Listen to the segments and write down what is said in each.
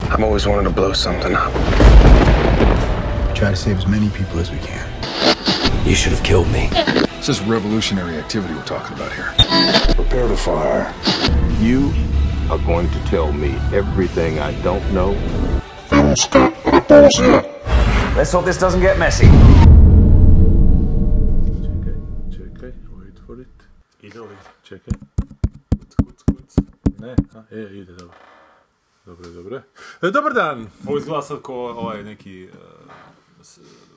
I've always wanted to blow something up. Try to save as many people as we can. You should have killed me. This is revolutionary activity we're talking about here. Prepare to fire. You are going to tell me everything I don't know. Let's hope this doesn't get messy. Čekaj, čekaj, wait for it. Ide li? Čekaj. Kuc, kuc, kuc. Ne, a, e, ide, dobro. Dobro, dobro. E, dobar dan! Ovo izgleda sad ko ovaj neki uh,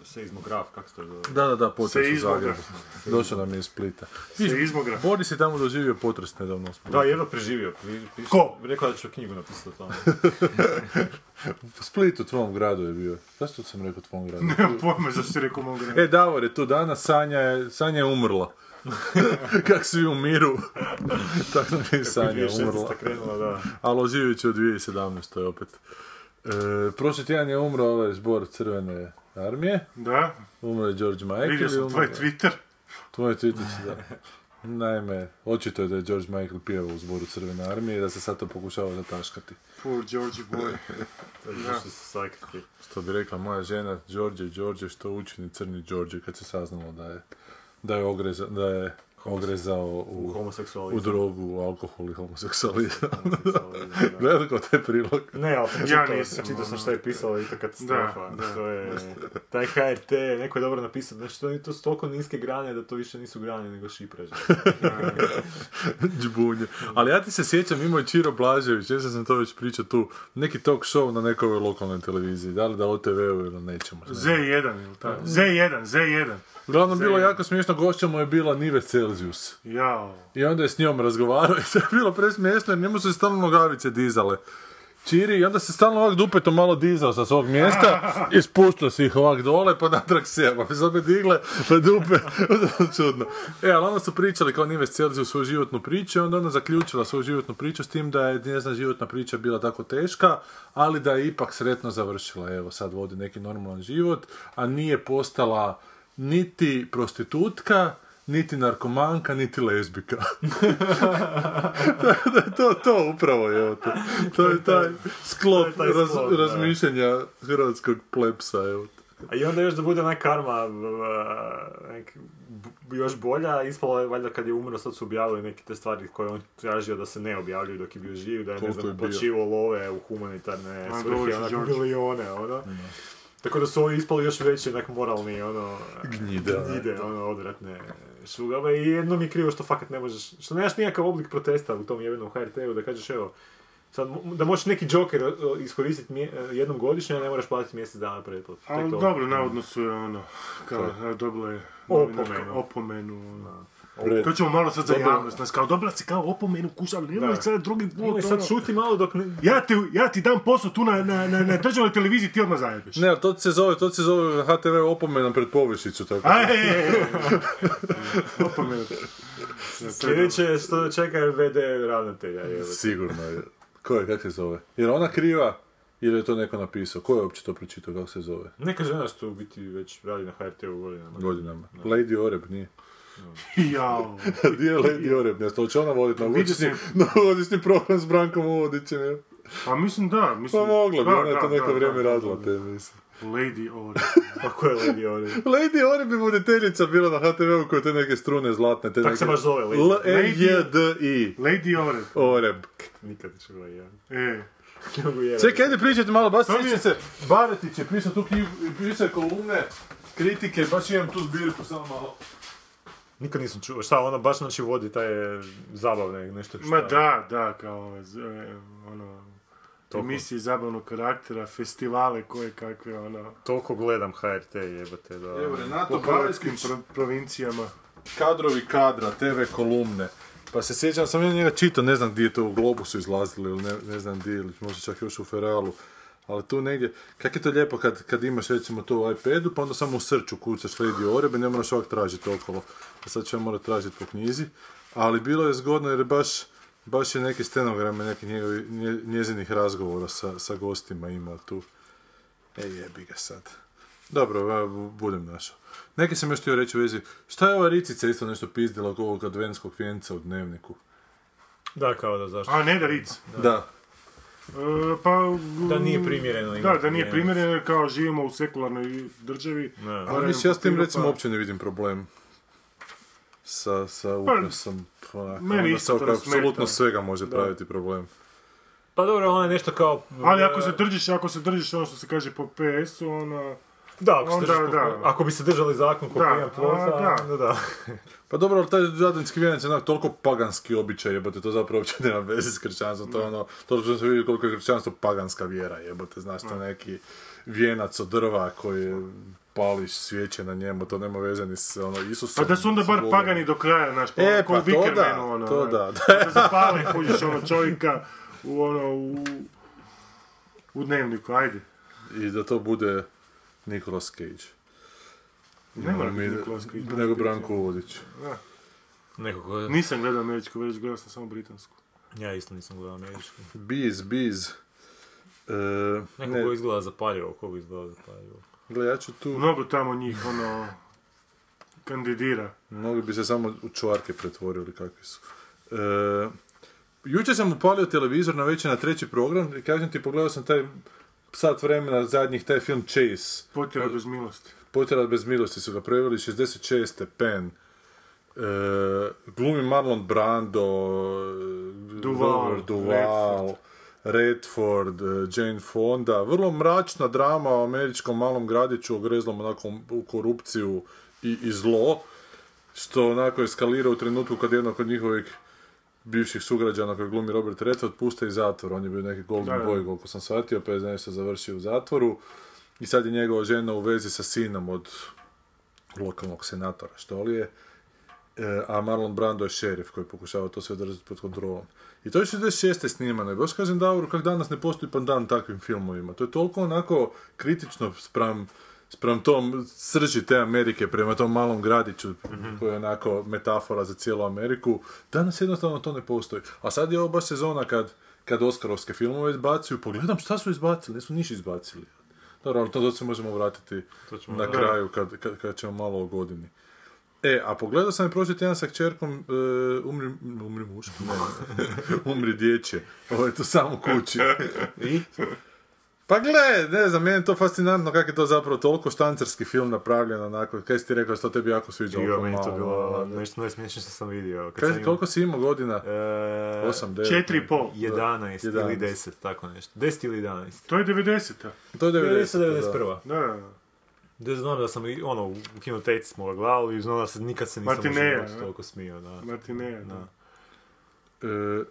seizmograf, kako se to zove? Da, da, da, potres u Seizmograf. Zagrebu. Došao nam je iz Splita. Seizmograf. Boris je tamo doživio potres nedavno u Splitu. Da, jedno preživio. Pri, pri, Ko? Rekao da ću knjigu napisati o tome. U Splitu, tvom gradu je bio. Zašto sam rekao tvom gradu? Nemam pojma zašto si rekao mogu E, Davor je tu danas, Sanja je, Sanja je umrla. Kak svi umiru, tako nam je i Sanja umrla. krenula, da. Ali oživit će u 2017. opet. E, prošli tjedan je umro ovaj zbor Crvene armije. Da, Umro je George Michael. vidio i sam umro- tvoj Twitter. Tvoj Twitch, da. Naime, očito je da je George Michael pjevao u zboru Crvene armije i da se sad to pokušava zataškati. Poor Georgie boy. Da. Što bi rekla moja žena, Đorđe, Đorđe, što učini crni Đorđe kad se saznalo da je, da je, ogreza, da je ogrezao u, u Homoseksualizam. drogu, u alkohol i homoseksualizam. Gledaj kao taj prilog. Ne, ali sam Ja čitao, nisam, čitao ono. sam što je pisalo i to katastrofa. Da, da. To je, taj HRT, neko je dobro napisao, znači to, to su toliko niske grane da to više nisu grane nego šipreže. Džbunje. Ali ja ti se sjećam, imao je Čiro Blažević, ja sam to već pričao tu, neki talk show na nekoj lokalnoj televiziji, da li da OTV-u ili nečemu. ne znam. Z1 ili tako? Z1, Z1. Uglavnom, bilo je jako smiješno, gošća mu je bila Nive Celsius. Jao. I onda je s njom razgovarao i to je bilo presmiješno jer njemu su se stalno nogavice dizale. Čiri, i onda se stalno ovak dupetom malo dizao sa svog mjesta i spuštao si ih ovak dole pa natrag sjeba. I sad me digle pa dupe, čudno. E, ali onda su pričali kao Nives Celziju svoju životnu priču i onda ona zaključila svoju životnu priču s tim da je njezina životna priča bila tako teška, ali da je ipak sretno završila. Evo, sad vodi neki normalan život, a nije postala niti prostitutka, niti narkomanka, niti lezbika. Tako da je to, to upravo je to. To je taj sklop, taj sklop, raz- da. razmišljanja hrvatskog plepsa. Evo. A i onda još da bude ona karma b- b- nek, b- još bolja, ispalo je valjda kad je umro sad su objavili neke te stvari koje je on tražio da se ne objavljuju dok je bio živ, da je ne Koliko znam je bio? uplaćivao love u humanitarne A, svrhe, George, onako George. milione, ono. Tako da su ovi ispali još veći, onak moralni, ono... Gnjide, ono. Gnjide, ono, odvratne šugave. I jedno mi je krivo što fakat ne možeš... Što nemaš nikakav oblik protesta u tom jebenom HRT-u da kažeš, evo, Sad, mo- da možeš neki Joker iskoristiti e, jednom godišnje, a ne moraš platiti mjesec dana pretplatu. Tek Ali to. dobro, navodno su je ono, kao, evo, dobila je Opomenu. novinarka opomenu. ono. Pred- To ćemo malo sad za Dobro. javnost, znaš, kao dobila si kao opomenu, kušam, nemoj Da. sad drugi put, Nemoj sad ono. šuti malo dok ne... Ja ti, ja ti dam posao tu na, na, na, na državnoj televiziji, ti odmah zajebeš. Ne, ali to se zove, to se zove HTV opomena pred povišicu, tako. Aj, e, opomenu. Sljedeće je što čeka je VD ravnatelja. Je. Sigurno je. Ko je, kak se zove? Je li ona kriva ili je to neko napisao? Ko je uopće to pročitao, kako se zove? Neka žena što u biti već radi na HRT-u godinama. Godinama. Lady Oreb nije. Jao. Gdje je Lady Oreb? Ne, to će ona voditi na Vidio godišnji, sam- na godišnji program s Brankom Uvodićem. je. Pa mislim da, mislim... Pa mogla bi, da, ona je da, to neko da, vrijeme da, radila da. te emisije. Lady Ori. Pa ko je Lady Ori? Lady Oreb je voditeljica bila na HTV-u koja te neke strune zlatne, te Tak neke... se baš zove Lady. l e j d i Lady Ori. Oreb. Nikad ću ga ja. E. Ne mogu je. Čekaj, ajde pričajte malo, baš sjećam se, Baretić je pisao tu knjigu, pisao je kolumne, kritike, baš imam tu zbirku, samo malo. Nikad nisam čuo. Šta, ona baš znači vodi taj e, zabavne nešto šta. Ma da, da, kao ove, z- e, ono, emisije zabavnog karaktera, festivale koje kakve, ono, Toliko gledam HRT jebate da... Evo, po Renato hrvatskim Baretić, pro- provincijama. kadrovi kadra, TV kolumne. Pa se sjećam, sam ja njega čitao, ne znam gdje je to u Globusu izlazilo ili ne, ne znam gdje, ili možda čak još u Feralu. Ali tu negdje, kak je to lijepo kad, kad imaš recimo to u iPadu, pa onda samo u srču kucaš Lady Oreb i ne moraš ovak tražiti okolo. A sad ću ja morat tražiti po knjizi. Ali bilo je zgodno jer je baš, baš je neke stenograme, neki njegovi, nje- njezinih razgovora sa, sa gostima ima tu. E jebi ga sad. Dobro, ja bu- budem našao. Neki sam još htio reći u vezi, šta je ova ricica isto nešto pizdila oko ovog adventskog vijenca u dnevniku? Da, kao da zašto. A, ne da ric. Da. E, pa... Da nije primjereno Da, imati da nije vrijeme. primjereno jer kao živimo u sekularnoj državi. Ne. Ali Ali Barem mislim, ja s tim papiru, recimo pa- uopće ne vidim problem. Sa, sa ukrasom, pa, onako, meni onda isto se to ne apsolutno smeta. svega može praviti problem. Pa dobro, ono je nešto kao... Ali ako se držiš, ako se držiš ono što se kaže po ono, PS-u, ona... Da, ako, se Onda držiš- da. ako bi se držali zakon ko Da, pijan plota, a, da. onda da. Pa dobro, ali taj jadranski vijenac je onak toliko paganski običaj, jebote, to zapravo uopće nema veze s kršćanstvom, to je ono, toliko što se vidi koliko je kršćanstvo paganska vjera, jebote, znaš, Mm. to je neki vijenac od drva koji pališ svijeće na njemu, to nema veze ni s ono Isusom. Pa da su onda s bar Bogom. pagani do kraja, znaš, pa, E, ko pa u to da, Wickermanu, ono, to znaš. da, Da zapale, kužiš ono čovjeka u ono, u... U dnevniku, ajde. I da to bude Nicolas Cage. Ne mora biti Mi- Nicolas Cage. Nego Branko Uvodić. Neko ko... Nisam gledao američku verziju, gledao sam samo britansku. Ja isto nisam gledao američki. Biz, biz. E, Neko ne, ko izgleda zapaljivo, ko bi izgleda zapaljivo. gle, ja ću tu, Mnogo tamo njih, ono... Kandidira. mnogi bi se samo u čvarke pretvorili kakvi su. E, jučer sam upalio televizor na večer na treći program i kažem ti, pogledao sam taj sat vremena zadnjih, taj film Chase. Potjera bez milosti. Potjerat bez milosti su ga preveli, 66. pen. E, glumi Marlon Brando, e, Duval, Robert Duval, Redford, e, Jane Fonda. Vrlo mračna drama o američkom malom gradiću ogrezlom onako u korupciju i, i zlo. Što onako eskalira u trenutku kad jednog od njihovih bivših sugrađana koji glumi Robert Redford puste iz zatvora. On je bio neki golden Da, da. boy koliko sam shvatio, pa je nešto završio u zatvoru. I sad je njegova žena u vezi sa sinom od lokalnog senatora, što li je. E, a Marlon Brando je šerif koji pokušava to sve držati pod kontrolom. I to je 66. snimano. I baš kažem Davoru kak danas ne postoji pandan takvim filmovima. To je toliko onako kritično spram, spram tom srži te Amerike prema tom malom gradiću koji je onako metafora za cijelu Ameriku. Danas jednostavno to ne postoji. A sad je ovo baš sezona kad, kad Oskarovske filmove izbacuju. Pogledam šta su izbacili, nisu niš izbacili. Dobro, ali to, to se možemo vratiti na kraju kad, kad, kad ćemo malo o godini. E, a pogledao sam je prošli tjedan sa kćerkom e, umri, umri muško, ne, umri dječje, ovo je to samo kući. I? Pa gle, ne znam, meni je to fascinantno kako je to zapravo toliko štancarski film napravljen, onako, kaj si ti rekao da se to tebi jako sviđa? Jo, oko meni je to malo, bilo ono, ali- nešto najsmiješnije što sam vidio. Kad Kaj, sam imao- koliko si imao godina? E, 8, 9? Četiri i pol. 11 ili 11. 10, tako nešto. 10 ili 11. To je 90-a. To je 90. 1991. Da, da, da. Da znam da sam i, ono, u kinoteci smo ga gledali i znam da se nikad se nisam Martineja, u životu ne? toliko smio, da. Matineja, da. E,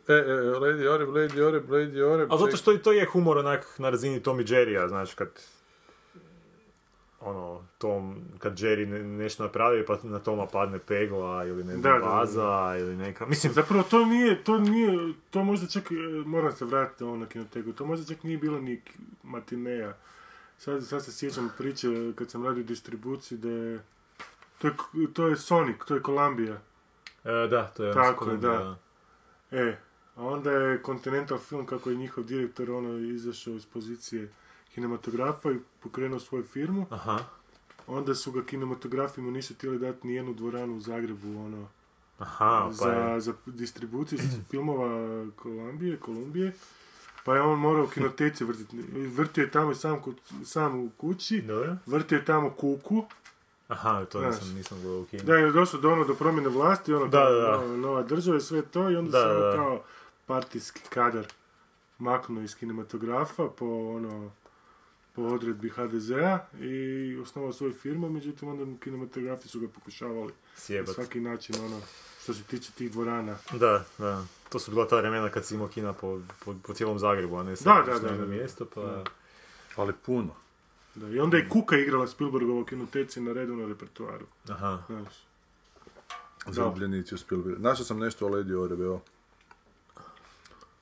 e, e, Lady Oreb, Lady Oreb, Lady Oreb. A zato ček- što i to je humor onak na razini Tom i Jerry-a, znaš, kad ono, Tom, kad Jerry ne- nešto napravi pa na Toma padne pegla ili ne Da, znam, da, da. baza ili neka, mislim, Zapravo to nije, to nije, to možda čak, e, moram se vratiti na ono na kinotegu, to možda čak nije bilo ni k- matineja. Sad, sad se sjećam priče e, kad sam radio distribuciji da je, to je, k- to je Sonic, to je Columbia. e, da, to je Tako ono je, skupo, da. E, a onda je Continental Film, kako je njihov direktor, ono, izašao iz pozicije kinematografa i pokrenuo svoju firmu. Aha, Onda su ga kinematografima nisu htjeli dati ni jednu dvoranu u Zagrebu, ono, aha, pa za, je, za distribuciju filmova Kolumbije, Kolumbije. Pa je on morao u kinoteci vrtiti. Vrtio je tamo i sam, kod, sam u kući. dobro, Vrtio je tamo kuku. aha, to Znaš. nisam, nisam gledao u kinu. Da, je došlo do, ono, do promjene vlasti, ono, Da, kao da, da. nova- nova država i sve to. I onda Da, se da, on da. kao partijski kadar maknuo iz kinematografa po ono po odredbi HDZ-a i osnovao svoju firmu, međutim onda kinematografi su ga pokušavali na Sjebat. svaki način ono što se tiče tih dvorana. Da, da. To su bila ta vremena kad si imao kina po, po, po cijelom Zagrebu, a ne Da, samo da, baš da, na jedno da, da. mjesto, pa... Ali puno. Da, i onda je Kuka igrala Spielbergovo kinoteci na redovnom repertuaru. Aha. Znaš. Zarobljenici u Spielbergu. Našao sam nešto o Lady Oreb, evo.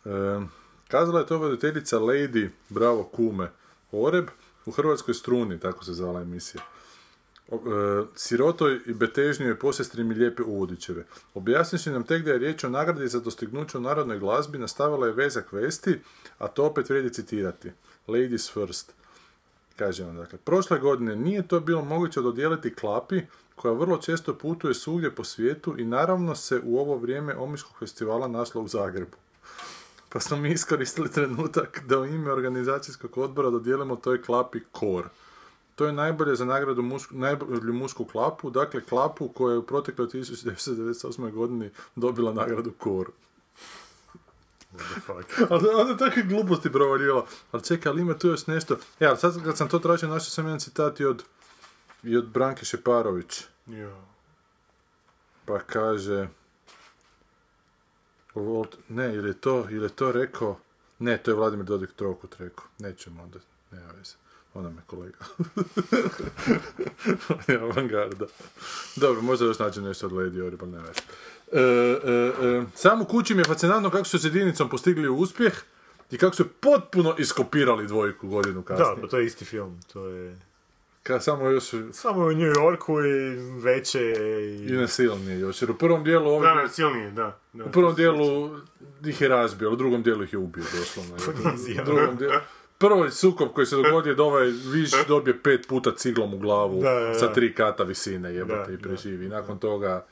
E, kazala je to voditeljica Lady, bravo kume, Oreb u Hrvatskoj struni, tako se zvala emisija. O, e, sirotoj i betežnjoj posestri mi lijepe uvodičeve. Objasniši nam tek da je riječ o nagradi za dostignuće u narodnoj glazbi nastavila je vezak vesti, a to opet vrijedi citirati. Ladies first. Kaže on, dakle, prošle godine nije to bilo moguće dodijeliti klapi koja vrlo često putuje svugdje po svijetu i naravno se u ovo vrijeme Omiškog festivala našla u Zagrebu. pa smo mi iskoristili trenutak da u ime organizacijskog odbora dodijelimo toj klapi kor. To je najbolje za nagradu mušku, najbolju mušku klapu, dakle klapu koja je u protekloj 1998. godini dobila nagradu kor. A Onda, onda takve gluposti provaljivalo. Ali čekaj, ali ima tu još nešto. E, ali sad kad sam to tražio, našao sam jedan citat i od, i od Branke Šeparović. Jo. Pa kaže... Volt, ne, ili je to, ili je to rekao... Ne, to je Vladimir Dodik Trokut rekao. Nećemo onda, nema veze. Onda me kolega. On je avangarda. Dobro, možda još nađem nešto od Lady Ori, pa ne veze. E, e, e, Sam u kući mi je fascinantno kako su s jedinicom postigli uspjeh i kako su potpuno iskopirali dvojku godinu kasnije. Da, pa to je isti film, to je... Ka, samo još Samo je u New Yorku i veće je i i... nasilnije još, jer u prvom dijelu ovi Da, da, silnije, da. da. Pa, U prvom dijelu ih je razbio, u drugom dijelu ih je ubio doslovno. Pa, U drugom dijelu- Prvo je sukob koji se dogodio je da ovaj Viš dobije pet puta ciglom u glavu Da, da, da. sa tri kata visine jebate Da, i preživi. I nakon toga,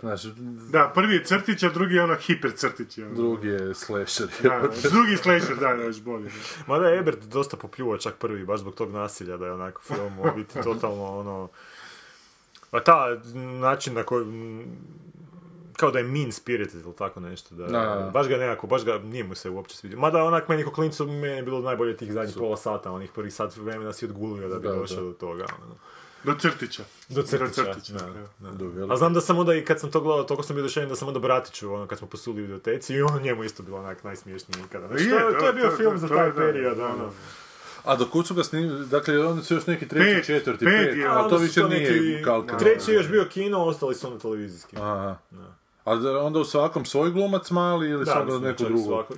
znaš, Da, prvi je crtić, a drugi je ono hiper crtić. Ono. drugi je slasher. Da, jebote. drugi slasher, da, još bolje. da. Mada je Ebert dosta popljuvao čak prvi, baš zbog tog nasilja da je onako film u biti totalno ono... Pa ta način na koji... m, Kao da je mean spirited ili tako nešto. Da, Da, da, da. Baš ga nekako, baš ga nije mu se uopće svidio. Mada onak meni ko klincu mi je bilo najbolje tih zadnjih pola sata, onih prvih sat vremena si odgulio da bi Da, da. došao do toga. ono. Do crtića. Do crtića, da, da. Do velikog- A znam da sam onda i kad sam to gledao, toliko sam bio došeljen da sam onda Bratiću, ono kad smo posudili u videoteci i ono njemu isto bilo onak najsmiješniji ikada. Znači, Je, to, da, to je bio to je- film to za je- taj da, period, da, ono. A do kud su ga snimili, dakle oni su još neki treći, Pet, četvrti, pet pet, je, a A onda to su više nije neki- kalka. Treći je još bio kino, ostali su na televizijski. Aha. A da onda u svakom svoj glumac mali ili samo neko čak drugo? svako-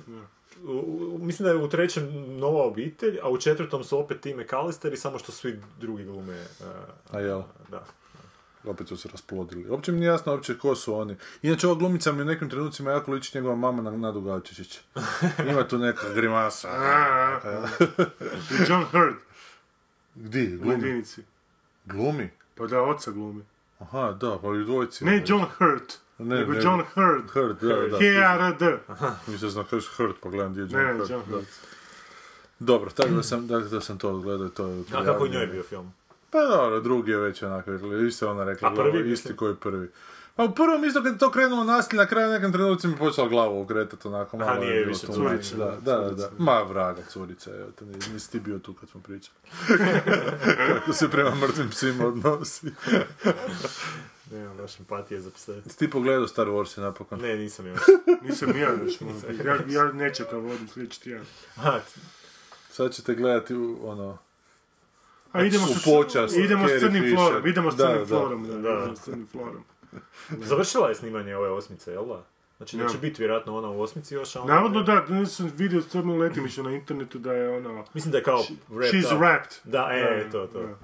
U- u- mislim da je u trećem nova obitelj, a u četvrtom su opet time Kalister i samo što svi drugi glume. e, A jel? da. Opet su se rasplodili. Uopće mi nije jasno uopće ko su oni. Inače, ova glumica mi u nekim trenucima jako liči njegova mama na Nadu Gavčičić. Ima tu neka grimasa. I John Hurt, Gdi? u Glumi? jedinici. Glumi? Pa da, oca glumi. Aha, da, pa i u dvojici. Ne John Hurt, Ne, nego ne. John Hurt. Hurt, da, da. H-R-D. Mislim da kažeš Hurt, pa gledam gdje je Ne, John ne, Hurt. John da. Hurt. Dobro, tako da sam, da, da sam to gledao i to je... A kako je njoj bio film? Pa dobro, drugi je već onako, isto je ona rekla, A prvi, prvi, isti mislim? koji prvi. Pa u prvom isto kad je to krenulo nasilje, na kraju nekim trenucima mi je počela glavu okretati onako malo. nije je bilo više tu curica, manje, Da, da, da, da. Ma vraga curica, evo te, nis- nisi ti bio tu kad smo pričali. Kako se prema mrtvim psima odnosi. Nemam baš empatije za pse. Jesi ti pogledao Star Wars napokon? Ne, nisam još. Nisam ni ja još, moram. ja, ja ne čekam vodim sljedeći tjedan. Aha, Sad ćete gledati u, ono... A idemo U sa, počast idemo s Carrie crnim Fisher. florom, idemo s Da, crnim da. florom, da, Da. idemo s crnim florom. Završila je snimanje ove osmice, jel da? Znači da Ja. će biti vjerojatno ona u osmici još, a onda- Navodno da, danas sam vidio crnu letimišu na internetu da je ono... Mislim da je kao wrapped She's up. wrapped. Da, e, to, to. da.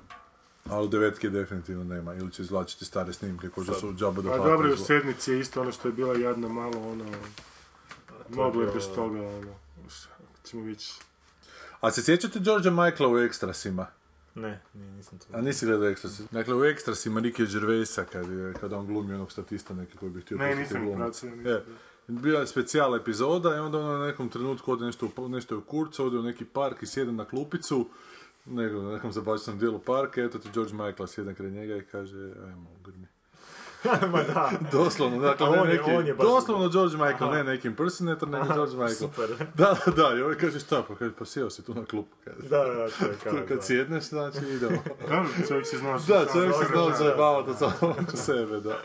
Ali u devetke definitivno nema, ili će izvlačiti stare snimke koje su u džabu do A Hutt dobro, i u izvla- sedmici je isto ono što je bila jadna malo, ono... Moglo je bez toga, ono... s- ćemo vidjeti. A se sjećate Georgea Michaela u Ekstrasima? Ne, ni- nisam to. A nisi gledao Ekstrasi? Dakle, u Ekstrasima Ricky Gervaisa, kad, je, kad on glumi onog statista neki koji bi htio Ne, postati nisam glumac. pratio, nisam. Je. Bila je specijala epizoda i onda on na nekom trenutku ode nešto, u- nešto je u kurcu, ode u neki park i sjede na klupicu, nego na nekom zabačenom dijelu parka, eto ti George Michael sjeda kraj njega i kaže, ajmo, grmi. Ma da. Doslovno, dakle, A ne on je- neki, on je baš- doslovno George Michael, ne neki impersonator, nego George Michael. super. Da, da, da, i ovaj kaže šta, pa kaže, pa sjeo si tu na klupu, kaže. Da, da, to je kao, Tu da. kad sjedneš, znači idemo. Dobro, čovjek se znao... Da, čovjek se sam- znao da, zajebavati od samog sebe, da.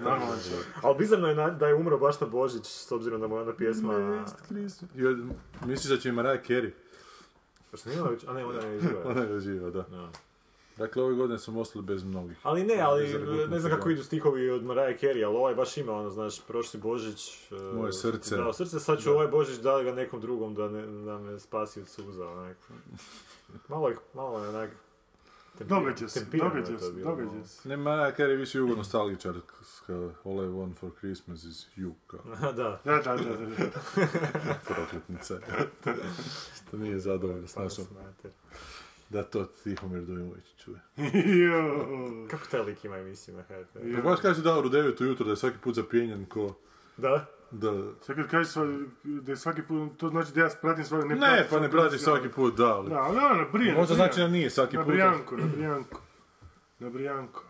normalan čovjek. Ali bizarno je na- da je umro baš na Božić, s obzirom da mu je ona pjesma... I od- Misliš da će im Mariah Carey? Pa što nema već- A ne, ona je živa. Ona je živa, da. Da. Dakle, ove godine smo ostali bez mnogih. Ali ne, ali ne znam kako Bezregutni idu stihovi od Mariah Carey, ali ovaj baš ima, ono, znaš, prošli Božić... e, Moje srce. Da, srce, sad ću ovaj Božić da ga nekom drugom da, ne, da me spasi od suza, onak. Malo je, malo je, onak... tempi- Događa se, tempirano je događa to se, bilo, ono. događa se. Ne, Mariah Carey je više jugo nostalgičar. ska- All I want for Christmas is you, kao Aha, da. Da, da, da, da. da. prokletnica. Što nije zadovoljno s našom. ono. Znate. Da to Tihomir Dojmović čuje. Jo. Pa Kako taj lik ima emisiju na HRT? Baš kaže Dauru 9 ujutro da je svaki put zapijenjen ko... Da? Da, da. Sad kad kažeš sva- da je svaki put, to znači da ja pratim svaki, ne Ne, pratim pa ne svaki- pratiš svaki put, da, ali... Da, ali ono, brije. Možda na znači da Brijanku. nije svaki Na put. Brijanku, na Brijanku. Na Brijanku.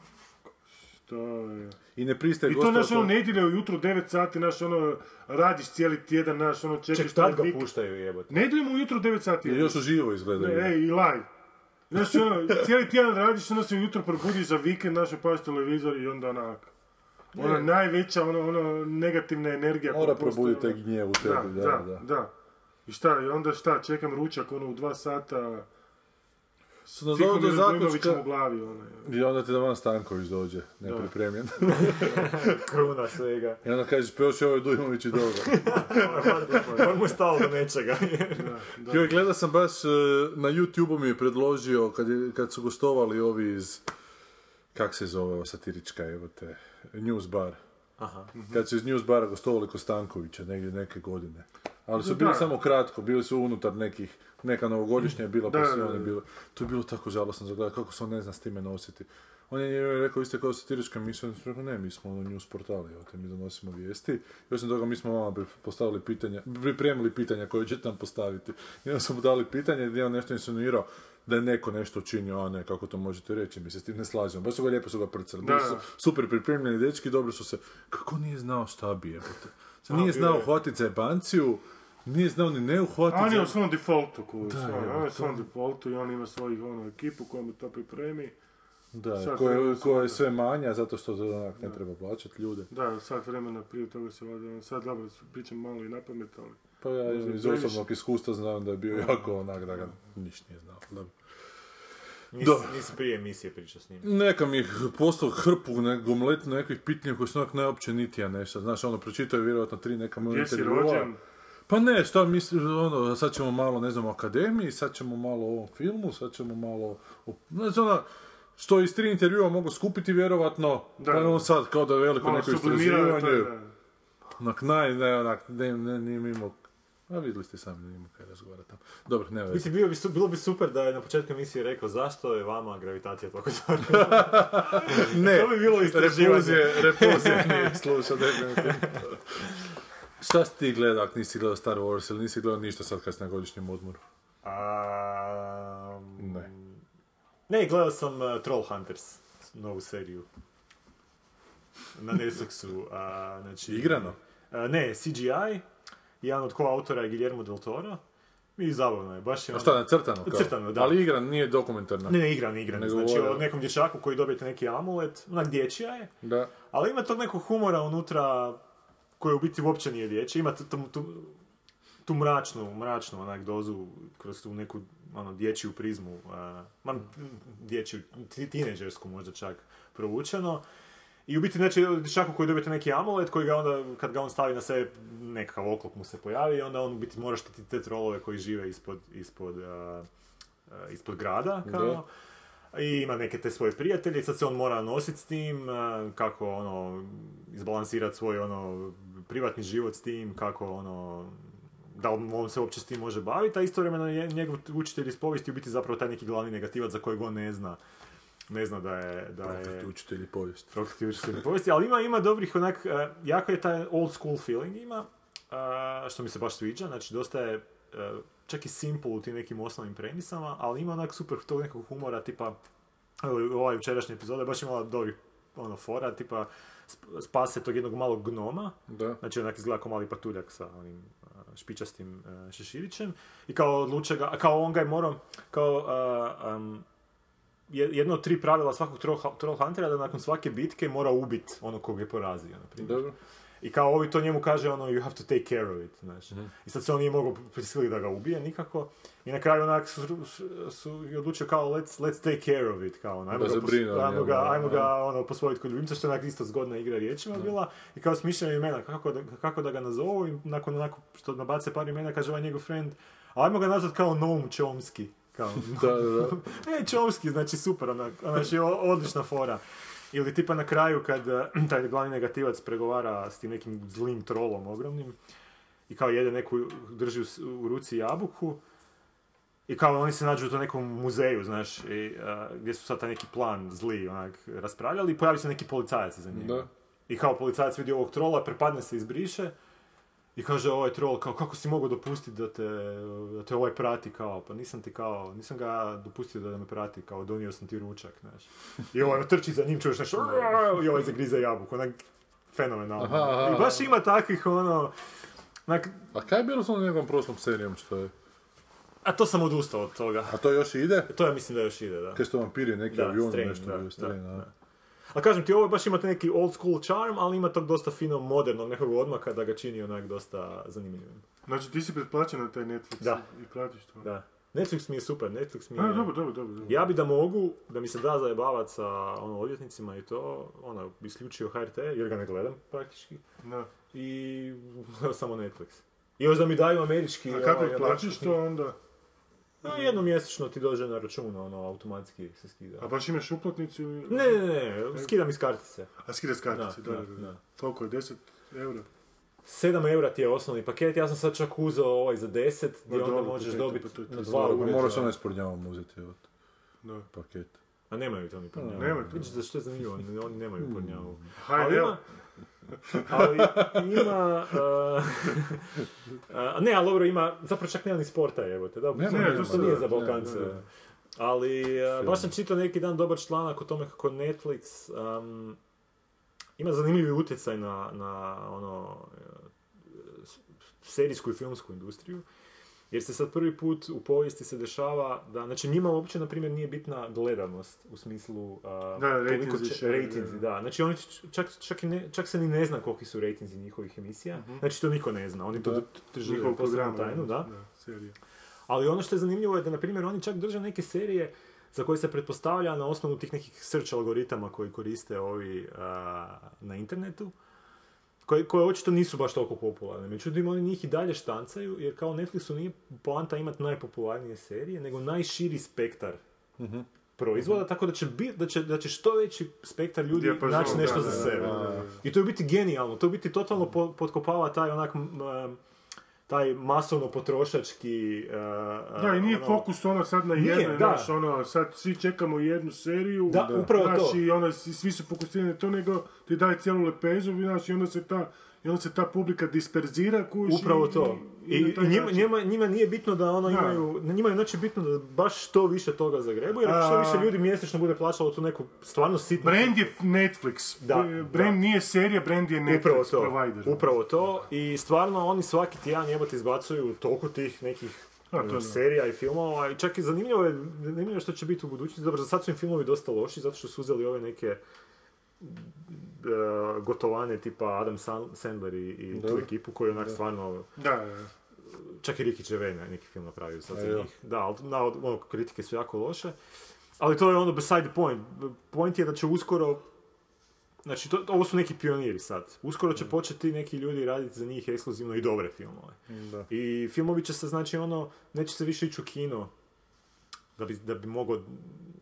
Što je... I ne pristaje I to, gospodo naš, ono, nedjelja ujutro, 9 sati, naš, ono, radiš cijeli tjedan, naš, ono, čekaš... Ček, tad taj ga vikend. puštaju jebote. Nedjeljom ujutro, 9 sati. I još uživo izgleda. E, i live. Znaš, ono, cijeli tjedan radiš, onda se ujutro probudiš za vikend, znaš, opaš televizor i onda onak. Ona najveća, ono, ono, negativna energija. koja Mora postoji, probuditi taj ono. gnjev u Da, tebi, da, da, I šta, i onda šta, čekam ručak, ono, u dva sata, S- no, Tihomir do Dujmovićem u zaključka... glavi, ono. I onda te da van Stanković dođe, nepripremljen. Kruna svega. I onda kažeš, pa još je ovaj Dujmović i dobro. On mu je stalo do nečega. Joj, gledao sam baš, e, na youtube mi je predložio, kad, je, kad su gostovali ovi iz, kak se zove ova satirička, evo te, News Bar. Mhm. Kad su iz News Bara gostovali kod Stankovića, negdje neke godine. Ali su bili Da. samo kratko, bili su unutar nekih, neka novogodišnja je bila, pa Da, su da, oni da. bili. To je bilo tako žalosno za gledati, kako se on ne zna s time nositi. On je njoj rekao, vi ste kao satirička emisija, oni su rekli, ne, mi smo ono news portali, evo te, mi donosimo vijesti. I osim toga, mi smo vama pri- postavili pitanja, pripremili pitanja koje ćete nam postaviti. I onda smo mu dali pitanje gdje je on nešto insinuirao da je neko nešto učinio, a ne, kako to možete reći, mi se s tim ne slažemo. Baš su ga lijepo su ga prcrli. Bili Da. su super pripremljeni dečki, dobro su se, kako nije znao šta bi jebote. Sad nije znao uhvatit za jebanciju, nije znao ni ne uhvatit A on je u za... svom defaultu, koji Da, svoj, evo, on je u to- svom defaultu i on ima svoju, ono, ekipu koja mu to pripremi. Da, Sad koja vremena koja je sam- sve manja, zato što to onak ne treba plaćati ljude. Da, sad vremena prije toga se valjda, ono, sad dobro, pričam malo i na pamet, ali... Pa ja Možda iz previše. osobnog iskustva znam da je bio jako onak da ga niš nije znao. Da. Nisi, Dobro. nisi prije emisije pričao s njim. Neka mi je poslao hrpu, ne, gomletu nekih pitanja koje su onak najopćenitija nešto. Znaš, ono, pročitao je vjerojatno tri neka moja Gdje si intervjua. rođen? Pa ne, šta mislim, ono, sad ćemo malo, ne znam, o akademiji, sad ćemo malo o ovom filmu, sad ćemo malo o... Znači, ono, što iz tri intervjua mogu skupiti, vjerojatno, Da. pa je on sad, kao da je veliko Malo neko sublimirano, to je, istraživanje. da. Onak, naj, ne, onak, ne, ne, nije mi imao... A vidjeli ste sami, nije imao kaj razgovarati tamo. Dobro, ne veze. Mislim, bio bi su- bilo bi super da je na početku emisije rekao zašto je vama gravitacija toliko dobra. Ne, To bi bilo istraživanje. Repulzije, repulzije nije slušao, definitivno. Šta si ti gledao ako nisi gledao Star Wars ili nisi gledao ništa sad kad si na godišnjem odmoru? Am, Ne. Ne, gledao sam uh, Trollhunters, novu seriju. Na Netflixu, a, znači... Igrano? A, ne, CGI, jedan od koautora je Guillermo del Toro. I zabavno je, baš je A ono- šta, nacrtano? Kao? Crtano, da. Ali igran nije dokumentarna. Ne, ne, igran, igran. Nego znači, ovo- o nekom dječaku koji dobijete neki amulet, onak dječja je. Da. Ali ima tog nekog humora unutra koji u biti uopće nije dječji. Ima tu, tu, tu, tu mračnu, mračnu onak dozu kroz tu neku ono, dječju prizmu, a, ma, dječju, ti- tinejdžersku možda čak provučeno. I u biti znači dječaku koji dobijete neki amulet koji ga onda, kad ga on stavi na sebe, nekakav oklop mu se pojavi i onda on u biti mora štititi te trolove koji žive ispod, ispod, a, a, ispod grada kao. Da. I ima neke te svoje prijatelje i sad se on mora nositi s tim, eh, kako ono, izbalansirati svoj ono, privatni život s tim, kako ono, da on, on se uopće s tim može baviti, a istovremeno je njegov učitelj iz povijesti u biti zapravo taj neki glavni negativac za kojeg on ne zna. Ne zna da je... Da Prokleti Pa je učitelji povijesti. prokleti učitelj iz povijesti, ali ima, ima dobrih onak, eh, jako je taj old school feeling ima, eh, što mi se baš sviđa, znači dosta je eh, čak i simple u tim nekim osnovnim premisama, ali ima onak super tog nekog humora, tipa Evo, ova jučerašnja epizoda je baš imala dobrih ono, fora, tipa sp- spase tog jednog malog gnoma, Da. znači onak izgleda kao mali patuljak sa onim a, špičastim a, šeširićem i kao odluče ga, a kao on ga je morao, kao a, am, je- jedno od tri pravila svakog troll, troll huntera je da nakon svake bitke mora ubit ono kog je porazio, na primjer. Dobro. I kao ovi to njemu kaže ono you have to take care of it, znaš. Mhm. I sad se on nije mogao prisiliti da ga ubije nikako. I na kraju onak su, su, su i odlučio kao let's, let's take care of it, kao ono, ajmo Da ga, se pos- brine o ajmo njemu, ga, ajmo da. ga ono, posvojiti kod ljubimca, što je onak isto zgodna igra riječima bila. I kao smišljaju imena, kako da, kako da ga nazovu i nakon onako što nabace par imena kaže ovaj njegov friend, ajmo ga nazvat kao Noam Chomsky. Kao, ono. Da, da, da. e, Chomsky, znači super, onak, znači o- odlična fora. Ili tipa na kraju kad eh, taj glavni negativac pregovara s tim nekim zlim trolom ogromnim i kao jede neku, drži u, s- u ruci jabuku i kao oni se nađu u tom nekom muzeju, znaš, i, eh, gdje su sad taj neki plan zli onak raspravljali i pojavi se neki policajac iza njega. Da. I kao policajac vidi ovog trola, prepadne se i izbriše I kaže ovaj troll, kao kako si mogao dopustiti da te, da te ovaj prati kao, pa nisam ti kao, nisam ga dopustio da me prati, kao donio sam ti ručak, znaš. I ovaj trči za njim, čuješ nešto, i ovaj zagriza jabuku, onak fenomenalno. I baš ima takvih ono, onak, A kaj je bilo s onom njegovom prošlom serijom što je? a to sam odustao od toga. A to još ide? To ja mislim da još ide, da. Kaj su to vampiri neki Da, avioni Strain, nešto? da, bio, Strain, da, a? da. A kažem ti, ovo je baš ima taj neki old school charm, ali ima tog dosta fino modernog nekog odmaka da ga čini onak dosta zanimljivim. Znači ti si pretplaćen na taj Netflix Da. i platiš to. Da. Netflix mi je super, Netflix mi je... A, dobro, dobro, dobro. dobro. Ja bi da mogu, da mi se da zajebavat sa ono, odvjetnicima i to, ono, isključio HRT, jer ga ne gledam praktički, Da. i samo Netflix. I još da mi daju američki... A kako ovaj, ih plaćaš to onda? No, jednom mjesečno ti dođe na račun, ono, automatski se skida. A baš imaš uplatnicu ili... Ne, ne, ne, skidam iz kartice. A skida s kartice, Da, da, da, da. da, da. Koliko je, 10 eura? 7 eura ti je osnovni paket, ja sam sad čak uzeo ovaj za 10, gdje Ma onda dobro, možeš paket, dobiti pa to je na to dva Pa uređaja. Moraš onaj s prnjavom uzeti od Da. paket. A nemaju to ni pornjavu. Mm, nemaju to. Mm. Vidiš za što je zanimljivo, oni, oni nemaju pornjavu. Ali HNL, ima, ali ima, uh, a ne, ali dobro, ima, zapravo čak nema ni sporta, evo te, dobro, Nema, to, nema, to nije da, za Balkance. ne, ne, ne. Ali, a, baš sam čitao neki dan dobar članak o tome kako Netflix am, ima zanimljivi utjecaj na, na ono, e, s- serijsku i filmsku industriju. Jer se sad prvi put u povijesti se dešava da, znači njima uopće, na primjer, nije bitna gledanost u smislu a, Da, koliko rejtinzi će- će- rejtinzi, da. Znači oni č- čak, čak, i ne, čak se ni ne zna koliki su rejtinzi njihovih emisija, znači to niko ne zna, oni to drže Mhm. njihov program. ono, posebnu tajnu, da. da serija. Ali ono što je zanimljivo je da, na primjer, oni čak drže neke serije za koje se pretpostavlja na osnovu tih nekih search algoritama koji koriste ovi a, na internetu, koje, koje očito nisu baš toliko popularne. Međutim, oni njih i dalje štancaju, jer kao Netflixu nije poanta imati najpopularnije serije, nego najširi spektar proizvoda, tako da će, bit, da, će, da će što veći spektar ljudi Dijapazon, naći nešto da, za da, sebe. da, da, da. I to je u biti genijalno, to je u biti totalno po, potkopava taj onak... m, m, taj masovno potrošački... e, Da, i nije ono- fokus ono sad na Nije, jedno, da. znaš, ono, sad svi čekamo jednu seriju, Da, upravo znaš, to. i onda si- svi su fokusirani na to, nego ti daje cijelu lepezu, znaš, i onda se ta, i onda se ta publika disperzira, kuš, Upravo to. I, na taj i njima, način. njima, njima nije bitno da ono Da. imaju, njima je znači bitno da baš što više toga zagrebu, jer što A- više ljudi mjesečno bude plaćalo tu neku stvarno sitnu... Brand je Netflix, Da, B- brand nije serija, brand je Netflix Upravo to, provider. znači. upravo to. I stvarno oni svaki tjedan jebote izbacuju toliko tih nekih A, to eh, da. serija i filmova. I čak i zanimljivo je, zanimljivo je što će biti u budućnosti. Dobro, za sad su im filmovi dosta loši, zato što su uzeli ove neke eh, gotovane tipa Adam San- Sandler i, i tu ekipu koji onak stvarno Da, da, da. Čak i Ricky Gervais na- neki film napravio sad za Evo. njih. Da, ali na, ono, kritike su jako loše. Ali to je ono beside the point. Point je da će uskoro... Znači, to, ovo su neki pioniri sad. Uskoro će početi neki ljudi raditi za njih ekskluzivno i dobre filmove. I filmovi će se, znači, ono, neće se više ići u kino da bi, da bi mogao,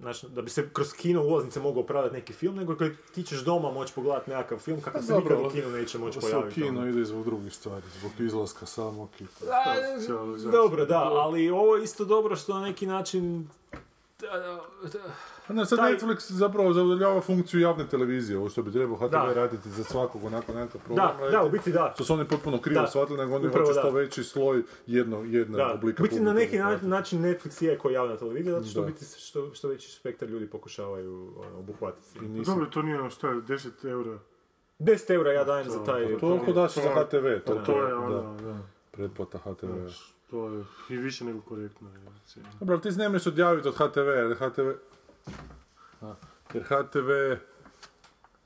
znači, da bi se kroz kino ulaznice mogao opravdati neki film, nego kad ti ćeš doma moći pogledati nekakav film, kako se nikad u kino neće moći se u pojaviti. ono. kino ide zbog drugih stvari, zbog izlaska samog i... A, Pa, znači- Dobro, da, ali ovo je isto dobro što na neki način... Pa ne, sad Taj- Netflix zapravo zavoljava funkciju javne televizije, ovo što bi trebao HTV Da. raditi za svakog onako nekakav program Da, da, raditi. u biti da. To su oni potpuno krivo Da. shvatili, nego oni Upravo hoće što da. veći sloj jedno, jedna Da, oblika u biti na publike neki na- obuhvatiti. način Netflix je kao javna televizija, zato što, u Da. biti što, što veći spektar ljudi pokušavaju ono, obuhvatiti. Dobro, to nije ono šta je, 10 eura. 10 eura ja dajem za taj... To ako daš za HTV, to, To to je da, ono, da. pretplata HTV. To je i više nego korektno. je, cijena. Dobro, ali ti se ne možeš odjaviti od HTV, jer HTV... A, Jer HTV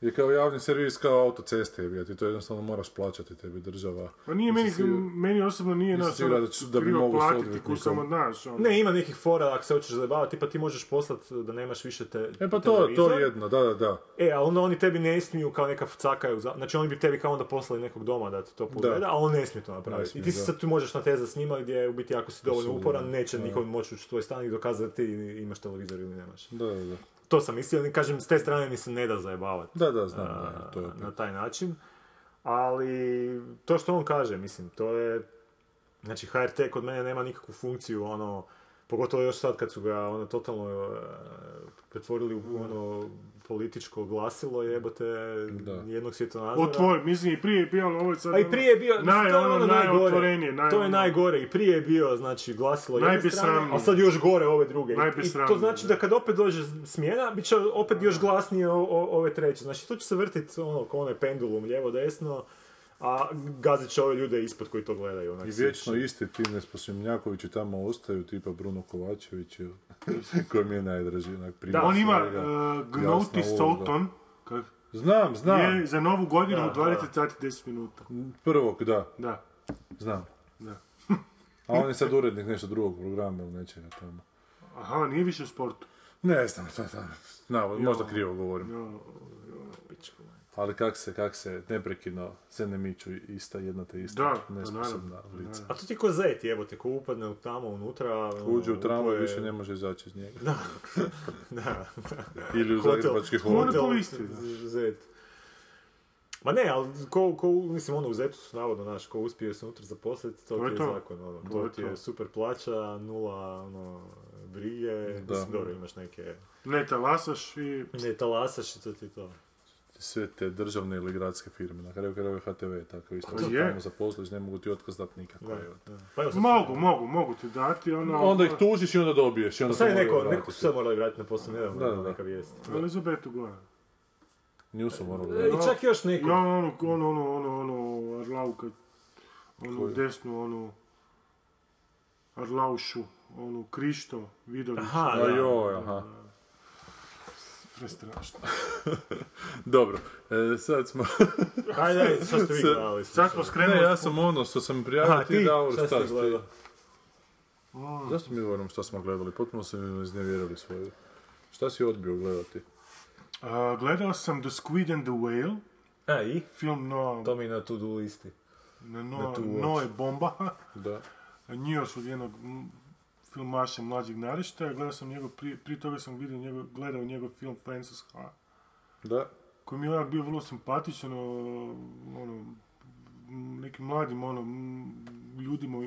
je kao javni servis kao autoceste, jebi ga, ti to jednostavno moraš plaćati tebi država. Pa nije meni, Mislim, si- meni osobno nije Nisam naš ono siguran da ću- da bi mogao s platiti odvjetnikom. ku samo naš. Ono. Ne, ima nekih fora ako se hoćeš zabavati, pa ti možeš poslat da nemaš više te, E pa to, to televizor. je jedno, da, da, da. E, a onda oni tebi ne smiju kao neka cakaju, za- znači oni bi tebi kao onda poslali nekog doma da ti to pogleda, a on ne smije to napraviti. Ne smije, I ti se da. sad tu možeš natezati s njima gdje u biti ako si dovoljno Apsolutno, uporan, neće niko moći ući u tvoj stan i dokazati da ti imaš televizor ili nemaš. Da, da, da. To sam mislio, ali kažem, s te strane mi se ne da zajebavati Da, da, znam, da, to je pa- a, opet. na taj način. Ali to što on kaže, mislim, to je... Znači, HRT kod mene nema nikakvu funkciju, ono, Pogotovo još sad kad su ga ono totalno e, pretvorili u ono političko glasilo jebote jednog svjetonazora. Otvoj, mislim i prije je bio, ali ovo je sad... ono A i prije je bio, naj, to je ono najgore, najotvorenije, naj, to je ono- najgore, i prije je bio, znači, glasilo jedne strane, Najbesramnije. a sad još gore ove druge. I- I, to Najbesramnije, znači da. da kad opet dođe smjena, bit će opet još glasnije o- o- ove treće, znači to će se vrtiti ono, ko onaj pendulum, lijevo, desno, a gazit će ove ljude ispod koji to gledaju. Onak, I svi vječno će- isti ti nesposobnjakovići tamo ostaju, tipa Bruno Kovačević, ili- koji mi je najdraži, onak primjer. Da, on ima svega. uh, Jasna Gnoti uloga. Souton, kak- Znam, znam, je za novu godinu Da, u 20 sati 10 minuta. prvog, da, Da. znam. Da. A on je sad urednik nešto drugog programa ili nečega tamo. Aha, nije više u sportu. Ne znam, to, to, na, možda krivo govorim. Ali kak se, kak se, neprekidno se ne miču ista, jedna te Da, ista pa nesposobna naravno, pa lica. A to ti ko zet jebote, ko upadne u tamo unutra... Uđe u ono, tramvaj, upoje- više ne može izaći iz njega. Da. Ili u Hotel. zagrebački Hotel hotel. Monopolisti, Z- Zet. Ma ne, ali ko, ko, mislim, ono, u Zetu su navodno, znaš, ko uspije se unutra zaposliti, to, To je ti je to. zakon, ono, to, To je ti je to. super plaća, nula, ono, brige, Da. mislim, dobro, imaš neke, Ne talasaš i... ne talasaš i to ti je to. Sve te državne ili gradske firme, na kraju krajeva HTV je tako isto. To Se je. tamo zaposliš, ne mogu ti otkaz dat nikako. evo. Pa Da. Pa evo, sad- Mogu, mogu, mogu ti dati, ono... Onda ih tužiš i onda dobiješ. I onda Pa Sad je se moraju neko, vratiti. neko su sad morali vratiti na posao, nedavno, Da, da, ono, da. neka vijest. Elizabetu Goran. Nju su morali E, vratiti. I čak još neko. Ja ono, ono, ono, ono, ono, Arlauka, ono desnu, ono, Arlaušu, ono, Krišto, Vidović. Aha, da. Ajoj, aha. Prestrašno. Dobro, e, sad smo... Ajde, ajde, što ste vi Sad- gledali? Sad smo Ne, skrenuli. ja sam ono što sam prijavio, A, ti, ti, Davor, šta šta ste si ti? gledali? Zašto mi govorimo šta smo gledali? Potpuno sam iznevjerili svoju. Šta si odbio gledati? A, gledao sam The Squid and the Whale, A, i? film Noa, To mi je na to-do listi. na Noa, tu uopće. Noe Bomba, Da. Njioš od jednog mm, filmaša mlađeg naraštaja. Gledao sam njegov, prije, prije toga sam vidio njegov, gledao njegov film Francis Ha. Da. koji mi je onak bio vrlo simpatičan, o, ono, m, nekim mladim ono, m, ljudima u,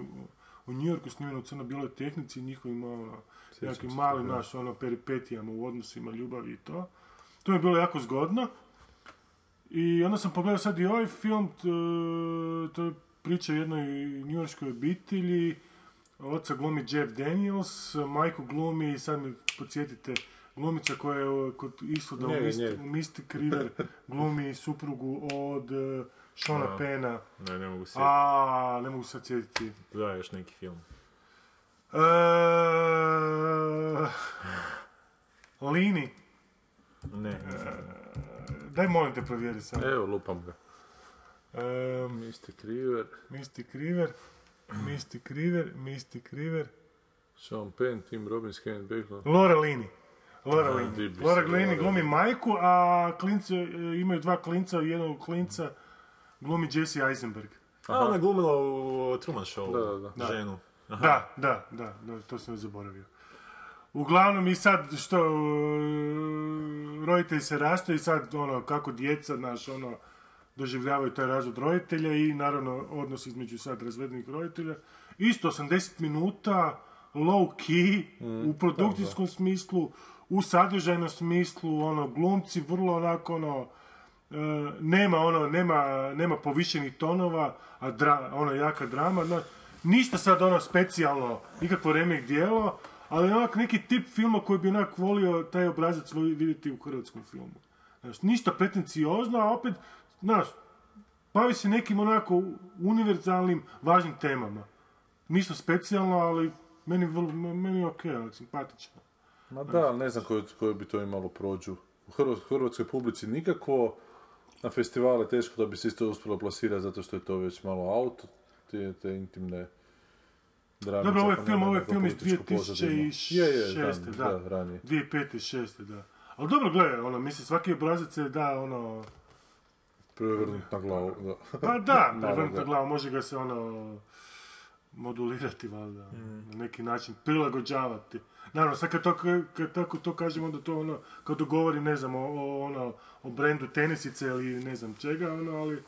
u New Yorku snimljeno u crno-bijeloj tehnici i njihovim ono, nekim malim naš, ono, peripetijama u odnosima, ljubavi i to. To mi je bilo jako zgodno. I onda sam pogledao sad i ovaj film, t- to je priča o jednoj njujorskoj obitelji, oca glumi Jeff Daniels, majku glumi, sad mi podsjetite, glumica koja je o, kod Isluda u Njega, Mystic, njega. u Mystic River glumi suprugu od e, Shona Pena. Ne, ne mogu se. A, ne mogu se sad sjetiti. Da, još neki film. E, Lini, Ne, ne znam. daj molim te provjeri sam. Evo, lupam ga. E, Mr. Kriver, Misti Kriver, Misti Kriver, Misti Kriver, Sean Penn, Tim Robbins, Kevin Bacon. Lora Lini. Lora di Lini. bi Lora se Lini Laura glumi majku, a klinci, e, imaju dva klinca, jednog klinca glumi Jesse Eisenberg. A, ona je glumila u Truman Show. Da, da, da. Ženu. Da, da, da, da, to sam joj zaboravio. Uglavnom i sad što e, roditelji se rastu i sad ono kako djeca naš ono doživljavaju taj razvod roditelja i naravno odnos između sad razvednih roditelja. Isto 80 minuta low key u produkcijskom smislu, u sadržajnom smislu, ono glumci vrlo onako ono E, nema ono, nema, nema povišenih tonova, a dra, ono jaka drama, znaš, ništa sad ono specijalno, nikakvo remek dijelo, ali onak neki tip filma koji bi onak volio taj obrazac voli- vidjeti u hrvatskom filmu. Znaš, ništa pretenciozno, a opet, znaš, bavi se nekim onako univerzalnim, važnim temama. Ništa specijalno, ali meni, vrlo- meni je okej, onak, simpatično. Ma da, ali ne znam koju, koju bi to imalo prođu. U Hrvat- hrvatskoj publici nikako, na festivale teško da bi se isto uspjelo plasirati zato što je to već malo auto, te, te intimne drame. Dobro, ovo je čak film, nema ovo je neku film iz političku pozadinu. 2006. Je, je, da, da. da, ranije. 2005. 6. da. Ali dobro, gledaj, ono, mislim, svaki obrazac se da, ono, Prevrnut na glavu, da. pa da, Malo prevrnuta ga. glava, može ga se, ono, modulirati, valjda, na neki način, prilagođavati. Naravno, sad kad, to, kad tako to kažem, onda to, ono, kad dogovorim, ne znam, o, o, ono, o brendu tenisice ili ne znam čega, ono, ali,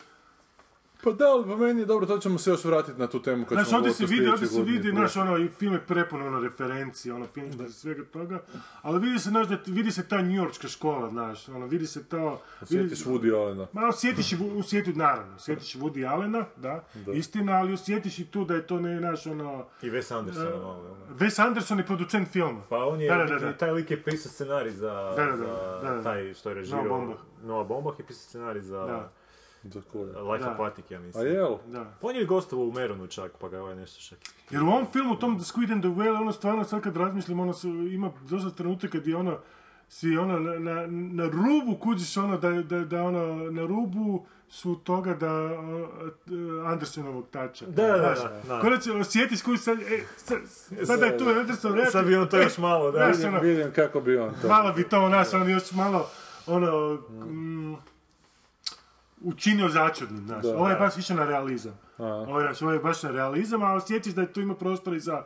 Pa da, ali po meni je dobro, to ćemo se još vratiti na tu temu kad Znaš, ćemo ovdje se govoriti o vidi, ovdje sljedećoj se godini vidi, programa. znaš, ono, i film je prepun, ono, referencije, ono, film svega toga, ali vidi se, znaš, da vidi se ta njorčka škola, znaš, ono, vidi se to... vidi- Pa Sjetiš Woody Allena. Ma osjetiš, i Wu- osjeti, naravno, osjetiš Woody Allena, da, istina, ali osjetiš i tu da je to, ne, znaš, ono... I Wes Anderson, malo, jel? Wes Anderson je producent filma. Pa on je, Da, da, da, da. taj lik je pisao scenarij za, Da, da, da, za da, da. taj što je režirao. Noah Baumbach. Noah Baumbach je pisao scenarij za Da. Za koje? Life Da. Aquatic, ja A mislim. jel? Da. Pa on je gostovao u Meronu čak, pa ga je ovaj nešto šak. Jer u ovom filmu, u tom The Squid and the Whale, ono stvarno sad kad razmislim, ono su, ima dosta trenutaka gdje ono, si ono, na, na, na rubu kuđiš ono, da, da, da ono, na rubu su toga da o, e, Andersonovog tača. Da, da, da, Znaš, da. Konačno, osjetiš koji sad, e, sad, sad da je tu Anderson rekao. Sad bi on to još malo, da. znaš, ono, Vidim kako bi on to. malo bi to, znaš, ono, još malo, ono, mm, učinio začudnim, znaš. Ovo je baš više na realizam. Ovo je, znaš, ovo je baš na realizam, a osjetiš da tu ima prostora i za,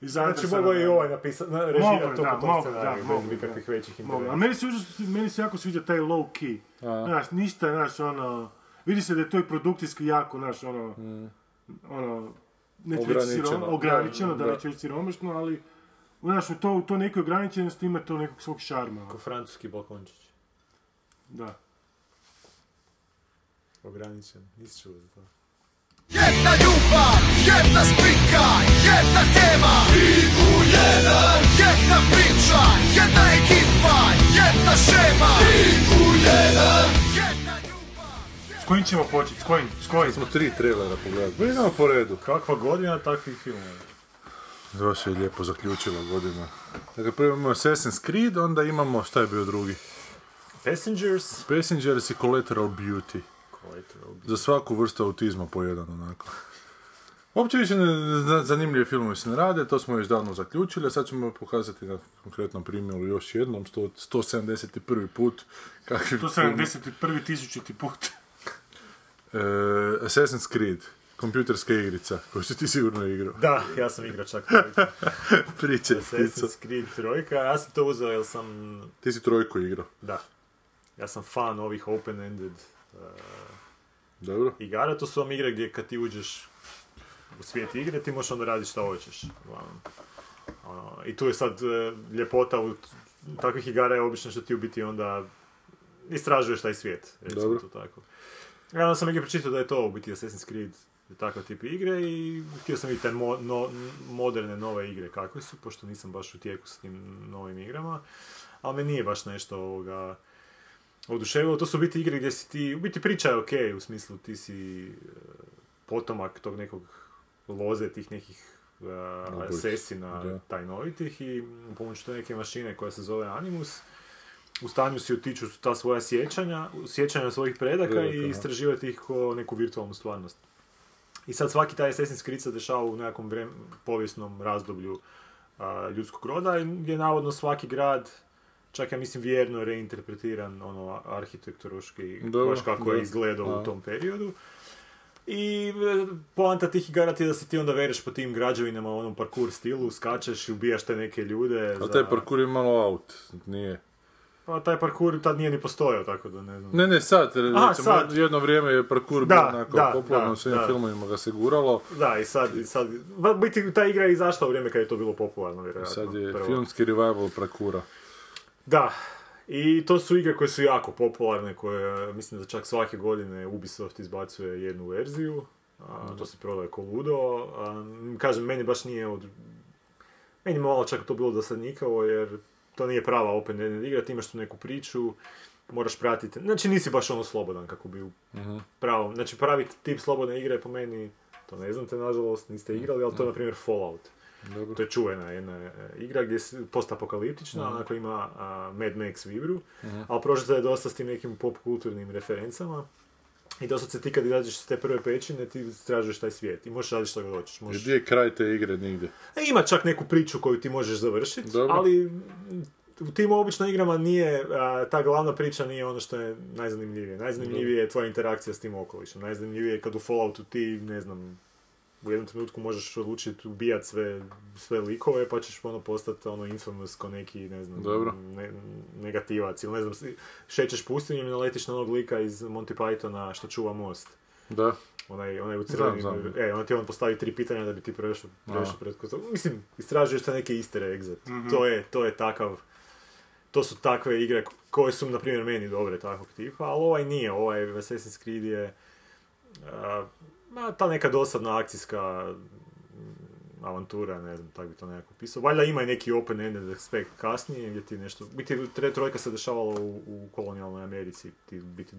i za Znači, Andersona. mogo je i ovaj napisati, režirao Mogo, to da, po tom mogo, scenariju, da, mogo, bez nikakvih većih Mogu. A interesa. meni se, užasno- meni se jako sviđa taj low key. Znaš, ništa, znaš, ono, vidi se da je to i produkcijski jako, znaš, ono, ono, neću reći siro- Ograničeno. ograničeno, da, Da. neću reći siromašno, ali, znaš, u to, u to neke ograničenosti ima to nekog svog šarma, ono, Francuski balkončić. da. Ograničen, nisi čuo za to. Jedna ljubav, jedna spika, jedna tema Timu jedan Jedna priča, jedna ekipa, Pa, jedna šema Timu jedan Jedna ljubav S kojim ćemo početi? S kojim? S kojim? Smo tri trailera pogledali. Pa idemo po redu. Kakva godina takvih filmova. Baš je lijepo zaključila godina. Dakle, prvo imamo Assassin's Creed, onda imamo, šta je bio drugi? Passengers. Passengers i Collateral Beauty. Za svaku vrstu autizma po jedan, onako. Uopće više ne, ne- zanimljive filmove se ne rade, to smo već davno zaključili, a sad ćemo pokazati na konkretnom primjeru još jednom, sto, 171. put, kakvi film- 171 tisućiti put. E, Assassin's Creed, kompjuterska igrica, koju si ti sigurno igrao. Da, ja sam igrao čak Priče, tico. Assassin's Creed trojka, ja sam to uzeo jer sam, Ti si trojku igrao, da, ja sam fan ovih open-ended uh, dobro? igara, to su vam igre gdje kad ti uđeš u svijet igre, ti možeš onda raditi šta hoćeš, uglavnom. Ono, I tu je sad e, ljepota u t- takvih igara je obično što ti u biti onda istražuješ taj svijet, recimo Dobro. to tako. Ja onda sam negdje pročitao da je to u biti Assassin's Creed takav tip igre i htio sam i te mo- no- moderne nove igre kakve su, pošto nisam baš u tijeku s tim novim igrama, ali me nije baš nešto ovoga oduševilo. To su u biti igre gdje si ti, u biti priča je okej, u smislu ti si e, potomak tog nekog loze tih nekih e, asesina da. tajnovitih i pomoću te neke mašine koja se zove Animus u stanju si otići u ta svoja sjećanja, u sjećanja svojih predaka Predaka, da. i istraživati ih ko neku virtualnu stvarnost. I sad svaki taj Assassin's Creed se dešava u nekakvom vrem, povijesnom razdoblju a, ljudskog roda i gdje je navodno svaki grad čak ja mislim vjerno reinterpretiran ono arhitektoroški Dobro, baš kako je da. izgledao A. u tom periodu. I e, poanta tih igara ti je da se ti onda vereš po tim građevinama u onom parkour stilu, skačeš i ubijaš te neke ljude. A za- taj parkour je malo out, nije. Pa taj parkour tad nije ni postojao, tako da ne znam. Ne, ne, sad, recimo, sad. jedno vrijeme je parkour Da, bio onako da, poplavno, da, u svim da. filmovima ga se guralo. Da, i sad, i sad, ba, biti ta igra je izašla u vrijeme kad je to bilo popularno, vjerojatno. Sad je prvo. filmski revival parkura. Da, i to su igre koje su jako popularne, koje mislim da čak svake godine Ubisoft izbacuje jednu verziju. A, to se prodaje ko ludo. A, m, kažem, meni baš nije od... Meni malo čak to bilo dosadnjikavo, jer to nije prava open ended igra, ti imaš tu neku priču, moraš pratiti, znači nisi baš ono slobodan kako bi u pravom, znači pravi tip slobodne igre po meni, to ne znam te nažalost, niste igrali, ali to je na primjer Fallout. To je čuvena jedna e, igra gdje se postapokaliptična, onako ima a, Mad Max vibru, ali prožeta je dosta s tim nekim pop kulturnim referencama. I dosta se ti kad izađeš s te prve pećine, ti istražuješ taj svijet i možeš raditi što god hoćeš. Možeš Gdje je kraj te igre nigdje? E, Ima čak neku priču koju ti možeš završiti, Dobro. ali mm, u tim obično igrama nije, a, ta glavna priča nije ono što je najzanimljivije. Najzanimljivije je tvoja interakcija s tim okolišem. Najzanimljivije je kad u Falloutu ti, ne znam, u jednom trenutku možeš odlučiti ubijat sve, sve likove, pa ćeš ono postati ono infamous ko neki, ne znam, Dobro. ne- negativac ili ne znam, si- šećeš pustinjom i naletiš na onog lika iz Monty Pythona što čuva most. Da. Onaj, onaj u crvenim, Znam, znam. e, on ti on postavi tri pitanja da bi ti prešao, prešao preko toga. Mislim, istražuješ te neke easter eggs. To, je, to je takav, to su takve igre k- koje su, na primjer, meni dobre takvog tipa, ali ovaj nije, ovaj Assassin's Creed je a, ma, ta neka dosadna akcijska mm, avantura, ne znam, tako bi to nekako pisao. Valjda ima i neki open-ended aspekt kasnije, gdje ti nešto... Biti, tre, trojka se dešavala u, u kolonijalnoj Americi, ti biti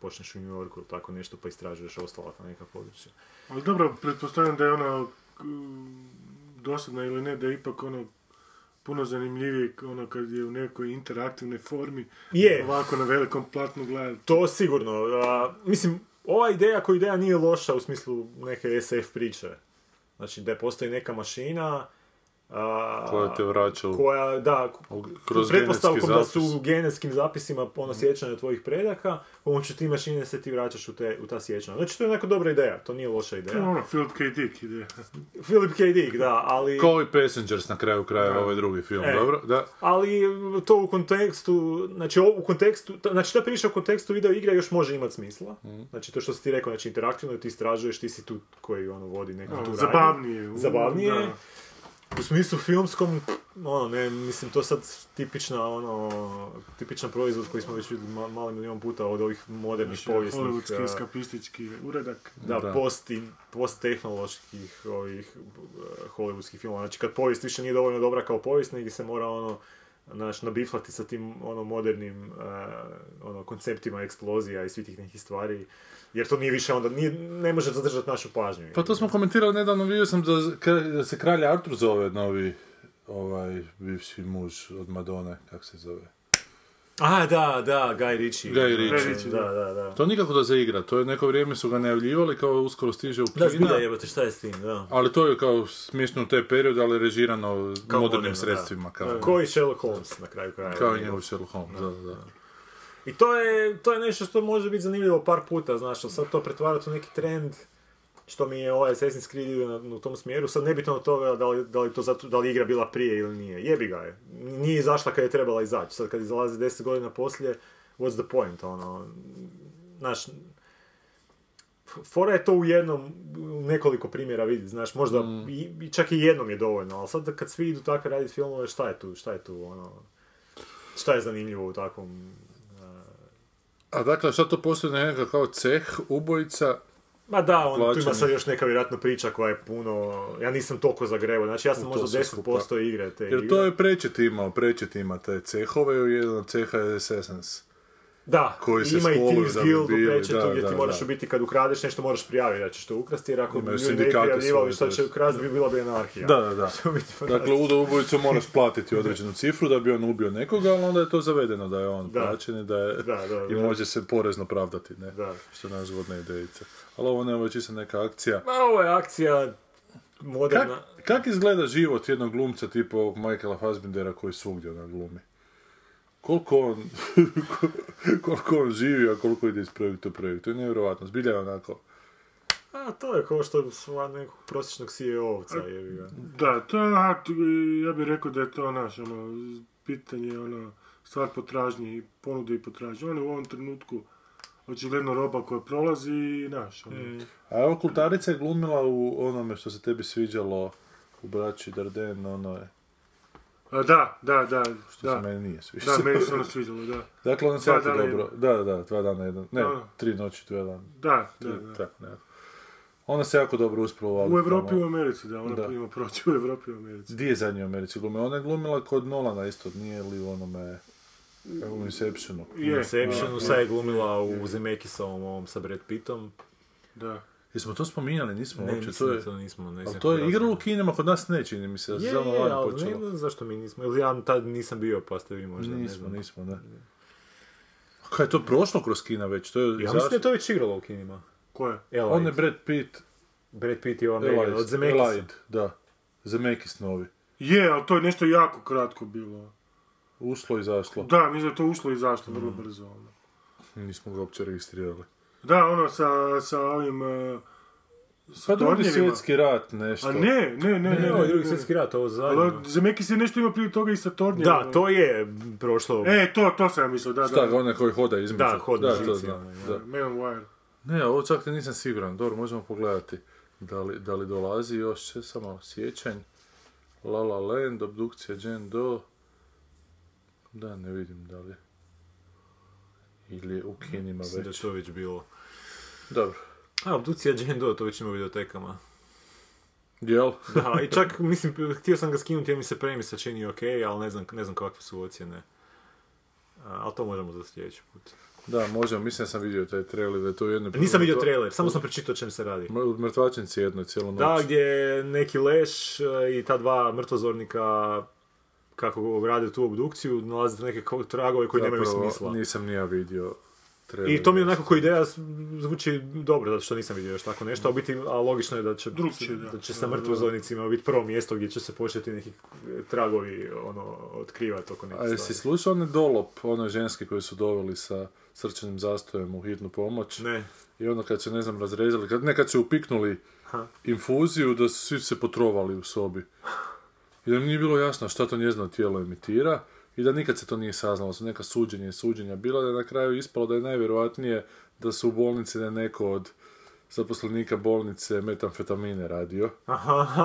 počneš u New Yorku ili tako nešto, pa istražuješ ostala ta neka područja. Ali dobro, pretpostavljam da je ona k- dosadna ili ne, da je ipak ono puno zanimljivije ono kad je u nekoj interaktivnoj formi Je. ovako na velikom platnu gledati. To sigurno. a, mislim, ova ideja koja ideja nije loša u smislu neke SF priče. Znači, da postoji neka mašina... a, Koja te vraća u- koja, da, k- Ali kroz kroz pretpostavkom da genetski su u zapis. Mhm. genetskim zapisima ono sjećanja tvojih predaka, pomoću ti mašine se ti vraćaš u, te, u ta sjećanja. Znači, to je onako dobra ideja, to nije loša To je ideja. ono, Philip K. Dick ide. Philip K. Dick, da, ali... Kao i Passengers na kraju krajeva, ovaj drugi film, E. dobro? Da. Ali to u kontekstu, znači ovo u kontekstu, ta- znači ta priča u kontekstu video igre još može imati smisla. Znači to što si ti rekao, znači interaktivno je, ti istražuješ, ti si tu koji ono vodi neku tu radnju. zabavnije, u, Zabavnije. da. U smislu filmskom, ono ne, mislim to sad tipična ono, tipičan proizvod koji smo već vidjeli ma- mali milion puta od ovih modernih povijesnih. Znači, Hollywoodski eh, eskapistički uredak. da, Da. post, tehnoloških ovih eh, hollywoodskih filmova. Znači kad povijest više nije dovoljno dobra kao povijest, nego se mora ono znaš, nabiflati sa tim ono modernim eh, ono, konceptima eksplozija i svih tih nekih stvari. Jer to nije više onda, nije, ne može zadržati našu pažnju. Pa to smo komentirali nedavno, vidio sam da, kra- da se kralj Artur zove novi ovaj bivši muž od Madone, kak se zove. A, da, da, Guy Ritchie. Guy Ritchie. Da, da, da. To nikako da se igra, to je neko vrijeme su ga najavljivali kao uskoro stiže u Da, kina, zbilja jebate, šta je s tim, da. ali to je kao smiješno u taj period, ali režirano Kao moderno, modernim da. sredstvima. Kao, Koji Sherlock Holmes na kraju kraja. kao i njegov Sherlock Holmes, da, da. da. I to je, to je nešto što može biti zanimljivo par puta, znaš, ali sad to pretvarati u neki trend, što mi je ovaj Assassin's Creed ide na- u tom smjeru, sad nebitno od toga da li, da li, to zato, da li igra bila prije ili nije, jebi ga je, nije izašla kad je trebala izaći, sad kad izlazi 10 godina poslije, what's the point, ono, znaš, fora je to u jednom, u nekoliko primjera vidjeti, znaš, možda i, i čak i jednom je dovoljno, ali sad kad svi idu tako raditi filmove, šta je tu, šta je tu, ono, šta je zanimljivo u takvom A dakle, šta to postoji nekakav kao ceh, ubojica, Ma da, on, tu ima Plaćanje. sad još neka vjerojatno priča koja je puno... Ja nisam toliko zagrebao, znači ja sam U to možda sve 10% skupa. igre te igre. jer to je prečet imao, prečet ima te cehove, jedan od ceha je Assassins. Da, koji se ima i školuju Thieves da bi Guild u bili, prečetu da, gdje ti da, moraš da. u biti kad ukradeš nešto moraš prijaviti da ćeš to ukrasti jer ako bi Imaju ljudi ne sindikate prijavljivali svoje, šta će tj. ukrasti bi bila bi anarhija. Da, da, da. Što bi ti Dakle, ludo ubojicu moraš platiti određenu cifru da bi on ubio nekoga, ali onda je to zavedeno da je on Da. plaćen i da je... Da, da, I da. može se porezno pravdati, ne? Da. Što je najzgodna idejica. Ali ovo ne, ovo je čisto neka akcija. Ma ovo je akcija moderna. Kak, kak izgleda život jednog glumca tipa ovog Michaela Fassbendera koji svugdje na glumi? Koliko on, koliko on živi, a koliko ide iz projekta u projekt. To je nevjerojatno. Zbilja je onako. A to je kao što sva nekog prosječnog E CEO-ovca jebi E, ga. Da, to je, aha, tu, e, ja bih rekao da je to naš, ono, z- pitanje, ono, stvar potražnje i ponude i potražnje. On je u ovom trenutku očigledno roba koja prolazi i naš, ono. A evo Kultarica je glumila u onome što se tebi sviđalo u braći Darden, ono je, A, da, da, da, što se da. meni nije sviđalo. Da, meni se ono sviđalo, da. Dakle, ono se jako dana dobro... Da, da, dva dana, jedan... Ne, Da. tri noći, dva dana. Da, da, Tri, da. tako, ne. Ona se jako dobro usprovala. U Europi i u Americi, da, ona Da. ima proći u Europi i u Americi. Di je zadnji u Americi glumila? Ona je glumila kod Nolana isto, nije li u onome... U Inceptionu. Je, Inceptionu, sad je glumila u Zemekisovom ovom sa Brad Pittom. da. Jesmo to spominjali? Nismo Ne, uopće, mislim to da je... to nismo. ne Ali znam to je kako igralo u razumem. kinima, kod nas ne čini mi se, da se Je, samo je, vani ali ne počelo. znam zašto mi nismo. Ili ja tad nisam bio, pa ste vi možda, ne Nismo, znam. nismo, ne. A Kaj je to prošlo kroz kina već? To je Ja mislim zašto? da je to već igralo u kinima. Ko je? Elite. On je Brad Pitt, Brad Pitt i ova Megan od Elite, Zemekisa. Elite, da. Zemekis novi. Je, ali to je nešto jako kratko bilo. Ušlo i zašlo. Da, mislim da je to ušlo i zašlo Mm. vrlo brzo, ono. Nismo ga uopće registrirali. Da, ono, sa, sa ovim... e, s Pa drugi tornjevima. svjetski rat, nešto. A ne, ne, ne, ne, Ne, ne, ovo ne, je drugi ne. svjetski rat, ovo Ali zadnje. Zemekis je nešto ima prije toga i sa tornjevima. Da, to je prošlo. E, to, to sam ja mislio, da, Šta, da. onaj koji hoda između? Da, hodna da, to žica, znam, onaj, da. Man on Wire. Ne, ovo čak ne nisam siguran. Dobro, možemo pogledati da li, da li dolazi još še, samo sjećanj. La La Land, obdukcija Jane Doe. Da, ne vidim da li je. Ili je u kinima Mislim da je već. to već bilo. Dobro. A, obdukcija Jane Doe, to već ima u videotekama. Jel? Da, i čak, mislim, htio sam ga skinuti jer mi se premisa čini ok, ali ne znam, ne znam kakve su ocjene. A, ali to možemo za sljedeći put. Da, možemo. Mislim da sam vidio taj trailer, da je to u jednoj... Nisam vidio trailer, samo sam pročitao o čem se radi. U mrtvačnici jednoj cijelu noć. Znači. Da, gdje je neki leš e, i ta dva mrtvozornika kako rade tu obdukciju, nalaze neke ko- tragove koji nemaju Zapravo, smisla. Nisam ni ja vidio trailer. I to mi je onako kao ideja s- zvuči dobro, zato što nisam vidio još tako nešto, a, u biti, a logično je da će, Drukčije, da. će sa mrtvozornicima biti prvo mjesto gdje će se početi neki tragovi ono, otkrivati oko nekih A jesi stvari. slušao one dolop, one ženske koje su doveli sa srčanim zastojem u hitnu pomoć? Ne. I onda kad su, ne znam, razrezali, kad, ne, kad su upiknuli infuziju, da su svi se potrovali u sobi. I da mi nije bilo jasno šta to njezino tijelo emitira i da nikad se to nije saznalo, su neka suđenja i suđenja bila, da je na kraju ispalo da je najvjerojatnije da su u bolnici da je neko od zaposlenika bolnice metamfetamine radio.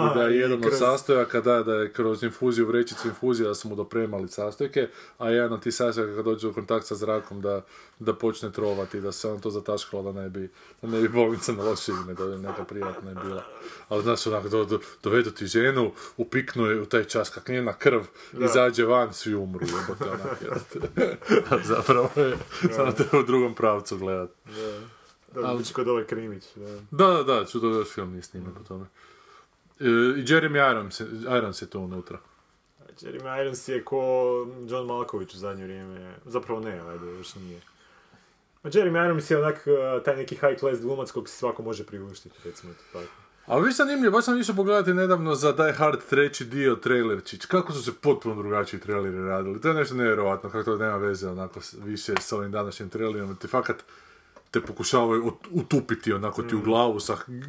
I da je jedan od kroz- sastojaka, da, da je kroz infuziju, vrećicu infuzije, da su mu dopremali sastojke, a jedan od tih sastojaka kad dođe u kontakt sa zrakom da, da počne trovati, da se on to zataškalo da ne bi, da ne bi bolnica na loše ime, da je neka privatna je bila. Ali znaš, onako, do, do- dovedu ti ženu, upiknu je u taj čas, kak njena krv, izađe van, svi umru, jebote, onak, jebote. Zapravo je, samo treba u drugom pravcu gledat. Da, ali... kod ove Krimić, da. Da, da, da, ću da još film nije snimio po tome. E, I Jeremy Irons, je- Irons je to unutra. A Jeremy Irons je ko John Malkovich u zadnje vrijeme. Zapravo ne, ajde, još nije. Ma Jeremy Irons je onak eh, taj neki high class glumac kog si svako može priuštiti, recimo to tako. Ali vi zanimljivo, baš sam išao pogledati nedavno za Die Hard treći dio trailerčić. Kako su se potpuno drugačiji traileri radili. To je nešto nevjerojatno, kako to nema veze onako s- više s ovim današnjim trailerima. Ti fakat te pokušavaju ut- utupiti onako ti u glavu sa g-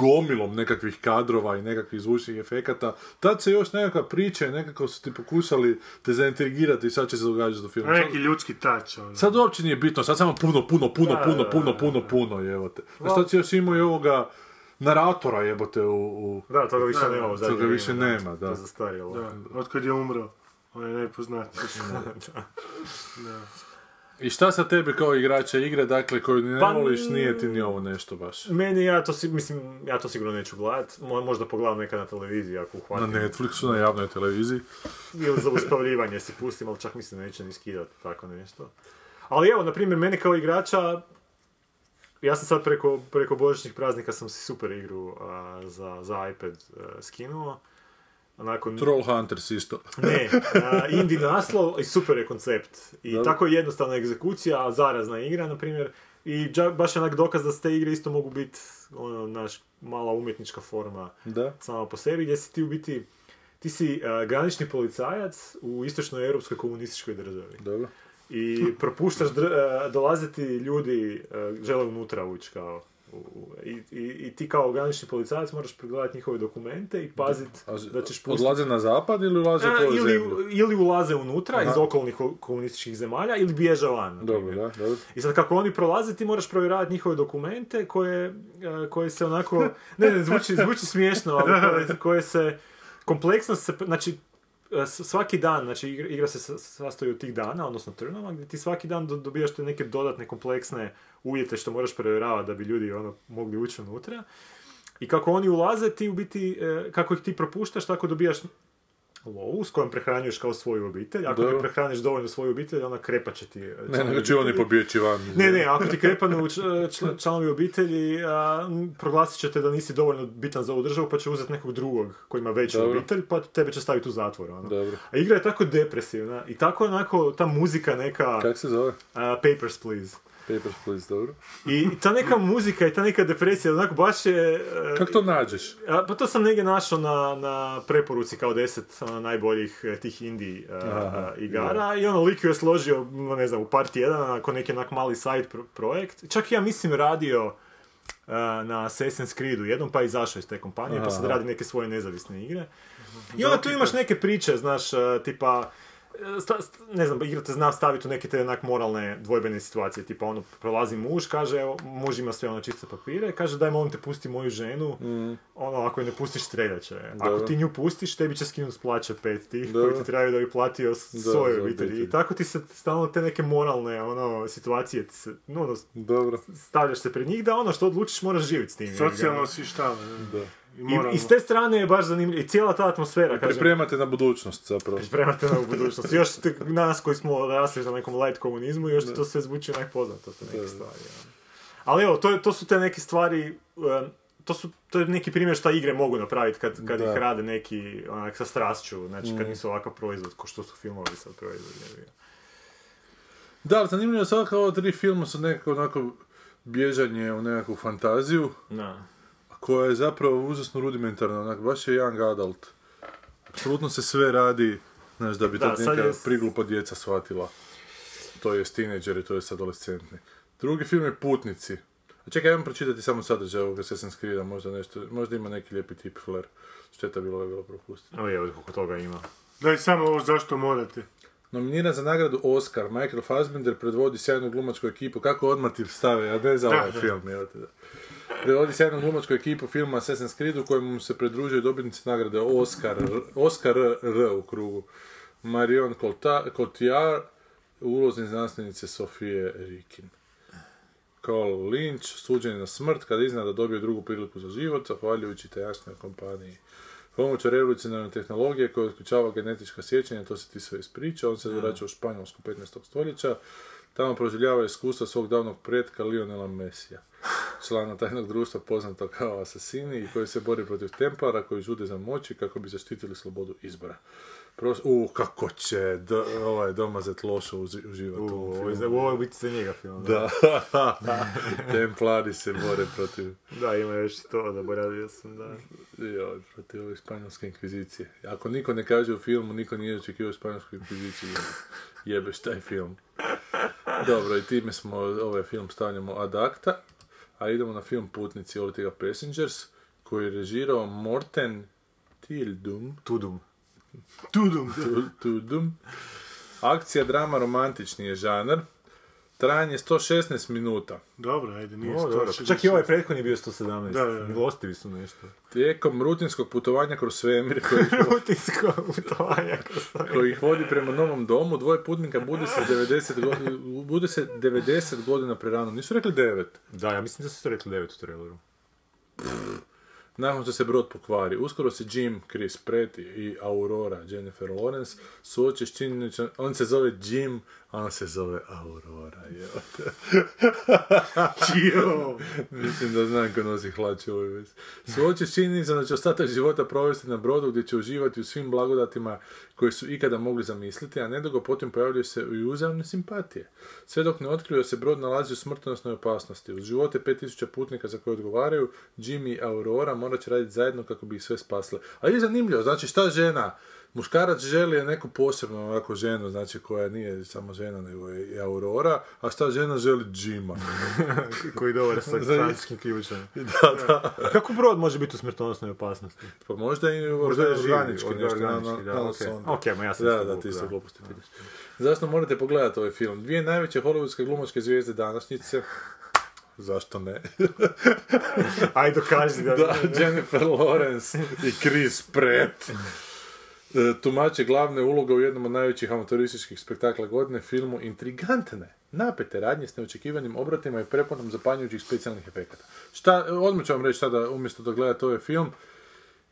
gomilom nekakvih kadrova i nekakvih zvučnih efekata. Tad se još nekakva priča i nekako su ti pokušali te zaintrigirati i sad će se događati do filmu. Ono Neki ljudski tač, ono. Sad uopće nije bitno, sad samo puno, puno, puno, puno, puno, puno, puno, jebote. Znaš, sad si još imao i ovoga naratora, jebote, u... u... Da, toga više nema u zadnje Toga više vrijeme, nema, To da. je zastarjelo. Da, otkad je umro. On je najpoznatiji. I šta sa tebi kao igrača igre, dakle, koju ni ne Pa, voliš, nije ti ni ovo nešto baš. Meni ja to, si- mislim, ja to sigurno neću gledat, Mo- možda pogledam neka na televiziji ako Na uhvatim. Netflixu, na javnoj televiziji. ili za uspavljivanje si pustim, ali čak mislim da neće ni skidat tako nešto. Ali evo, na primjer, mene kao igrača, ja sam sad preko, preko božićnih praznika sam si super igru a, za, za iPad a, skinuo. Onako, Troll Hunters isto. ne, a, indie naslov i super je koncept. I Dobro. tako je jednostavna egzekucija, a zarazna igra, na primjer. I dža- baš je onak dokaz da te igre isto mogu biti, ono, naš, mala umjetnička forma Da. sama po sebi, gdje si ti u biti, ti si a, granični policajac u istočnoj europskoj komunističkoj državi. Dobro. I propuštaš, dr- a, dolaze ti ljudi, a, žele unutra ući kao, u- u- i, i, i ti kao granični policajac moraš pregledati njihove dokumente i pazit A, da ćeš pustiti... odlaze na zapad ili ulaze u E, tvoju ili, zemlju? ili ulaze unutra Aha. iz okolnih ko- komunističkih zemalja ili bježe van. na Dobro, primjer. da, dobro. I sad kako oni prolaze, ti moraš provjeravati njihove dokumente koje, e, koje se onako, ne, ne, zvuči, zvuči smiješno, ali koje, koje se, kompleksno se, znači, e, s- svaki dan, znači igra, igra se sa- sastoji od tih dana, odnosno turnova, gdje ti svaki dan do- dobijaš te neke dodatne kompleksne uvjete što moraš provjeravati da bi ljudi ono mogli ući unutra. I kako oni ulaze, ti u biti, e, kako ih ti propuštaš, tako dobijaš lovu s kojom prehranjuješ kao svoju obitelj. Ako Dobro. ne prehraniš dovoljno svoju obitelj, ona krepa će ti. e, Ne, članovi nego će oni obitelji. pobjeći van. Ne, ne, ako ti krepanu čl- čl- članovi obitelji, a, m, proglasit će te da nisi dovoljno bitan za ovu državu, pa će uzeti nekog drugog koji ima veću Dobro. obitelj, pa tebe će staviti u zatvor. Ono. Dobro. A igra je tako depresivna i tako onako ta muzika neka, Kak se zove? a, Papers, Please. Papers, please, dobro. I ta neka muzika i ta neka depresija, onako baš je... e, Kako to nađeš? a, pa to sam negdje našao na, na preporuci kao deset ono, najboljih e, tih indie e, e, igara i ono lik ju je složio, no, ne znam, u part 1, ako neki onak mali side pro- projekt. Čak i ja mislim radio e, na Assassin's Creedu jednom, pa izašao iz te kompanije, pa sad radi neke svoje nezavisne igre. I onda tu imaš neke priče, znaš, e, tipa sta- st- ne znam, igra te zna staviti u neke te onak moralne dvojbene situacije, tipa ono, prolazi muž, kaže, evo, muž ima sve ono čiste papire, kaže, daj molim te pusti moju ženu, ono, ako je ne pustiš streljat će. je. Ako Mm. Da. ti nju pustiš, tebi će skinuti s plaća pet tih Da. koji ti trebaju da bi platio s- Da, svojoj za obitelji. I obitelj. tako ti se stalno te neke moralne, ono, situacije, ti se, no, ono, Dobro. stavljaš se pred njih da ono što odlučiš moraš živjeti s tim. ono. Socijalno si šta, da. I moralno. I, I s te strane je baš zanimljivo. I cijela ta atmosfera, kažem, Pripremate na budućnost zapravo. pripremate na budućnost. Još te, nas koji smo rasli na nekom light komunizmu, još ti to sve zvuči onak poznato, te neke stvari. ono. Ali evo, to, je- to su te neke stvari, em, to, su, to je neki primjer šta igre mogu napraviti kad, kad Da. ih rade neki onak sa strašću, znači kad nisu ovakav proizvod, ko što su filmovi sad proizvod. jebi ga. Da, ali zanimljivo je sada kao tri filma su nekako onako bježanje u nekakvu fantaziju, Da. koja je zapravo užasno rudimentarna, onak, baš je young adult. Apsolutno se sve radi, znaš, da bi Da, to sad neka je- priglupa djeca shvatila. To je tineđeri, to je adolescentni. Drugi film je Putnici. A čekaj, ajmo pročitati samo sadržaj ovoga Assassin's Creed-a, možda, nešto, možda ima neki lijepi tip flair. Šteta bilo da je bilo propustiti. Ali evo, koliko toga ima. Daj samo ovo zašto morate. Nominiran za nagradu Oscar, Michael Fassbender predvodi sjajnu glumačku ekipu, kako odmah ti stave, a ne za ovaj film, jel te da. Predvodi sjajnu glumačku ekipu filma Assassin's Creed u kojem mu se pridružuju dobitnici nagrade Oscar, Oscar R, R u krugu. Marion Colta- Cotillard, ulozne znanstvenice Sofije Rikin. Carl Lynch, suđen je na smrt kada izna da dobio drugu priliku za život, zahvaljujući tajašnjoj kompaniji. Pomoću revolucionarne tehnologije koja otključava genetička sjećanja, to se ti sve ispriča, on se vraća u Španjolsku 15. stoljeća, tamo proživljava iskustva svog davnog pretka Lionela Mesija, člana tajnog društva poznato kao asasini i koji se bori protiv templara koji žude za moći kako bi zaštitili slobodu izbora. Pros- u, kako će d- ovaj domazet lošo uzi- uživati u ovom Ovo filmu. je za- ovo je biti se njega film. Da. Da, Templari se bore protiv, da, ima još i to, zaboravio sam, da. joj, protiv ove španjolske inkvizicije. Ako niko ne kaže u filmu, niko nije očekivao španjolsku inkviziciju. Jebeš taj film. Dobro, i time smo ovaj film stavljamo ad acta, a idemo na film Putnici Ortega Passengers, koji je režirao Morten Tildum. Tudum. Tudum. Tu- Tudum. Akcija, drama, romantični je žanar. Trajanje 116 minuta. Dobro, ajde, nije O, dobro. 160. Čak i ovaj prethodni je bio 117. Da, da, da. Milostivi su nešto. Tijekom rutinskog putovanja kroz svemir koji, Utisko putovanja koji ih vodi prema novom domu, dvoje putnika bude se 90, go- bude se 90 godina prerano. Nisu rekli 9. Da, ja mislim da su to rekli 9 u traileru. Nakon što se brod pokvari, uskoro se Jim, Chris Pratt i Aurora, Jennifer Lawrence, suoče s činjenicom, on se zove Jim, a on se zove Aurora. Jel? Jo. Mislim da znam ko nosi hlače u ovoj vezi. Suoči s činjenicom da će ostatak života provesti na brodu gdje će uživati u svim blagodatima koje su ikada mogli zamisliti, a nedugo potom pojavljuju se i uzajamne simpatije. Sve dok ne otkriju da se brod nalazi u smrtonosnoj opasnosti. Uz živote 5000 putnika za koje odgovaraju, Jimmy i Aurora morat će raditi zajedno kako bi ih sve spasile. Ali je zanimljivo, znači šta žena? Muškarac želi neku posebnu ovako ženu, znači koja nije samo žena nego je i Aurora, a šta žena želi Jima. Koji dobar sa Za- francuskim ključem. da, da. Kako brod može biti u smrtonosnoj opasnosti? Pa možda i Možda možda je je živi, organički, on je nešto, na- organički, da, na- na ok. sonda. Ok, ma ja sam Da, da, isto glup, ti isto da. gluposti vidiš. Zašto morate pogledati ovaj film? Dvije najveće hollywoodske glumačke zvijezde današnjice, zašto ne? Aj dokaži da... da, Jennifer Lawrence i Chris Pratt. E, Tumače glavne uloge u jednom od najvećih amatorističkih spektakla godine, filmu intrigantne, napete radnje s neočekivanim obratima i preponom zapanjujućih specijalnih efekata. Šta, odmah ću vam reći sada, umjesto da gledate ovaj film,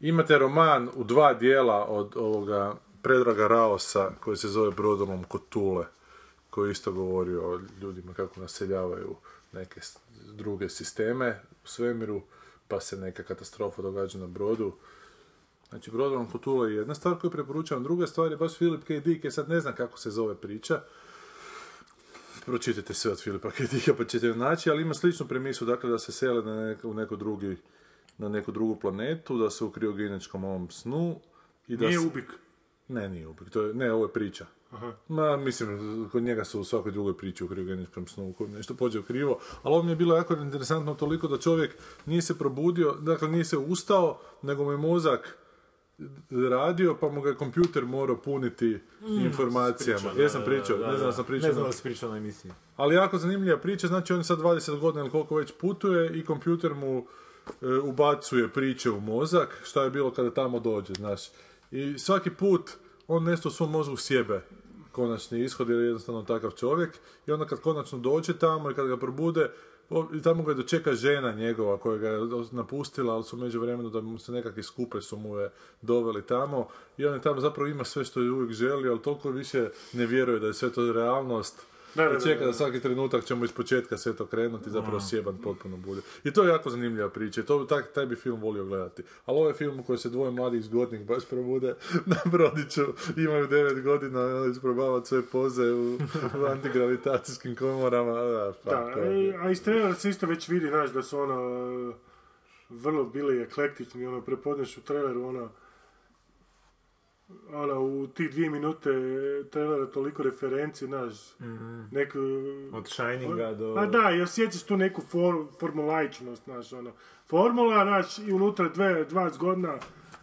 imate roman u dva dijela od ovoga Predraga Raosa koji se zove Brodolom Kotule, koji isto govori o ljudima kako naseljavaju neke s- druge sisteme u svemiru, pa se neka katastrofa događa na brodu. Znači, Brodolom Kotule je jedna stvar koju preporučam, druga stvar je baš Philip K. Dick, ja sad ne znam kako se zove priča, pročitajte sve od Filipa K. Dicka pa ćete ju naći, ali ima sličnu premisu, dakle da se sele na nek- u neko drugi, na neku drugu planetu, da se u kriogeničkom ovom snu i da Nije se- ubik. ne, nije ubik. To je, ne, ovo je priča. Ma, mislim, kod njega su u svakoj drugoj priči u kriogeničkom snu, u kojem nešto pođe u krivo, ali ovo mi je bilo jako interesantno toliko da čovjek nije se probudio, dakle nije se ustao, nego mu je mozak radio, pa mu ga je kompjuter morao puniti informacijama. Jesam pričao, ne znam Mm. da sam pričao. Ne znam na- da si pričao na emisiji. ali jako zanimljiva priča, znači on sad 20 godina ili koliko već putuje i kompjuter mu e, ubacuje priče u mozak, šta je bilo kada tamo dođe, znaš. I svaki put on nešto u svom mozgu sjebe konačni ishod, jer je jednostavno takav čovjek. I onda kad konačno dođe tamo i kad ga probude, o- i tamo ga dočeka žena njegova koja ga je os- napustila, ali su među vremenu da mu se nekakvi skupe su mu je doveli tamo. I on je tamo zapravo ima sve što je uvijek želio, ali toliko više ne vjeruje da je sve to realnost. Da, da, I čeka da, da svaki trenutak ćemo iz početka sve to krenuti, zapravo sjeban potpuno bude. I to je jako zanimljiva priča, i to, taj, taj bi film volio gledati. Ali ovaj film u kojem se dvoje mladih zgodnih baš probude na brodiću, imaju devet godina, ono, isprobavati sve poze u, u antigravitacijskim komorama, pa, da, Da, fuck, to je. e, a iz trailera se isto već vidi, znaš, da su ono, e, vrlo bili eklektični, ono, prepodneš u traileru, ono, ono, u tih dvije minute trailera toliko referenci, znaš, neku... Od Shininga do... Pa da, i osjećaš tu neku for, formulaičnost, znaš, ono, formula, znaš, i unutra dve, dva zgodna,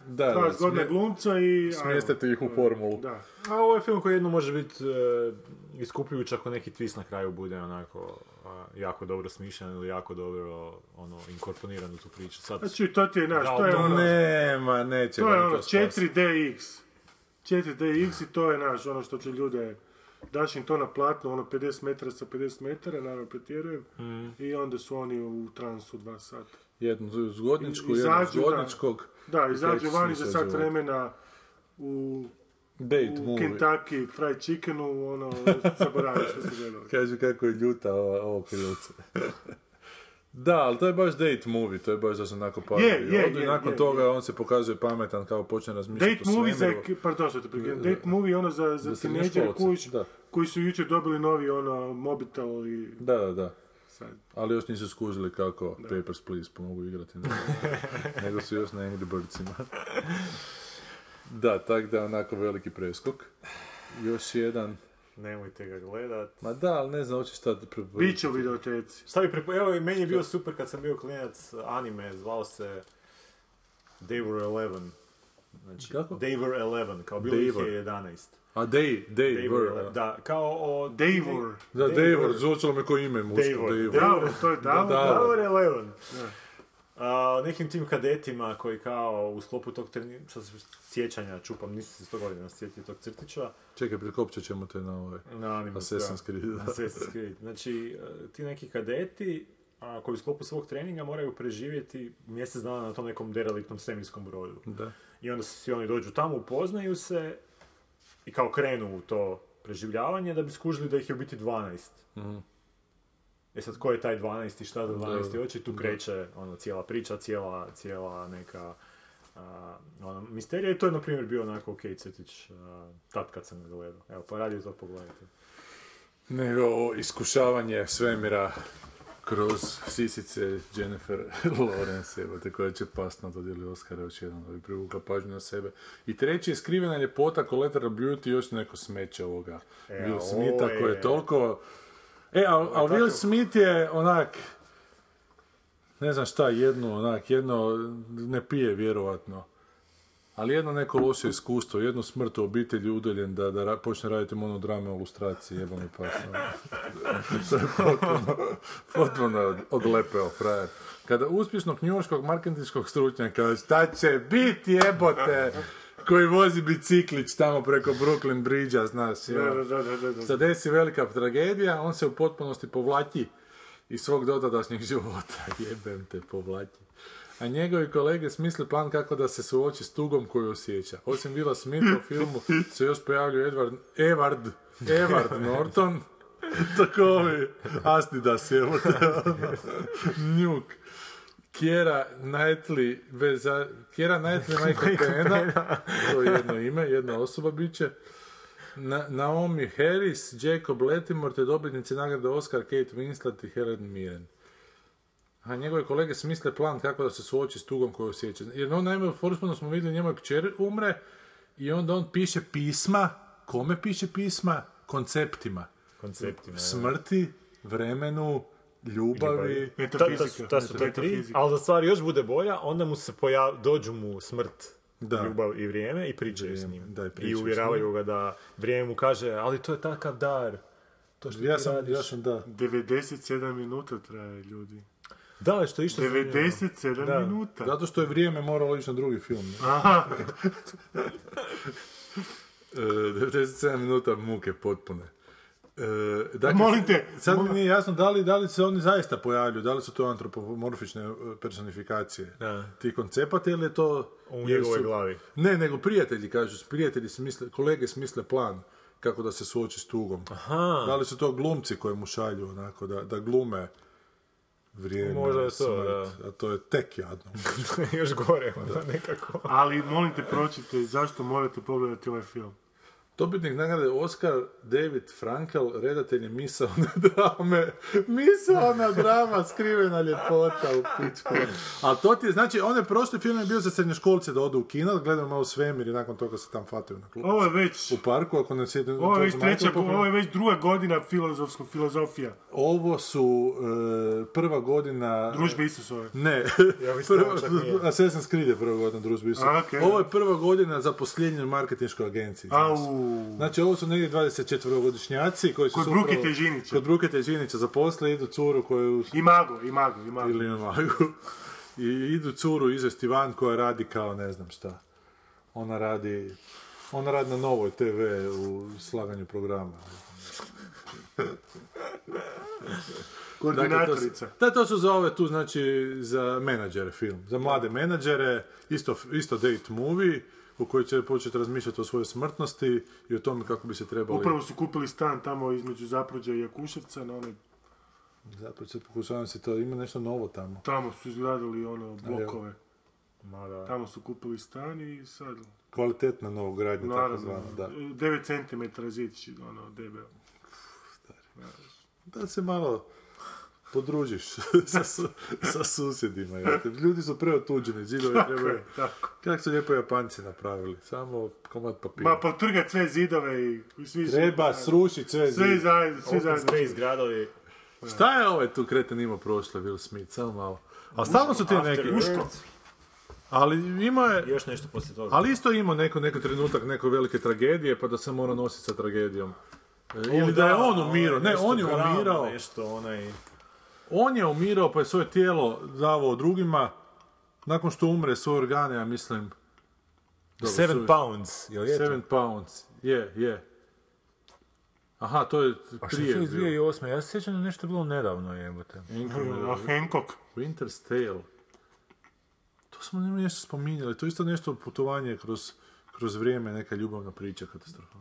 Da, dva da, zgodna smije- glumca i... ajmo. smjestite ih u formulu. Da. A ovo je film koji jedno može biti e, iskupljujući ako neki twist na kraju bude onako a, jako dobro smišljen ili jako dobro ono, inkorponiran u tu priču. Sad, Znači, to ti je, znaš, to je Da, ono... Nema, neće To ga je niko ono, spasiti. 4DX. 4DX i to je naš, ono što ti ljude... Daš im to na platno, ono 50 metara sa 50 metara, naravno pretjerujem. Mm. I onda su oni u transu dva sata. Jednu zgodničku, I- jednu izađu, da. zgodničkog. Da, i izađu tek vani se za sat izazove. vremena u, Date u movie. Kentucky Fried Chickenu, ono, zaboravim što ste gledali. Kaže kako je ljuta ova, ovo piluce. da, ali to je baš date movie, to je baš da se onako pali. Je, je, Odu i je, nakon je, toga on se pokazuje pametan kao počne razmišljati Date movie o za, svemiru. pardon što te prekidam, date movie ono za, za za tineđere srednjoškolce, koji, su- da. koji su jučer dobili novi ono mobitel i Da, da, da. sad. Ali još nisu skužili kako Papers, Please pomogu igrati. nego- Nego su još na Angry Birdsima. da, tak da onako veliki preskok. Još jedan. nemojte ga gledat. Ma da, ali ne znam, hoće šta... pre- Biće u videoteci. Šta bi prepo... Evo, i meni je bio super kad sam bio klinac anime, zvao se Davor 11. Znači, Kako? Davor 11, kao bilo ih Davor. je 11. A, they, they Davor were... 11, da, kao o... Davor. Da, they were, zvučalo me ko ime muško, Davor. they were. Davo, to je Davo. Da. Davor 11. A, o nekim tim kadetima koji kao u sklopu tog treni... sad se sjećanja čupam, nisam se 100 godina sjetio tog crtića. Čekaj, prikopčat ćemo te na ovaj. Na anime, Assassin's da. Creed, da. Assassin's Creed. Znači, e, ti neki kadeti a, koji u sklopu svog treninga moraju preživjeti mjesec dana na tom nekom dereliktnom svemirskom brodu. Da. I onda se svi oni dođu tamo, upoznaju se i kao krenu u to preživljavanje da bi skužili da ih je u biti 12. E sad, ko je taj 12 i šta za 12 oči? Tu kreće ono, cijela priča, cijela, cijela neka a, ono, misterija i to je, na primjer, bio onako ok, Cetić, a, tad kad sam ga gledao. Evo, pa radio to pogledajte. Nego ovo iskušavanje svemira kroz sisice Jennifer Lawrence, evo te koja će past na dodjeli Oscara još jedan da bi privukla pažnju na sebe. I treći je skrivena ljepota Collateral Beauty i još neko smeće ovoga Will Smitha E, ovo je- koji je toliko... E, a, a Will Smith je onak... Ne znam šta, jedno onak, jedno ne pije vjerovatno. Ali jedno neko loše iskustvo, jednu smrt u obitelji udaljen da, da ra- počne raditi monodrame o lustraciji, jebo mi pas. ono. To je potpuno, potpuno je od- odlepeo frajer. Kada uspješnog njuškog marketinškog stručnjaka, šta će biti jebote, koji vozi biciklić tamo preko Brooklyn Bridge-a, znaš. Da, jel? da, da, da, da, da. se desi velika tragedija, on se u potpunosti povlači iz svog dotadašnjeg života. Jebem te, povlači. A njegovi kolege smisle plan kako da se suoči s tugom koju osjeća. Osim Vila Smitha u filmu se još pojavljuje Edward, Evard, Evard Norton, tako ovi Asnidas, jel? Njuk. Kjera Knightley, Beza, Kjera Knightley Michael Pena, to je jedno ime, jedna osoba bit će. Na- Naomi Harris, Jacob Latimore, te dobitnici nagrade Oscar, Kate Winslet i Helen Mirren. A njegove kolege smisle plan kako da se suoči s tugom koju osjeća. Jer on naime u Forsmanu smo vidjeli njemu kćer umre i onda on piše pisma, kome piše pisma? Konceptima. Konceptima. Smrti, vremenu, ljubavi. Ta, ta, su- ta su te tri, ali da stvar još bude bolja, onda mu se pojav, dođu mu smrt Da. ljubav i vrijeme i pričaju s Vrijeme, njim. da, i I pričaju s uvjeravaju ga da vrijeme mu kaže, ali to je takav dar. To što Ja ti sam, radiš. ja sam, da. 97 minuta traje, ljudi. Da, ali što je išlo... 97 Da. minuta. Zato što je vrijeme moralo ići na drugi film. ne? Aha, E, 97 minuta muke potpune. E, dakle, Molim te, Sad mi molim- nije jasno da li, da li se oni zaista pojavljuju, da li su to antropomorfične e, personifikacije Da. ti koncepata ili je to... U jer njegovoj su- glavi. Ne, nego prijatelji kažu, prijatelji smisle, kolege smisle plan kako da se suoči s tugom. Aha. Da li su to glumci koji mu šalju onako, da, da glume vrijeme, Možda je to, smrt, a to je tek jadno. Još gore, onda nekako. ali molim te pročite zašto morate pogledati ovaj film. Dobitnik nagrade Oscar David Frankel, redatelj je misaone drame. Misaona drama, skrivena ljepota u pičku. A to ti je, znači, on je prošli film je bio za srednjoškolce da odu u kino, gledaju malo svemir i nakon toga se tam fataju na klupu. Ovo je već... U parku, ako ne sjetim... Ovo je već, Michael treća, Pope- ovo je već druga godina filozofskog filozofija. Ovo su e, prva godina... Družbe Isusove. Ne, Ja mislim da ovo čak Prva- nije. Assassin's Creed je prva godina družbi. Isusa. A, okej. Ovo je prva godina zaposljenja u marketinškoj agenciji. Au. Znači, ovo su negdje 24-godišnjaci koji su... Kod se Bruke upravo- Težinića. Kod Bruke Težinića zaposle, idu curu koju... I mago, i mago, i mago. Ili dakle, na magu. I idu curu izvesti van koja radi kao ne znam šta. Ona radi... Ona radi na novoj TV u slaganju programa. Dakle, to su- Koordinatorica. Da, to su za ove tu, znači, za menadžere film. Za mlade menadžere, isto, isto date movie, u kojoj će početi razmišljati o svojoj smrtnosti i o tome kako bi se trebali... Upravo su kupili stan tamo između Zaprođa i Jakuševca, na onoj, Zapravo se pokušavam se to, ima nešto novo tamo. tamo su izgradili ono blokove. Ma da. Tamo su kupili stan i sad, Kvalitetna novogradnja, tako naravno, zvana, da. 9 cm zić, ono, debel. Da se malo podružiš sa, su- sa susjedima, jer te- ljudi su preotuđeni, zidovi trebaju... Tako. Kako su lijepo Japanci napravili, samo komad papira. Ma pa, potrga sve zidove i svi su- Treba srušiti sve Sve zid. zajedno, sve Open zajedno. space gradovi. Šta je ovaj tu kreten imao prošle, Will Smith, samo malo. A stalno su ti neki, Muško. ali ima je, Još nešto poslije toga. ali isto ima neko, neko trenutak neko velike tragedije, pa da se mora nositi sa tragedijom. E, Ili da je on umirao, ne, nešto on je drama, umirao, Nešto onaj... on je umirao pa je svoje tijelo davao drugima, nakon što umre svoje organe, ja mislim. Dobro, Seven suvi- pounds, jel je to? Seven pounds, je, je. Aha, to je Pa što je prije to iz bio. 2008. Ja se sjećam da je nešto bilo nedavno jebote. A Hancock. Winter's Tale. To smo njemu nešto spominjali. To je isto nešto putovanje kroz, kroz vrijeme, neka ljubavna priča, katastrofa.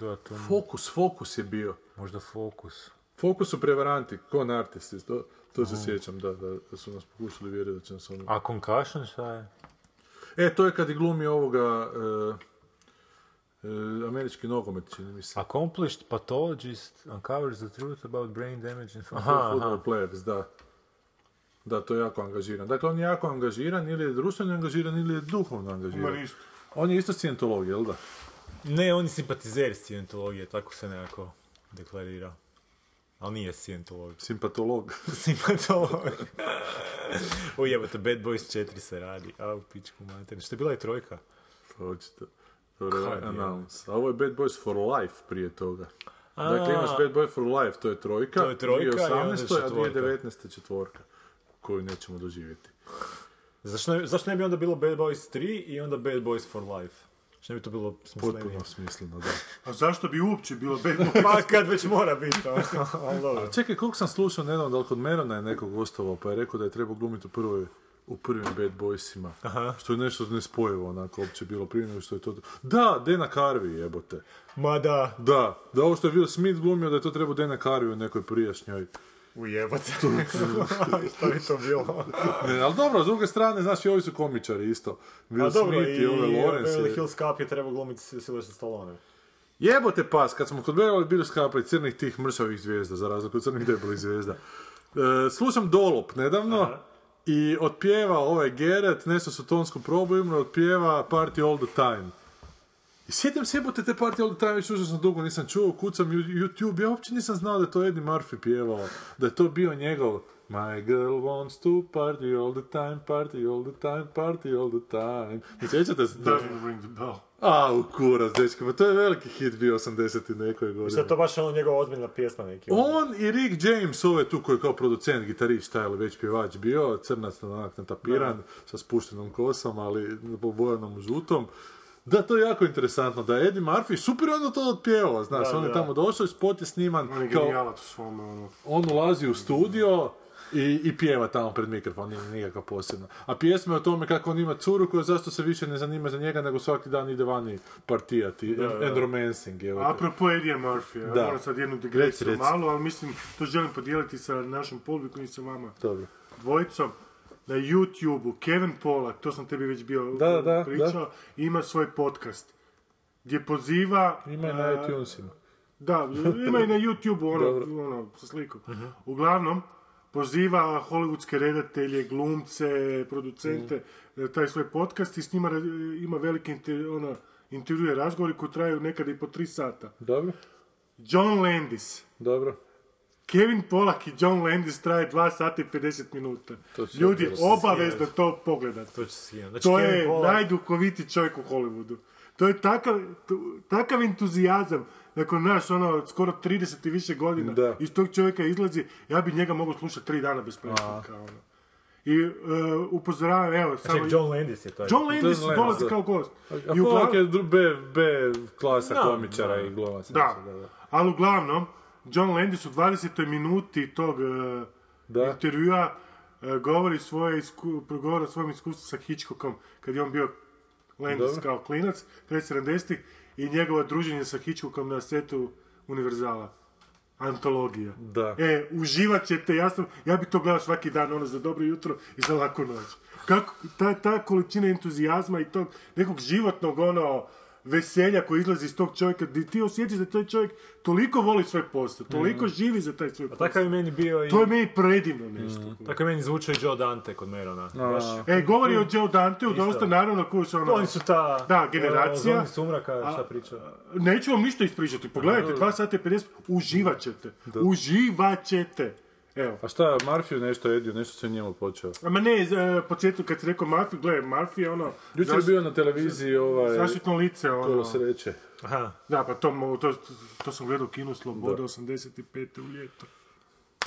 Da, to je Fokus, fokus je bio. možda fokus. Fokus su prevaranti, kon artisti, to, to se sjećam, da, da, da su nas pokušali vjeriti da će nas ono... A Concussion šta je? E, to je kad je glumi ovoga... e, e, američki nogomet, čini mi se. Pa Accomplished pathologist uncovers the truth about brain damage in Aha, football players, da. Da, to je jako angažiran. Dakle, on je jako angažiran, ili je društveno angažiran, ili je duhovno angažiran. Humanist. On je isto scientolog, jel da? Ne, on je simpatizer scientologije, tako se nekako deklarira. Ali nije scientolog. Simpatolog. Simpatolog. o jebote, Bad Boys 4 se radi. A u pičku mater. Što je bila i trojka? Pa Očito. Dobro, Kaj je? announce. A ovo je Bad Boys for Life prije toga. Dakle, imaš Bad Boy for Life, to je trojka. To je trojka, i onda je 2018. a četvorka. 2019. četvorka. Koju nećemo doživjeti. Zašto ne, zašto ne bi onda bilo Bad Boys 3 i onda Bad Boys for life? Što ne bi to bilo smislenije? Potpuno smisleno, da. A zašto bi uopće bilo bez Pa kad već mora biti, ono, ali dobro. A čekaj, koliko sam slušao nedavno, da li kod Merona je nekog gostovao, pa je rekao da je trebao glumiti u prvoj u prvim Bad Boysima. Što je nešto nespojivo onako uopće bilo prije nego što je to... Da, Dana Carvey jebote. Ma da, Da, da ovo što je Will Smith glumio da je to trebao Dana Carvey u nekoj prijašnjoj ujebate. Šta bi to bilo? Ne, ali dobro, s druge strane, znaš, i ovi su komičari isto. Will A Pa dobro, Smith i, i ove Lawrence. Beverly Hills Cup je trebao glumiti Sylvester Stallone. Jebote pas, kad smo kod Beverly Hills Cupa i crnih tih mršavih zvijezda, za razliku od crnih debelih zvijezda. E, slušam Dolop nedavno i otpjeva ovaj Gerrit, nešto su tonsku probu imali, otpjeva Party All The Time. I sjetim se jebote te Party All The Time, već užasno dugo nisam čuo, kucam Ju- YouTube, ja uopće nisam znao da je to Eddie Murphy pjevao, da je to bio njegov My girl wants to party all the time, party all the time, party all the time. Ne sjećate se to? Doesn't ring the bell. Au, kurac, dečki, pa to je veliki hit bio 80 i nekoj godine. Sad to baš ono njegova ozbiljna pjesma neki. ono, On i Rick James, ovaj tu koji je kao producent, gitarist, taj ili već pjevač bio, crnac onak natapiran, sa spuštenom kosom, ali pobojanom u žutom. Da, to je jako interesantno, da je Eddie Murphy super je onda to otpjevao, znaš, on je da. tamo došao i spot je sniman, On je kao genijalac u svome, ono. on ulazi u studio i, i pjeva tamo pred mikrofon, nije nikakva posebna. A pjesma je o tome kako on ima curu koja zašto se više ne zanima za njega, nego svaki dan ide vani partijati, and, and romancing, evo te. Apropo Edija Murphy, Da. ja moram sad jednu digresiju Reci, reci. malu, ali mislim, to želim podijeliti sa našom publikom i sa vama Dobro. dvojicom. Na YouTube-u Kevin Pollak, to sam tebi već bio Da, da, pričao, da. ima svoj podcast gdje poziva... Ima i na e, iTunesima. Da, ima i na YouTube-u ono, Dobro. ono, sa slikom. Uglavnom, poziva hollywoodske redatelje, glumce, producente, Mhm. e, taj svoj podcast i s njima ra- eh, ima velike inter, ono, intervjue, razgovori koji traju nekada i po tri sata. Dobro, John Landis. dobro. Kevin Polak i John Landis traje 2 sata i 50 minuta. To će Ljudi, bilo se obavezno to pogledate. To će se skinut. Znači, To Kevin je Pollak- najduhovitiji čovjek u Hollywoodu. To je takav, tu- takav entuzijazam nakon naš ono skoro 30 i više godina Da. iz tog čovjeka izlazi, ja bi njega mogao slušati tri dana bez prestanka. Ono. I e, upozoravam, evo, Znači, samo... Ček, John Landis je to. John Landis Landis, dolazi da. kao gost. A I uglavnom- Polak je dru- B, B klasa Da, komičara da. i glumaca. Da. mislim, da, da. Ali uglavnom, John Landis u 20. minuti tog e, Da. intervjua e, govori svoje isku, progovara o svom iskustvu sa Hitchcockom kad je on bio Landis Dobro. kao klinac, kraj 70-ih i njegovo druženje sa Hitchcockom na setu Univerzala. Antologija. Da. E, uživat ćete, ja sam, ja bi to gledao svaki dan, ono, za dobro jutro i za laku noć. Kako, ta, ta količina entuzijazma i tog nekog životnog, ono, veselja koji izlazi iz tog čovjeka, gdje ti osjetiš da taj čovjek toliko voli svoj posao, toliko Mhm. živi za taj svoj posao. Takav je meni bio i... To je meni predivno nešto. Mm. kurat. Tako je meni zvučao i Joe Dante kod Merona. Baš, E, govori Mm. o Joe Danteu, dosta naravno koji su ono... oni su ta... Da, generacija. Zoni sumraka, šta priča. Neću vam ništa ispričati, Mm. pogledajte, 2 sata i 50, uživat ćete. Uživat ćete. Evo. A šta, Marfiju nešto Edio, nešto se njemu počeo. A Ma ne, e, podsjetio kad si rekao Mafiju, gledaj, Mafija je ono... Jučer je zaš- bio na televiziji ovaj... Zaštitno lice, ono... Kolo sreće. Aha. Da, pa to, mo- to, to sam gledao u kinu Sloboda 85. u ljeto.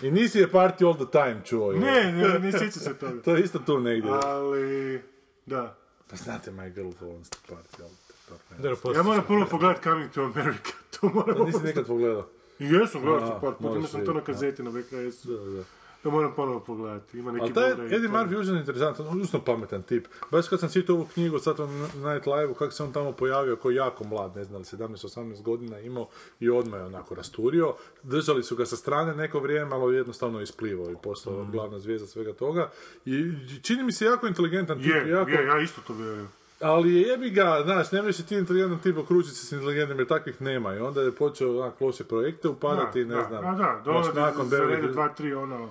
I nisi je party all the time čuo. jel? Ne, ne, ne sjećam se toga. To je isto tu negdje. Ali, da. Pa znate, my girl wants to party all the time. Dobro, Ja poslije. moram prvo pogledat Coming to America, to moram... Nisi nikad pogledao. Jesam, gledao sam A, par puta, imao moraš sam to na vidjet, da. kazeti, na VKS-u. Da, da. To moram ponovo pogledati, ima neki Ali taj Blu-ray i Eddie to. Murphy je užasno interesantan, užasno pametan tip. Baš kad sam čitao ovu knjigu sad on Night Live-u, kako se on tamo pojavio koji je jako mlad, ne znam, ali 17-18 godina je imao i odmah je onako rasturio. Držali su ga sa strane neko vrijeme, ali jednostavno je isplivao i postao glavna zvijezda svega toga. I čini mi se jako inteligentan tip, Je, jako je, ja isto to vjerujem. Ali jebi ga, znaš, ne možeš se ti inteligentan tip okružiti se s inteligentnim jer takvih nema. I onda je počeo onak loše projekte upadati, Pa ne da, znam. A da, znaš, dobro, nakon Beverly Hills- dva, tri, ono...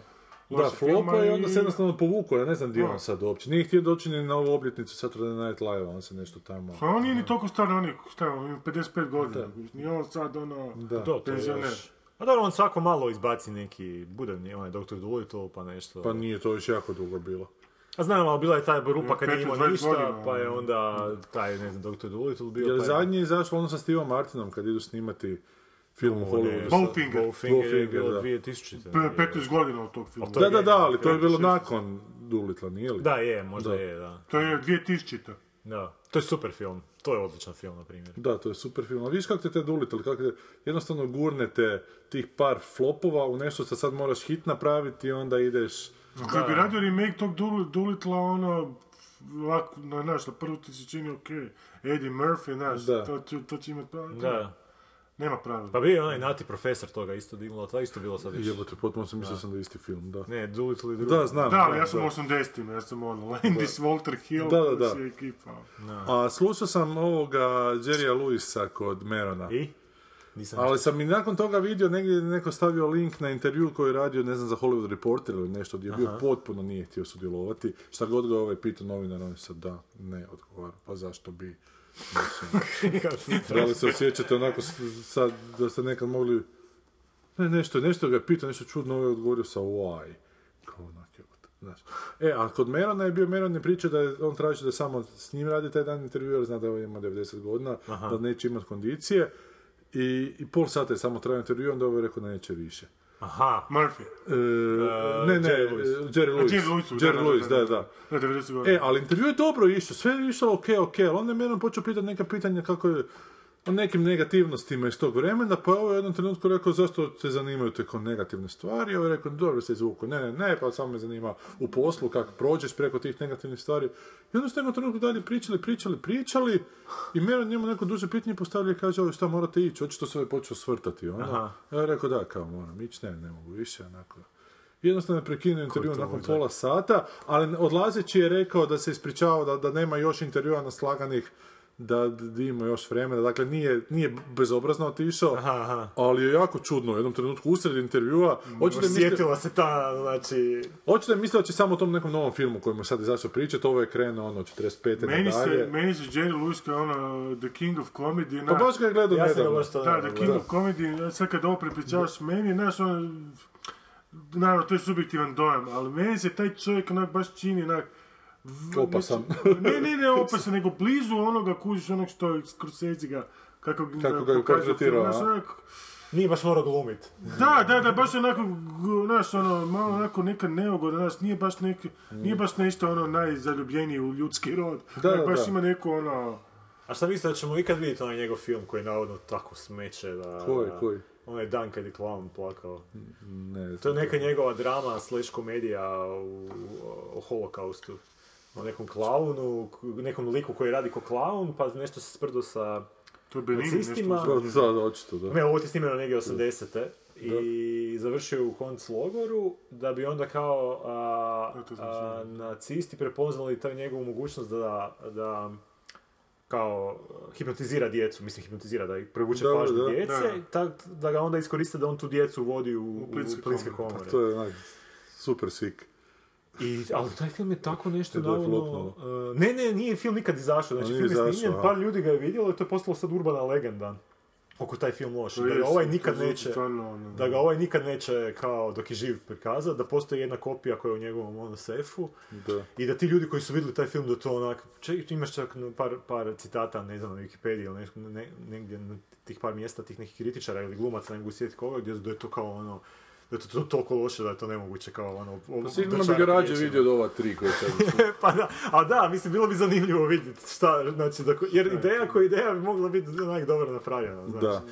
Da, loša filma flopa i onda i- se jednostavno povukao, ja ne znam gdje je Da. on sad uopće. Nije htio doći ni na ovu obljetnicu Saturday Night Live, on se nešto tamo... Pa on nije ni toliko star, on je, šta je, on ima 55 godina. Nije on sad ono... Da. Do, to je Penzioner. još. A dobro, on svako malo izbaci neki, bude ni onaj Dr. Dolittle, pa nešto. Pa nije to još jako dugo bilo. A znam, ali bila je taj rupa kad nije Petu, imao dvadeset ništa, godina, pa je onda taj, ne znam, Dr. Dolittle bio, Jer pa je- zadnji je izašlo ono sa Steve Martinom kad idu snimati film u Hollywoodu. sa- Goldfinger. Goldfinger je Goldfinger, bilo da. 2000. Pe- 15 godina od tog filma. Pa to Da, je- da, da, ali to je bilo 56. nakon Doolittle, nije li? Da, je, možda Da. je, da. To je 2000-ta. Da. To je super film. To je odličan film, na primjer. Da, to je super film. Ali vidiš kako te te Doolittle, kako te jednostavno gurnete tih par flopova u nešto što sad moraš hit napraviti i onda ideš... Kad bi radio remake tog Dool- Doolittle, ono, lako, na, znaš, na prvu ti se čini okej. Eddie Murphy, znaš, Da. to, će, to će imat pravi. Da. Nema pravila. Pa bio je onaj nati profesor toga isto dignulo, to isto bilo sad više. Jebote, potpuno sam mislio sam da je isti film, da. Ne, Doolittle i drugo. Da, znači znam. Da, ali ja sam u 80-ima, ja sam ono, Landis, Walter Hill, Da, da, da. plus je ekipa. ono. A slušao sam ovoga Jerrya Lewisa kod Merona. I? Nisam Ali sam i nakon toga vidio negdje je neko stavio link na intervju koji je radio, ne znam, za Hollywood Reporter ili nešto, gdje je bio potpuno nije htio sudjelovati. Šta god ga je ovaj pitao novinar, on je sad da, ne, odgovara. Pa zašto bi? Mislim, da li se osjećate onako s- sad, Pa da ste nekad mogli... Ne, nešto, nešto ga je pitao, nešto čudno, ovaj je odgovorio sa why. kao onak, jebote, znaš. E, a kod Merona je bio, Meron je pričao da je, on traži da samo s njim radi taj dan intervju, jer zna da ovaj ima 90 godina, da neće imati kondicije. I, I pol sata je samo trajao intervju, onda ovaj je rekao da neće više. Aha. Murphy. E, ne, ne, Jerry Lewis. Jerry Lewis. Jerry Lewis, da, Jerry da, Lewis, da, da, da. da. Na 90 godina. E, ali intervju je dobro išao, sve je išlo ok, ok, ali onda je mene počeo pitati neka pitanja kako je o nekim negativnostima iz tog vremena, pa je ovaj u jednom trenutku rekao zašto te zanimaju te kao negativne stvari, ovaj je rekao dobro se izvuku, ne, ne, ne, pa samo me zanima u poslu kako prođeš preko tih negativnih stvari. I onda ste u jednom trenutku dalje pričali, pričali, pričali i mene njemu neko duže pitanje postavlja i kaže ovo šta morate ići, očito se ovaj počeo svrtati, ono. Ja rekao da, kao moram ići, ne, ne mogu više, onako. Jednostavno je prekinuo intervju nakon pola sata, ali odlazeći je rekao da se ispričavao da, da nema još intervjua naslaganih, da, da ima još vremena, dakle nije, nije bezobrazno otišao, ali je jako čudno u jednom trenutku usred intervjua, očito je mislio- Osjetila se ta, znači... očito je mislio da će samo o tom nekom novom filmu kojemu je sad izašao pričati, ovo je krenuo ono 45. Meni se, nadalje. meni se Jerry Lewis kao ono The King of Comedy, Pa na, baš ga je ono, gledao Ja sam ga nedavno. baš to da, ne The King gledao. of Comedy, sad kad ovo prepričavaš meni, znaš, ono, naravno, to je subjektivan dojam, ali meni se taj čovjek onak baš čini onak, v- Opasan. mislim, ne, ne, ne opasan, nego blizu onoga kužiš onog što je Scorsese ga, kako, Kako ga je pokazao film, portretirao, znaš, a? onak, Nije baš morao glumit. Da, da, da, baš onako, g- znaš, ono, malo onako neka neugoda, znaš, nije baš neki, nije baš nešto ono najzaljubljeniji u ljudski rod. Mm. Da, Da, da, baš da. ima neko ono, A šta mislite da ćemo ikad vidjeti onaj njegov film koji navodno tako smeće da... Koji, koji? Hmm. Onaj dan kad je clown plakao. Ne, To je neka njegova drama slash komedija u, o holokaustu. O nekom klaunu, k- nekom liku koji radi ko klaun, pa nešto se sprdo sa to je Benigni nacistima. nešto. znam. Da, da, očito, da. Ne, ovo ti snimljeno negdje 80 i završio je u konc logoru da bi onda kao a, Da, to sam a, nacisti prepoznali taj njegovu mogućnost da, da kao hipnotizira djecu, mislim hipnotizira, da ih prevuče Dobro, pažnju da. djece, Da. tak, da ga onda iskoriste da on tu djecu vodi u, u plinske plinske komore. komore. Pa To je onak super sik. I, ali taj film je tako nešto Da je navodno... flopnulo. uh, ne, ne, nije film nikad izašao. A, Znači, nije film je izašao, snimljen, aha. par ljudi ga je vidjelo i to je postalo sad urbana legenda. Oko taj film loš. Da ga jest, ovaj to nikad znači zvuči neće... stvarno, ono, Da ga ovaj nikad neće, kao dok je živ, prikazati. Da postoji jedna kopija koja je u njegovom ono, sefu. Da. I da ti ljudi koji su vidjeli taj film da to onak... Če, imaš čak no, par, par citata, ne znam, na Wikipediji ili nešto, ne, negdje na tih par mjesta, tih nekih kritičara ili glumaca, ne mogu sjetiti koga, gdje su- da je to kao ono... Da je to, to toliko loše da je to nemoguće kao ono... o- Pa Sigurno bi dočarati ga rađe riječima. vidio od ova tri koje sad pa da, a da, mislim, bilo bi zanimljivo vidjeti šta, znači, da, ko- jer ideja koja ideja bi mogla biti onak dobro napravljena, znači. Da.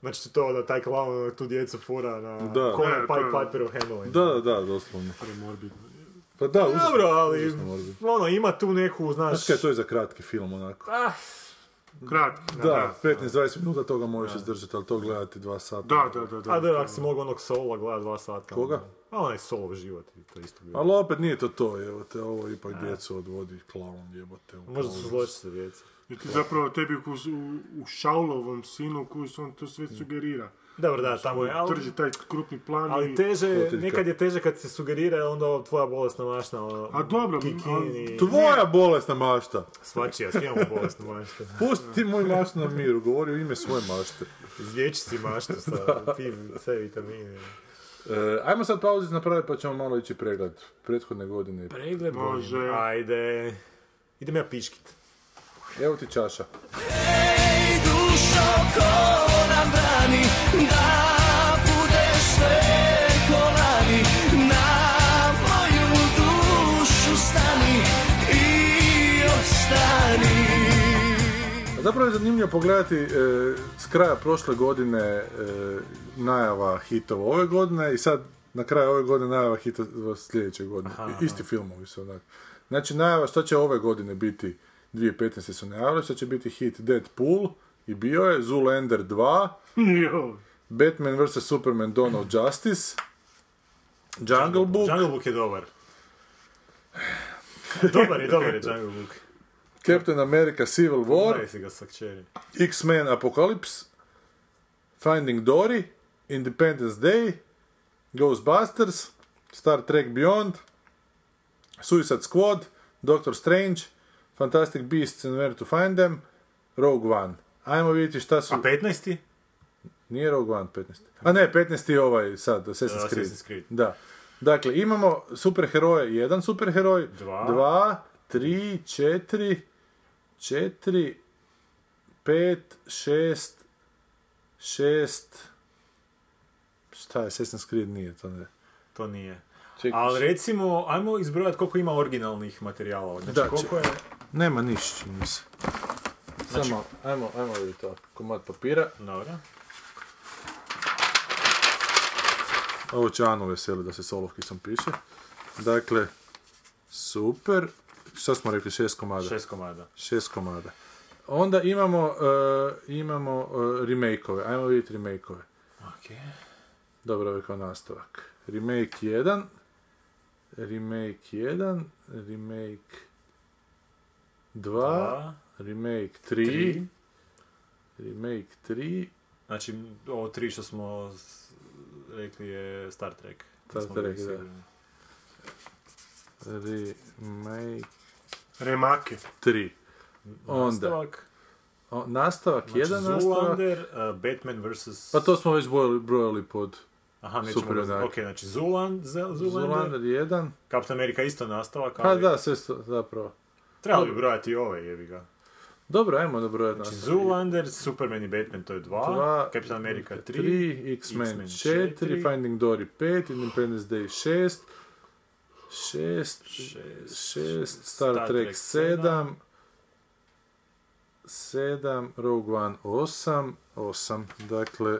Znači to da taj klaun tu djecu fura na Da. Da, Conan Pied to je- Piper u Hamelinu. Da, da, da, doslovno. Premorbidno. Pa da, užasno. Dobro, ali užasno morbidno. ono, ima tu neku, znaš... Znaš kaj, to je za kratki film onako. Ah, Kratki, da. Da, 15-20 minuta toga možeš izdržati, ali to gledati dva sata. Da, da, da, da. a da, ako si mogao onog sola gledat dva sata. Koga? ono. A onaj solov život, to je isto bilo. Ali opet nije to to, jebote, ovo ipak djecu odvodi klaun, jebote. u Možda su klaun. zločice djece. I ti zapravo tebi u, u, u Šaulovom sinu koji on to sve sugerira. Ono Dobro, Znači, da, tamo je, ali... Drži taj krupni plan Ali i... teže, je, Potiljka. nekad je teže kad se sugerira onda ova tvoja bolesna mašna, ono, A dobro, kikin ali- i Tvoja bolesna mašta! svačija, svi imamo bolesnu maštu. Pusti ti moju maštu na miru, govori u ime svoje mašte. Izlječi si maštu sa tim C vitamine. E, ajmo sad pauzic napraviti pa ćemo malo ići pregled prethodne godine. Pregled Može. Bože. Ajde. Idem ja piškit. Evo ti čaša. Ej, dušo, ko nam brani da budeš sve kolani, na moju dušu stani i ostani. A Pa Zapravo je zanimljivo pogledati e, s kraja prošle godine e, najava hitova ove godine i sad na kraju ove godine najava hitova sljedeće godine. I- Isti filmovi su onak. Znači najava što će ove godine biti 2015. su najavili, što će biti hit Deadpool i bio je Zoolander 2, Jo. Batman vs. Superman Dawn of Justice, Jungle Book, Jungle Book je dobar. dobar je, dobar je Jungle Book. Captain America Civil War, Daj si ga sa kćeri. X-Men Apocalypse, Finding Dory, Independence Day, Ghostbusters, Star Trek Beyond, Suicide Squad, Doctor Strange, Fantastic Beasts and Where to Find Them, Rogue One. Ajmo vidjeti šta su... A 15. Nije Rogue One 15. A ne, 15 je ovaj sad, Assassin's Da, Creed. Assassin's Creed. Da. Dakle, imamo superheroje, jedan superheroj, Dva. dva, tri, četiri, četiri, pet, šest, šest, šta je, Assassin's Creed nije to Znači, ne. To nije. Čekaj. Ali recimo, ajmo izbrojati koliko ima originalnih materijala. ovdje. Znači, Da, koliko je... Znači- čekaj. Nema niš, čini mi se. Samo, ajmo, ajmo vidjeti to, komad papira. Dobro. Ovo će Anu veseli da se s olovkicom piše. Dakle, super. Šta smo rekli, šest komada? Šest komada. Šest komada. Onda imamo, e, imamo e, remake-ove. Ajmo vidjeti remake-ove. Ok. Dobro, ovo je kao nastavak. Remake 1. Remake 1. Remake 2. Dva. Remake 3. Remake 3. Znači, ovo tri što smo s- rekli je Star Trek. Star Nismo bili Trek, da. sigurni. Remake Remake. 3. Onda, Nastavak, o, nastavak 1, znači nastavak Zoolander, uh, Batman vs. Pa to smo već brojali, brojali pod Aha, nećemo super ga... junak. Ok, znači Zooland, Zoolander, Zoolander 1. Captain America isto nastavak, Pa ali da, sve sto, zapravo. trebalo bi brojati i ove, jebi ga. Dobro, ajmo nabrojati Znači, nas. Zoolander, Superman i Batman, to je dva, Dva, Captain America 3, 3, X-Men 4, Finding Dory 5, Independence Day 6, 6, 6, Star Trek 7, 7, Rogue One 8, 8, dakle,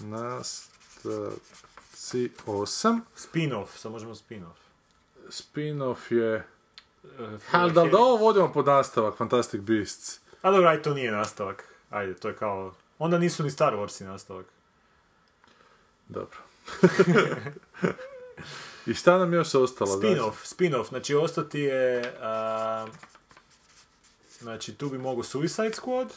nastavci 8, Spin-off, sad možemo spin-off. spin-off je... E, Uh, Ali da, da ovo vodimo pod nastavak, Fantastic Beasts. A dobro, aj, to nije nastavak. Ajde, to je kao... Onda nisu ni Star Warsi nastavak. Dobro. I šta nam još ostalo? znači? Spin-off, spin-off, znači ostati je... a, znači, tu bi mogo Suicide Squad,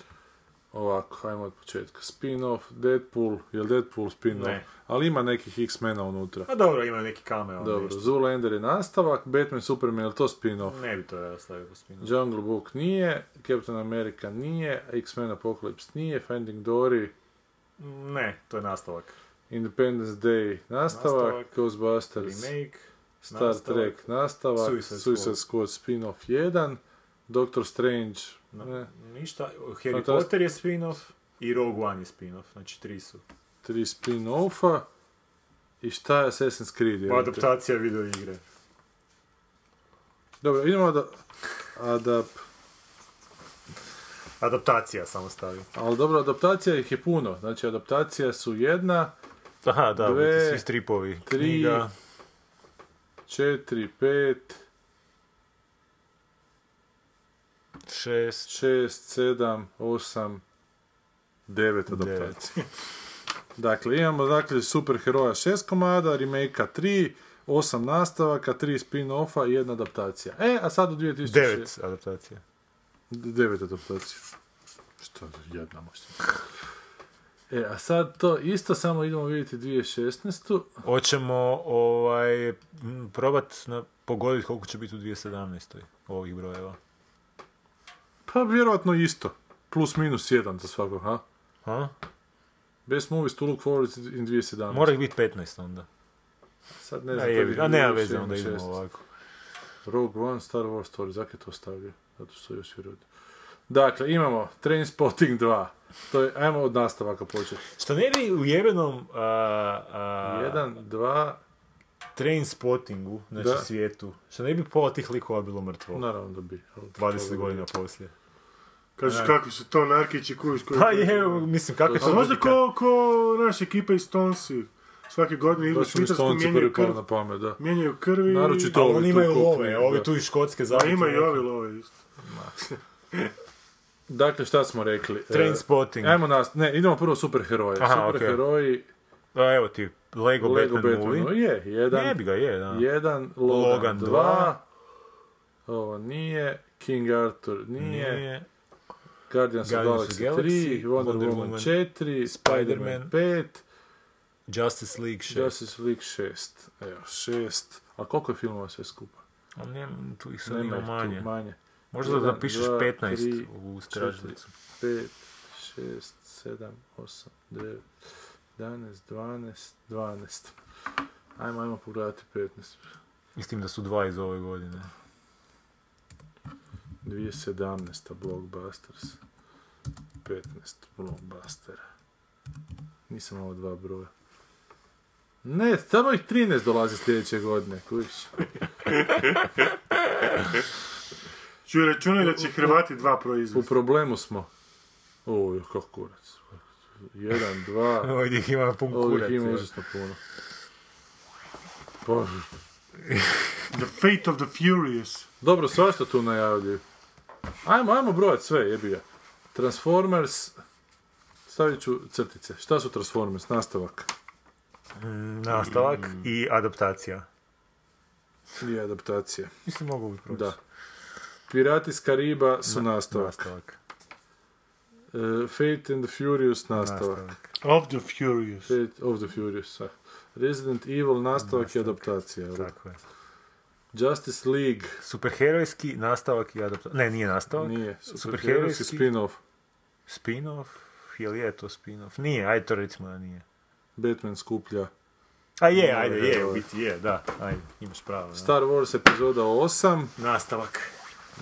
Ovako, ajmo od početka. Spin-off, Deadpool, jel Deadpool spin-off? Ne. Ali ima nekih X-mena unutra. a Pa dobro, ima neki cameo. Dobro, nešto. Zoolander je nastavak, Batman, Superman, jel to spin-off? Ne bi to ja stavio u spin-off. Jungle Book nije, Captain America nije, X-Men Apocalypse nije, Finding Dory, Ne, to je nastavak. Independence Day nastavak, Nastavak. Ghostbusters, Remake, Star nastavak. Trek nastavak, Suicide Suicide, Squad. Squad spin-off 1, Doctor Strange, ne, Ništa, Harry Fantast- Potter je spin-off i Rogue One je spin-off, znači tri su. tri spin-offa, i šta je Assassin's Creed? Pa jebote? adaptacija video igre. Dobro, idemo da... Adap... Adaptacija samo stavi. Ali dobro, adaptacija ih je puno. Znači, adaptacija su jedna, Aha, da, Dve, biti svi stripovi. tri. Knjiga. četiri, pet, Šest. šest, sedam, osam, devet adaptacija. dakle, imamo dakle, superheroja šest komada, remake tri, osam nastavaka, tri spin-offa i jedna adaptacija. E, a sad u 2006... Devet adaptacija. Devet adaptacija. Što jedna možda. E, a sad to isto samo idemo vidjeti 2016. Hoćemo ovaj, m, probat na, pogoditi koliko će biti u 2017. ovih brojeva. Pa vjerojatno isto. Plus minus jedan za svakog, ha? Ha? Best movies to look forward in 2017. Mora ih biti 15 onda. Sad ne A, znam. jebi, koji ga, a nema je veze, film, onda idemo 16. ovako. Rogue One, Star Wars Story, zakaj to stavlja? Zato što još i rodi. Dakle, imamo Trainspotting 2. To je, ajmo od nastavaka početi. Što ne bi u jebenom a, a, Jedan, dva, train spottingu, znači Da. svijetu, što ne bi pola tih likova bilo mrtvo. naravno da bi. ali to 20 bi- godina poslije. Kažeš kakvi su to narkići kuviš koji... Pa je, mislim, kako je A to možda logika? ko, ko naša ekipa iz Stonsi. Svake godine idu u To su mi Švicarsku, stonci mijenjaju prvi krv. pao na pamet, da. Mijenjaju krvi. Naročito- Ali ovi oni Znači, tu imaju kupni, love, ovi da. tu iz Škotske A zavite. ima i ovi love isto. Dakle, šta smo rekli? E, Trainspotting. Ajmo nas, ne, idemo prvo superheroje. Aha, okej. superheroji, A evo ti, Lego, Lego Batman, Batman, movie. je, jedan, Ne bi ga, je, da. Jedan, Logan, Logan 2, dva. ovo nije, King Arthur nije, Nije. Guardians, Guardians of of Galaxy, Galaxy, 3, Wonder, Wonder Woman Woman 4, Spider-Man Spider-Man 5, Justice League 6. Justice League 6, evo, 6, a koliko je filmova sve skupa? A ne, tu ih sad Nema ima ih tu manje. manje. Možda da Jedan, pišeš dva, 15 tri, četiri, u stražnicu. 5, 6, 7, 8, 9, 11, 12, 12. Ajmo, ajmo pogledati 15. I s tim da su dva iz ove godine. 2017. Blockbusters. 15. Blockbuster. Nisam ovo dva broja. Ne, samo ih 13 dolazi sljedeće godine, kuviš. Ču računaj da će Hrvati dva U proizvesti. problemu smo. Uj, kako kurac. Jedan, dva, Ovdje ih ima pun ovdje ih ima užasno puno. Bože. The Fate of the Furious. Dobro, svašta tu najavljuju. Ajmo, ajmo brojat sve, jebi ga. Transformers... Stavit ću crtice. Šta su Transformers? Nastavak. Nastavak Mm. i adaptacija. I adaptacije. Mislim, mogu bi proći. Da. Pirati s Kariba su nastavak. Nastavak. E, Fate and the Furious nastavak. Of the Furious. Fate of the Furious. ah. Resident Evil nastavak i adaptacija. jel? Tako je. Justice League Superherojski nastavak i adaptacija. Ne, nije nastavak. nije. Superherojski Superherojski spin-off. Spin-off? Jel je to spin-off? Nije, ajde to recimo da nije. Batman skuplja. A je, Ne, ajde, ne, je, ne. u biti je, da, ajde, imaš pravo. Da. Star Wars epizoda 8. Nastavak.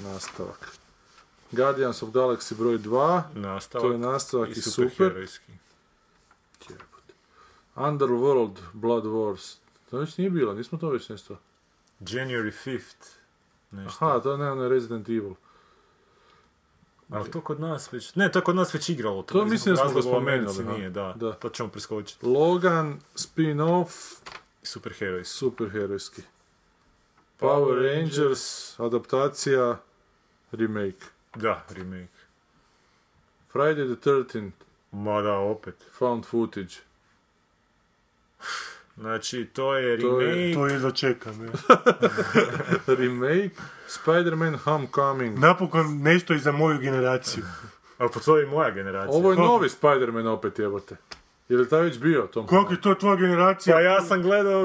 Nastavak. Guardians of Galaxy broj 2. Nastavak. To je nastavak i super. superherojski. Underworld Blood Wars. To već nije bilo, nismo to već nešto. January 5th. Nešto. Aha, to ne, ono je Resident Evil. Ali to kod nas već... Ne, to je kod nas već igralo. To iz mislim da smo ga razloga u Americi spomenuli, Nije, ha. da. Da. To ćemo preskočiti. Logan, spin-off, Superherojski. superherojski. Power Rangers, adaptacija, remake. Da, remake. Friday the 13th, Ma da, opet. found footage. Znači, to je To je- remake... To jedva čekam, ja. Remake, Spider-Man Homecoming. Napokon nešto i za moju generaciju. Ali po tvoji moja generacija. Ovo je novi Spider-Man opet jebote. Je li taj već bio, Tom? Koliko je to tvoja generacija? Pa ja sam gledao...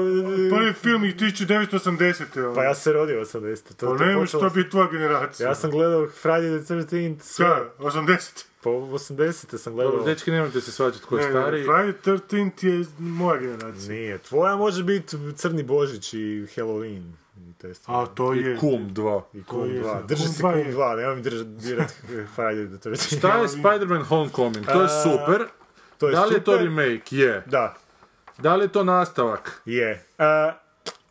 Pa Prvi film je 1980. ono. Pa ja sam se rodio 80. To, Pa to je nema počelo što bi tvoja generacija. Ja sam gledao Friday the 13th, sve, Šta, 80. po 80. Pa sam Dobro, gledao. dečki, nemojte se svađati ko Ne, je ne, stariji. E, Friday 13 je moja generacija. Nije, tvoja može biti Crni Božić i Halloween. I te stvari. A to je... I Kum 2. I to Kum je- 2. Drži Kum se Kum dva je- 2, nemoj mi držati dirati Friday the 13th. Šta je Spider-Man Homecoming? To je A, super. To Da li je to super. remake? Je. Da, Da li je to nastavak? je. A,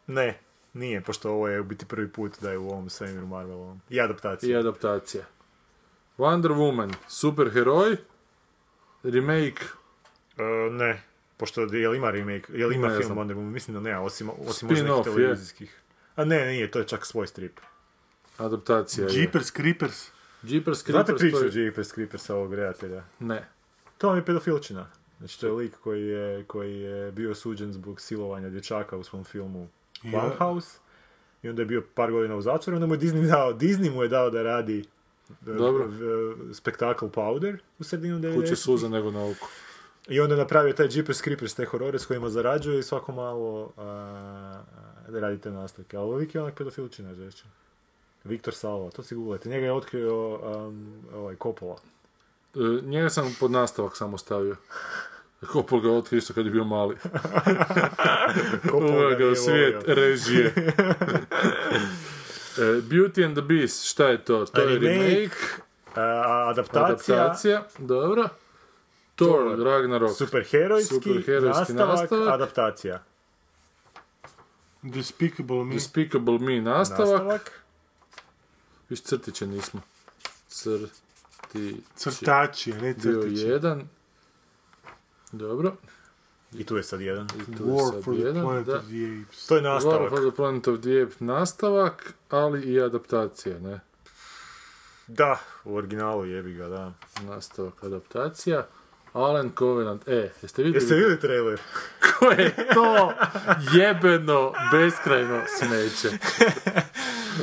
ne, nije, pošto ovo je u biti prvi put da je u ovom svemiru Marvelovom. I adaptacija. I adaptacija. Wonder Woman, superheroj. Remake, E, ne, pošto jel ima remake, jel ima Ne film znam. Wonder Woman, mislim da ne, osim, osim možda nekih Spin-off je. televizijskih. A ne, nije, to je čak svoj strip. adaptacija je. Jeepers Creepers. Jeepers Znate Creepers, priču to o je- Jeepers Creepersa ovog redatelja? Ne. To vam je pedofilčina. Znači, to je lik koji je, koji je bio suđen zbog silovanja dječaka u svom filmu Blumhouse. I onda je bio par godina u zatvoru, onda mu je Disney dao, Disney mu je dao da radi e, Dobro. e, spektakl Powder u sredinu 90. Kuće suza nego na oko. I onda je napravio taj Jeepers Creepers, te horore s kojima zarađuje i svako malo a, a, da radite nastavke. Ali lik je onak pedofilčina, žešće. Viktor Salva, to si googlajte. Njega je otkrio am, ovaj, Coppola. E, Njega sam pod nastavak samo stavio. Kopol ga otkrio isto kad je bio mali. Coppola Uveo ga nije u svijet volio. režije. E, Beauty and the Beast, šta je to? To je Remake, remake, E, A, adaptacija, adaptacija, dobro. Thor, Thor. Ragnarok. superherojski, Superherojski nastavak, nastavak. adaptacija. Despicable Me. Despicable Me, nastavak. Nastavak, Viš crtiće nismo. Crtiće. Crtači, a ne Bio crtići. jedan. Dobro. i tu je sad jedan. I tu je War sad for the jedan, Planet da. of the Apes. To je War nastavak. for the Planet of the Apes, nastavak, ali i adaptacija, ne? Da, u originalu jebi ga, da. Nastavak, adaptacija. Alan Covenant, e, jeste vidjeli? Jeste vidjeli trailer? Ko je to jebeno, beskrajno smeće.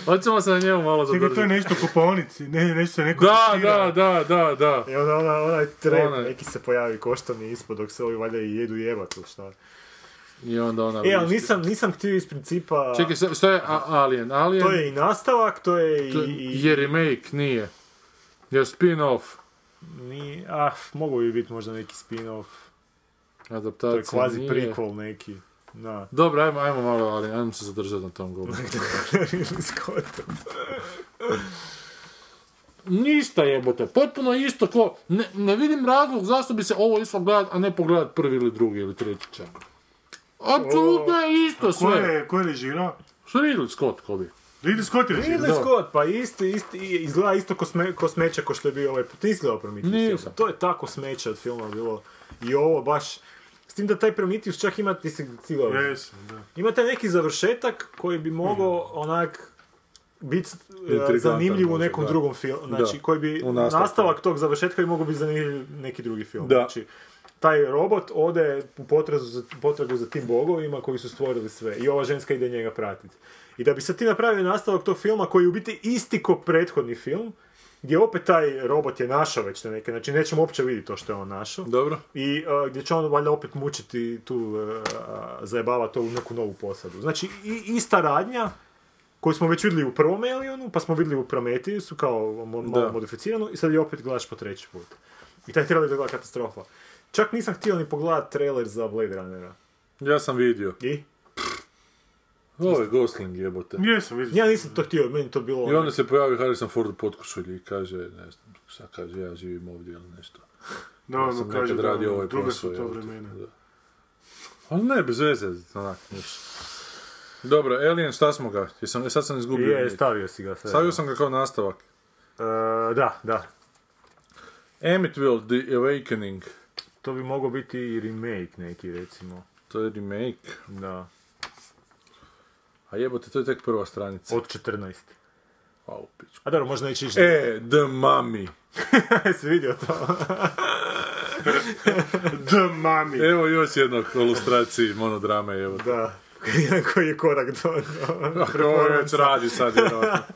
Hoćemo se na njemu malo Čekaj, to je zadržati. nešto u kupovnici. Ne, nešto se neko Da, testirao. da, da, da, da. I onda ona, onaj trailer, Onaj. neki se pojavi košta mi je ispod dok se ovi valjda i jedu jebat ili šta. I onda ona... E, ali nisam, nisam htio iz principa... Čekaj, šta- šta je a- Alien? Alien To je i nastavak, to je i... to i- je remake, nije. Je spin-off. ni- ah, mogu bi biti možda neki spin-off, to je Adaptacija kvazi nije. prequel neki. Da. Dobro, ajmo, ajmo malo, ali ajmo se zadržati na tom govoru. Ridley Scott. Ništa jebote, potpuno isto ko... Ne, ne vidim razlog zašto bi se ovo išlo gledat, a ne pogledat prvi ili drugi ili treći čak. Apsolutno je isto Ko sve. je, ko je režirao? Što Ridley Scott ko bi? Ridley Scott je režirao. Ridley Scott, pa isti, isti, i- izgleda isto ko, sme, ko smeće ko što je bio ovaj put. Ti izgledao Prometheus. Nisam. To je tako smeće od filma bilo. I ovo baš... S tim da taj Prometheus čak ima, ti si ti ga- Jesam, da. Ima taj neki završetak koji bi mogao onak biti Mhm. Intrigantan zanimljiv u možda, nekom da. drugom filmu. Znači, Da. koji bi U nastavku. nastavak tog završetka bi mogao biti zanimljiv neki drugi film. Da. Znači, taj robot ode u potragu za, potragu za tim bogovima koji su stvorili sve. I ova ženska ide njega pratiti. I da bi sad ti napravio nastavak tog filma koji je u biti isti ko prethodni film, gdje opet taj robot je našao već te neke, znači nećemo uopće vidjeti to što je on našao. Dobro. I e, gdje će on valjda opet mučiti tu, uh, zajebava to u neku novu posadu. Znači, i, ista radnja koju smo već vidjeli u prvom Alienu, pa smo vidjeli u Prometheusu kao mo- malo Da. modificiranu i sad je opet gledaš po treći put. I taj trailer je bila katastrofa. Čak nisam htio ni pogledat trailer za Blade Runnera. Ja sam vidio. I? Ovo je Gosling jebote. Jesam, vidio. Ja nisam to htio, meni to bilo... I onda se pojavi Harrison Ford u potkošulji i kaže, ne znam, šta kaže, ja živim ovdje ili nešto. Da, ono sam kaže, nekad da, radio ovaj druga posao. su to jebote. vremena. Da. Ali ne, bez veze, onak, niš. Dobro, Alien, šta smo ga? Jesam, e, sad sam izgubio. Je, nit. stavio si ga sve. Stavio sam ga kao nastavak. E, da, da. Amityville, The Awakening. To bi mogao biti i remake neki, recimo. To je remake. Da. A jebote, to je tek prva stranica. Od 14. A, u pičku. A dobro, možda neće ići... E, The Mummy. Jesi vidio to? The Mami. Evo još jednog u ilustraciji monodrame, evo. Da. Jedan koji je korak do... do- Ovo već radi sad, vjerojatno.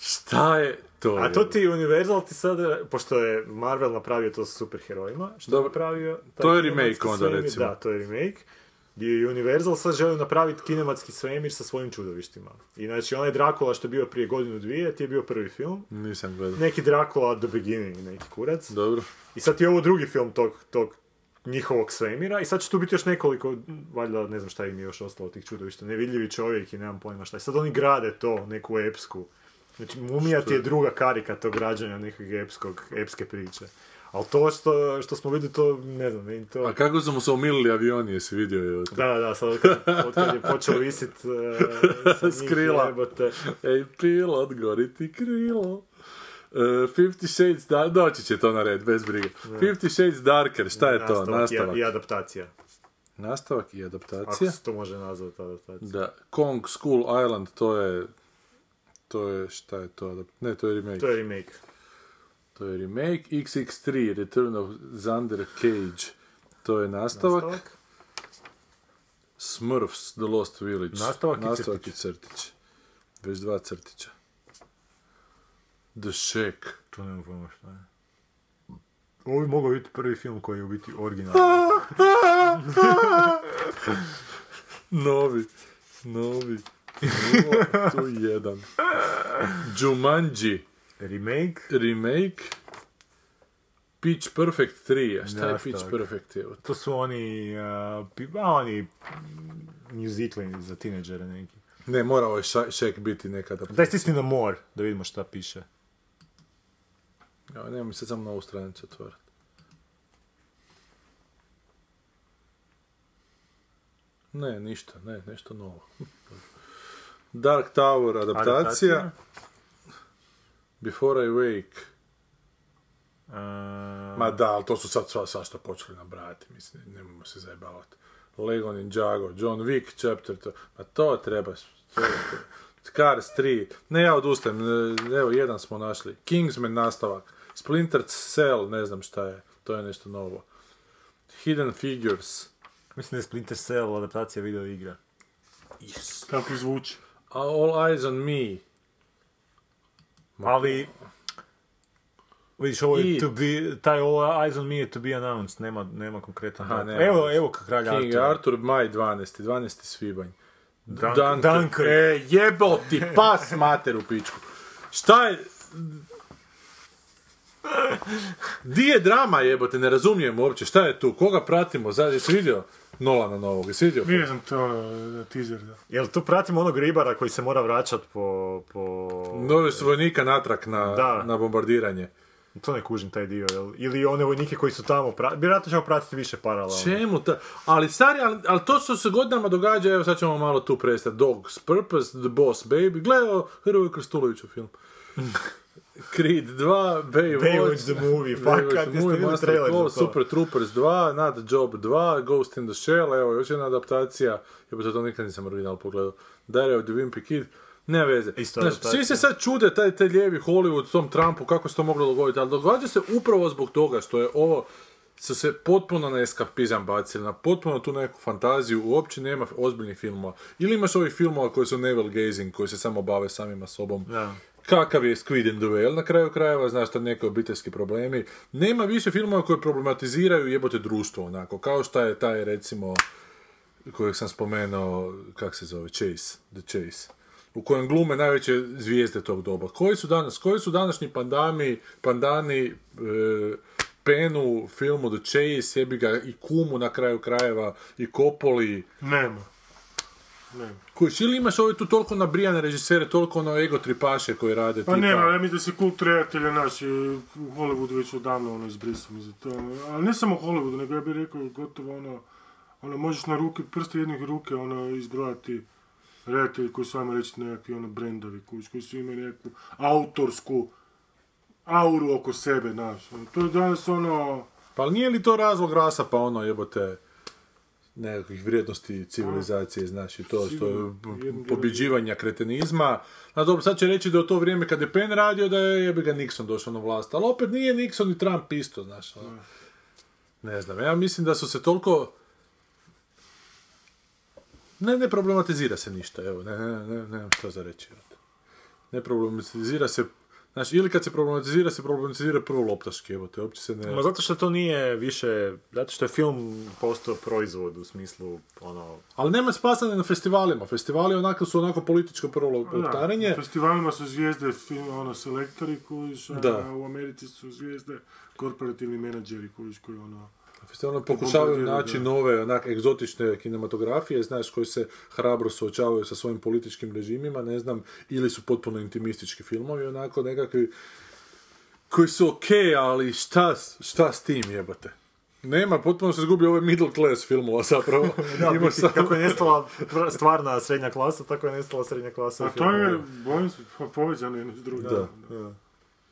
Šta je to? A to ti Universal ti sad, pošto je Marvel napravio to sa superherojima, što je Dobro. napravio... taj To je kinematski remake onda, svemir, recimo. Da, to je remake. Gdje je Universal sad želi napraviti kinematski svemir sa svojim čudovištima. I znači onaj Dracula što je bio prije godinu dvije, ti je bio prvi film. Nisam gledao. Neki Dracula at the beginning, neki kurac. Dobro. I sad je ovo drugi film tog, tog njihovog svemira i sad će tu biti još nekoliko, valjda ne znam šta im je još ostalo od tih čudovišta, nevidljivi čovjek i nemam pojma šta. I sad oni grade to, neku epsku. Znači, mumija ti je druga karika tog građanja nekog epskog, epske priče. Ali to što, što smo vidjeli, to ne znam, meni to... A kako su mu se umilili avioni, jesi vidio je? Da, da, sad otkad, otkad je počeo visit... E, S krila. Jebote. Ej, pilot, gori ti krilo. E, 50 Shades, da, doći će to na red, bez brige. 50 Shades Darker, šta je to? Nastavak i- Nastavak. I adaptacija. Nastavak i Ako adaptacija. se to može nazvati adaptacija. Da, Kong School Island, to je... To je, šta je to? adap- Ne, to je remake. To je remake. To je remake. XX3, Return of Xander Cage. To je nastavak. Nastavak. Smurfs, The Lost Village. Nastavak i Nastavak i crtić. Već dva crtića. The Shack. To nemam pojma šta je. Ovo bi mogao biti prvi film koji je u biti originalan. Novi. Novi. tu jedan. Jumanji. Remake. Remake. Pitch Perfect 3. A šta je Pitch Nastavak. Perfect? Evo, To su oni, a, pi- a, oni muzikli za tineđere neki. Ne, morao je Sha- Shack biti nekada. Daj stisni na more, da vidimo šta piše. Ja, nemoj mi sad samo novu stranicu otvarati. Ne, ništa, ne, nešto novo. Dark Tower adaptacija. Adaptacija. Before I Wake. A, Ma da, ali to su sad sva, svašta počeli nabrajati, mislim, nemojmo se zajebavati. Lego Ninjago, John Wick chapter, to, ma to treba, s- to treba. Cars 3, ne ja odustajem, e, evo jedan smo našli, Kingsman nastavak, Splinter Cell, ne znam šta je, to je nešto novo. Hidden Figures, Mislim da je Splinter Cell adaptacija video igra. Kako zvuči. All Eyes on Me, Ali... Vidiš, ovo je It. to be, taj ovo Eyes on Me je to be announced, nema, nema konkretan Aha, datum. nema. Evo, evo kralj King Artur. Arthur, maj 12, 12. svibanj. Dunk- Dunkirk. Dunkirk. E, jebo ti pas mater u pičku. Šta je... Di je drama jebote, ne razumijem uopće, šta je tu, koga pratimo, zad, jesi vidio Nolana novog, jesi vidio? Vidio sam to e, teaser, da. Jel tu pratimo onog ribara koji se mora vraćat po... po... Doveli su vojnika natrag na, Da. na bombardiranje. To ne kužim taj dio, jel? Ili one vojnike koji su tamo pratili. Vjerojatno ćemo pratiti više paralelno. Čemu ta... Ali stari, ali, ali to što se godinama događa, evo sad ćemo malo tu prestati. Dog's Purpose, The Boss Baby, gledao Hrvoju Krstuloviću film. Creed 2, Baywatch, Baywatch the movie, fakat, Baywatch the jeste movie, vidjeli Master trailer Call, za to? Super Troopers 2, Not Job 2, Ghost in the Shell, evo još jedna adaptacija, jebote to nikad nisam original pogledao, Diary of the Wimpy Kid, ne veze. Isto Znaš, adaptacija. svi se sad čude taj, taj lijevi Hollywood tom Trumpu kako se to moglo dogoditi, ali događa se upravo zbog toga što je ovo su se potpuno na eskapizam bacili, na potpuno tu neku fantaziju, uopće nema ozbiljnih filmova. Ili imaš ovih filmova koji su navel gazing, koji se samo bave samima sobom. Da. Kakav je Squid and the Whale na kraju krajeva, znaš šta neke obiteljski problemi. Nema više filmova koji problematiziraju jebote društvo, onako, kao šta je taj recimo kojeg sam spomenuo, kak se zove, Chase, The Chase, u kojem glume najveće zvijezde tog doba. Koji su danas, koji su današnji pandami, pandani e, Penu, filmu The Chase, jebi ga i Kumu na kraju krajeva, i Kopoli, Nema. koji ili imaš ove tu toliko nabrijane režisere, toliko ono ego tripaše koji rade Pa nema, ja mislim da se kult redatelja naš je u Hollywoodu već odavno ono izbrisan iz to. ono, Ali ne samo u Hollywoodu, nego ja bih rekao gotovo ono, ono možeš na ruke, prste jednih ruke ono izbrojati redatelji koji su ajmo reći nekakvi ono brendovi koji, koji su imaju neku autorsku auru oko sebe, znaš. Ono, To je danas ono, Pa nije li to razlog rasa pa ono jebote nekakvih vrijednosti civilizacije, znaš, i to što je Sigurno, b- jednim pobjeđivanja kretenizma. Na dobro, sad će reći da je u to vrijeme kad je Penn radio da je jebi ga Nixon došao na vlast, ali opet nije Nixon i Trump isto, znaš. ono. Ne znam, ja mislim da su se toliko... Ne, ne problematizira se ništa, evo, ne, ne, ne, nemam šta za reći. evo. Ne problematizira se, znaš, ili kad se problematizira, se problematizira prvo loptaški, evo, te uopće se E. ne... Ma zato što to nije više, zato što je film postao proizvod u smislu, ono, Ali nema spasanja na festivalima. Festivali onako su onako političko prvo da, loptarenje. na festivalima su zvijezde, film, ono, selektori koji su, Da. a u Americi su zvijezde, korporativni menadžeri koji, koji ono, Festivalima pokušavaju bombardiraju, naći da. nove onak egzotične kinematografije, znaš, koji se hrabro suočavaju sa svojim političkim režimima, ne znam, ili su potpuno intimistički filmovi, onako nekakvi koji su okej, ali šta, s- šta s tim jebate? Nema, potpuno se izgubio ovaj middle class filmova zapravo. Pa, da, Ima biti, samo- kako je nestala stvarna srednja klasa, tako je nestala srednja klasa u A to filmu. je, bojim se, po- povezano jedno s drugim. ono. Da.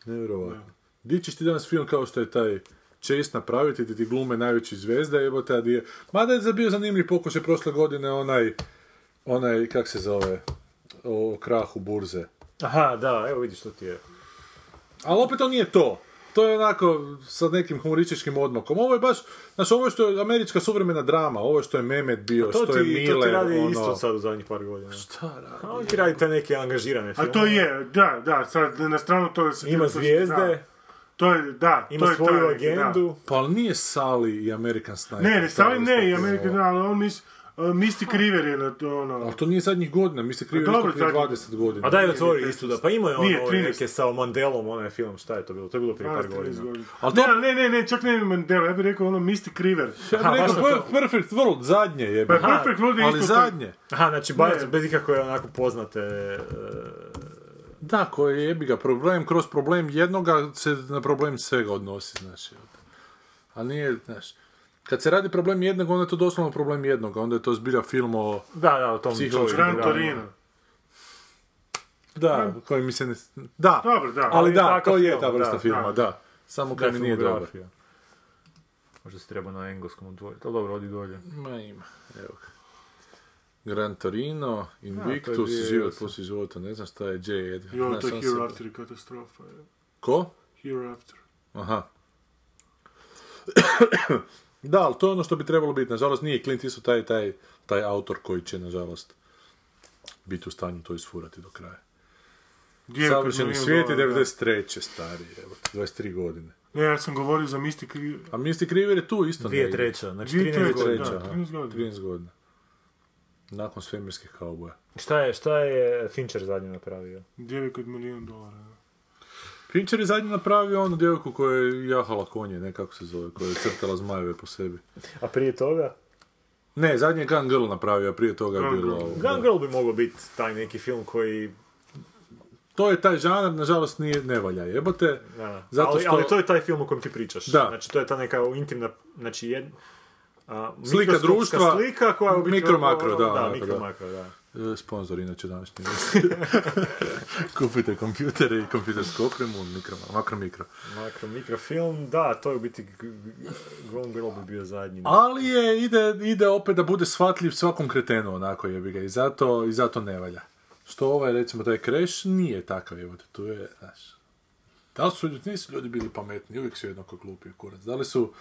Nevjerovatno. Gdje ćeš ti danas film kao što je taj Chase napraviti, gdje ti glume najveći zvezda, evo ta di je... Mada je bio zanimljiv pokušaj prošle godine onaj, onaj, kak se zove, o krahu burze. Aha, da, evo vidiš što ti je. Ali opet to nije to. To je onako sa nekim humorističkim odmakom. Ovo je baš, znači ovo što je američka suvremena drama, ovo što je Mehmet bio, To što ti, je to ti Miller, radi ono... isto sad u zadnjih par godina. Šta radi? A on ti radi te neke angažirane A filmove. to je, da, da, sad na stranu to da se... Ima to se- zvijezde, da. To je, da, ima to je svoju taj neki, da. agendu. Pa ali nije Sally i American Sniper. Ne, ne, Stalin isto ne, i film, American, ovo. da, ali on mis... Mystic River je na to, ono... Ali to nije zadnjih godina, mi se krivi dobro, isto prije zadnjih- 20 godina. Pa A daj da otvori isto da, pa ima je ono Nije, ove 13. neke sa Mandelom, onaj film, šta je to bilo, to je bilo prije par 12-13 godina. pa, godina. Ali Ne, to- ali ne, ne, ne, čak ne bi Mandela, ja bih rekao ono Mystic River. Ja bih rekao, Perfect- Perfect World, zadnje je. Pa je Perfect World je Ali isto... zadnje. Aha, znači, baš Ne. bez ikakve onako poznate... e, Da, koji je jebi ga problem, kroz problem jednoga se na problem svega odnosi, znači. A nije, znaš, kad se radi problem jednog, onda je to doslovno problem jednoga, onda je to zbilja film o... Da, da, o tom Psihovi. čovjeku, Gran da. Torino. Da, koji mi se ne... Da, Dobro, da, ali ali da, takav to je film, ta vrsta da, filma, da. da. Samo Da, kad mi nije dobar. filmografija. Možda se treba na engleskom odvojiti, ali dobro, odi dolje. Ma ima, evo ga. Gran Torino, Invictus, dvije- Život plus života, ne znam šta je, J. Edgar. Jo, znaš, to on je se- Hero After je katastrofa. je. Ko? Hero After. Aha. da, ali to je ono što bi trebalo biti. Nažalost, nije Clint Eastwood taj, taj, taj autor koji će, nažalost, biti u stanju to isfurati do kraja. Gdje je kad Savršeni milijun svijet je dolara, da. 93. stari, evo, 23 godine. Ne, ja sam govorio za Mystic River. A Mystic River je tu isto Dvije negdje. treća, znači Dvije 13 treća. godina. Treća, Da, aha, 13 godina. 13 godina. Nakon svemirskih kauboja. Šta je, šta je Fincher zadnje napravio? Gdje je kod milijun dolara. da. Fincher je zadnji napravio onu djevojku koja je jahala konje, ne kako se zove, koja je crtala zmajeve po sebi. A prije toga? Ne, zadnji je Gun Girl napravio, a prije toga je bilo... ovo, da. Gun Girl bi mogao biti taj neki film koji... To je taj žanar, nažalost, nije, ne valja jebote. Da, da. Zato ali, što... ali to je taj film o kojem ti pričaš. Da. Znači to je ta neka intimna, znači jed... a, Slika mikroskopska društva, slika koja je u biti mikro, ono- makro, da, da, onako, mikro, da. makro, da. E, Sponzor inače današnji. Kupite kompjutere i kompjutersku opremu, mikro, makro mikro. Makro, mikrofilm, da, to je u biti, g- g- Gone Girl bi bio zadnji. Ali je, ide, ide opet da bude shvatljiv svakom kretenu onako jebi ga i zato, i zato ne valja. Što ovaj, recimo, taj Crash nije takav jebote, tu je, znaš. Da li su, nisu ljudi bili pametni, uvijek su jednako glupi, kurac. Da li su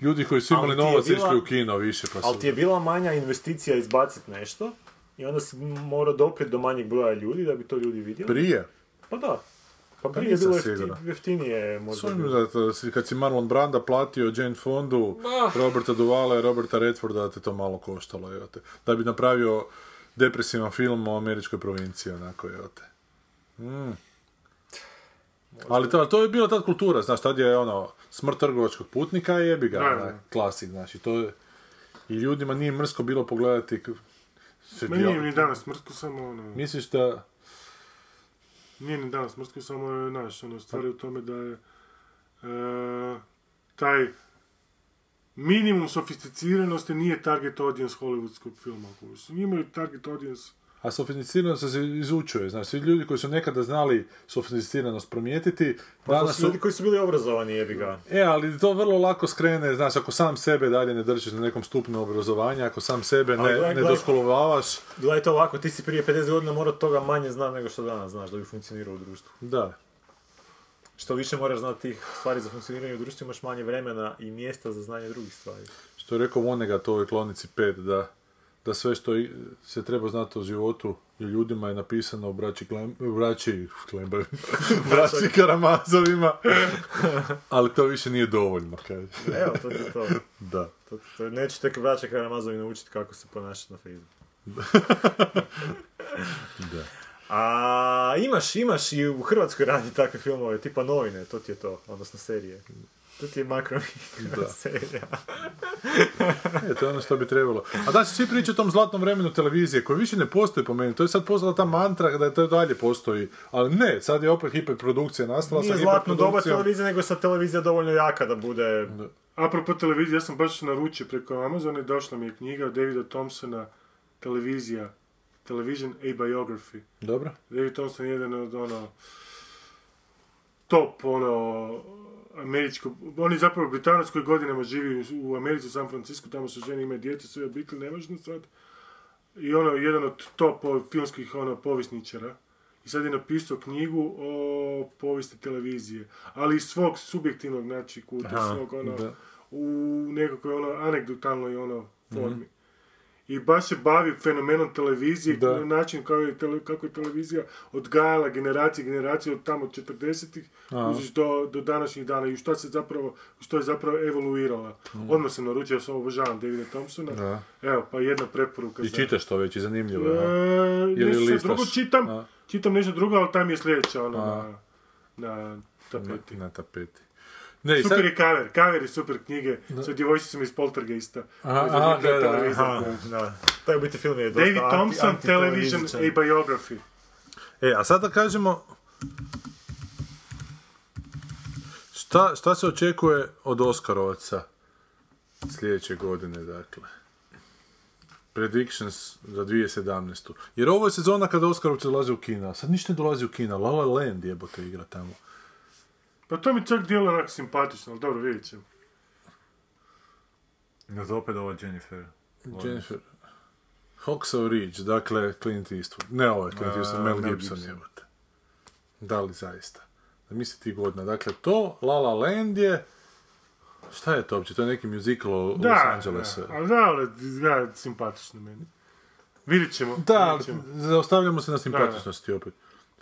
ljudi koji su Ali imali ti je novac bila- išli u kino više, pa su... Ali ti je bila manja investicija izbaciti nešto i onda si morao doprijeti do manjeg broja ljudi da bi to ljudi vidjeli. Prije? Pa da. Pa prije je nisam bilo siguran. jefti- jeftinije možda. Sumnjam bilo. da to- si- kad si Marlon Branda platio Jane Fondu, Roberta Duvala i Roberta Redforda, da te to malo koštalo, jote. Da bi napravio depresivan film o američkoj provinciji, onako, jote. Mm. Ali to, to je bila tad kultura, znaš, tad je ono, smrt trgovačkog putnika je jebi ga, Da, onak, da. klasik, znaš, i to je, i ljudima nije mrsko bilo pogledati k- se Ma nije dio- ni danas mrsko, samo ono... Misliš da, Nije ni danas mrsko, samo je, znaš, ono, stvar je u tome da je e, taj minimum sofisticiranosti nije target audience hollywoodskog filma. kužiš. Imaju target audience a sofisticiranost se izučuje, znaš, svi ljudi koji su nekada znali sofisticiranost primijetiti, Pa To danas su su, ljudi koji su bili obrazovani, jebi ga. E, ali to vrlo lako skrene, znaš, ako sam sebe dalje ne držiš na nekom stupnju obrazovanja, ako sam sebe Ali ne, gledaj, ne gledaj. doškolovavaš, Gledaj to ovako, ti si prije 50 godina morao toga manje znati nego što danas znaš da bi funkcionirao u društvu. da. Što više moraš znati tih stvari za funkcioniranje u društvu, imaš manje vremena i mjesta za znanje drugih stvari. Što je rekao Vonega to ovoj klonici 5, da, da sve što i- se treba znati o životu i ljudima je napisano u braći, Klem, u braći, Klemba- braći Karamazovima, ali to više nije dovoljno, kaže. Evo, to ti je to. Da. to, ti Pa to. Neću tek vraća Karamazovi naučiti kako se ponašati na Facebooku. Da. A imaš, imaš i u Hrvatskoj radi takve filmove, tipa novine, to ti je to, odnosno serije. To ti je makro Da. serija. E, to je ono što bi trebalo. A da, svi pričaju o tom zlatnom vremenu televizije, koji više ne postoji po meni. To je sad postala ta mantra da je to dalje postoji. Ali ne, sad je opet hiperprodukcija nastala Nije sa zlatno doba hiperprodukcijom. televizija, nego je sad televizija dovoljno jaka da bude... Apropo televizije, ja sam baš naručio preko Amazona i došla mi je knjiga od Davida Thompsona, televizija, Television A Biography. Dobro. David Thompson je jedan od ono, top ono, američko, on je zapravo britanac koji godinama živi u- u Americi, u San Francisco, tamo se ženi, ima djece, sve obitelj, nevažno sad. I ono, jedan od top o, filmskih ono, povisničara. I sad je napisao knjigu o povijesti televizije, ali iz svog subjektivnog, znači, kuta, svog ono, da. u nekakvoj ono, anegdotalnoj ono, Mhm. formi. I baš se bavi fenomenom televizije, Da. na način kao je tele- kako je televizija odgajala generacije, generacije od tamo 40-ih kužiš, do, do današnjih dana i šta se zapravo, što je zapravo evoluirala. Odmah se naručio, ja sam obožavam Davida Thompsona. Mhm. Da. Evo, pa jedna preporuka I za- čitaš to već i zanimljivo. E, aha. Ili nešto sad listaš? drugo čitam, A. čitam nešto drugo, ali tam je sljedeća, ono, A. na, na tapeti. Na tapeti. Ne, i E, sad... Super je kaver, kaver je super knjige sa djevojčicom iz Poltergeista. Aha, Koje je zanimljiva aha, da, da, televizija. Aha, da. Taj u biti film je dosta David anti- Thompson, Television antitelevizijski. A Biography. E, a sada kažemo... Šta, šta se očekuje od Oskarovaca sljedeće godine, dakle? Predictions za 2017. Jer ovo je sezona kada Oskarovci dolaze u kina. Sad ništa ne dolazi u kina. La La Land jebote igra tamo. Pa to mi čak djelo onako simpatično, ali dobro, vidjet ćemo. Ja to opet ova Jennifer. Jennifer... Hawks of Ridge, dakle Clint Eastwood. Ne ovo je Clint Eastwood, Mel Mel Gibson Gibson. jebote. Da li zaista? Da misli ti godina. Dakle, to La La Land je... Šta je to uopće? To je neki musical o Los Da, Angelesu. da, ali da, ali izgleda simpatično meni. Vidjet ćemo. Da, vidjet ali ćemo. zaostavljamo se na simpatičnosti opet.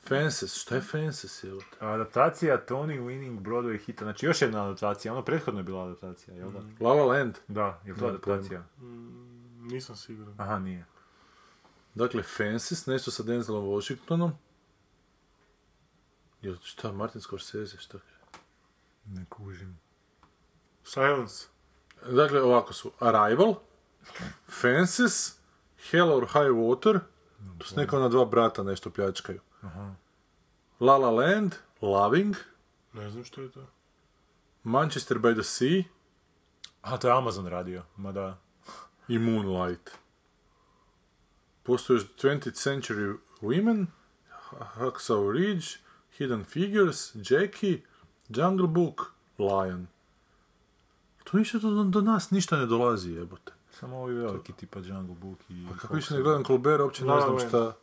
Fences, šta je Fences? jebote? Adaptacija Tony Winning Broadway hita. Znači još jedna adaptacija, ono prethodno je bila adaptacija, jel da? La La Land. Mm. Da, je to Nemam adaptacija. Nisam siguran. Aha, nije. Dakle, Fences, nešto sa Denzelom Washingtonom. Jel, šta, Martin Scorsese, šta? Ne kužim. Silence. Dakle, ovako su Arrival, Fences, Hell or High Water, to su neka ona dva brata nešto pljačkaju. La La Land, Loving, Ne znam što je to. Manchester by the Sea A, to je Amazon radio, ma da. i Moonlight. Postoje još 20th Century Women, Hacksaw Ridge, Hidden Figures, Jackie, Jungle Book, Lion. To ništa do, do nas ništa ne dolazi, jebote. Samo ovi veliki tipa Jungle Book i... Pa kako više ne gledam Colbera, uopće ne La znam Land. šta...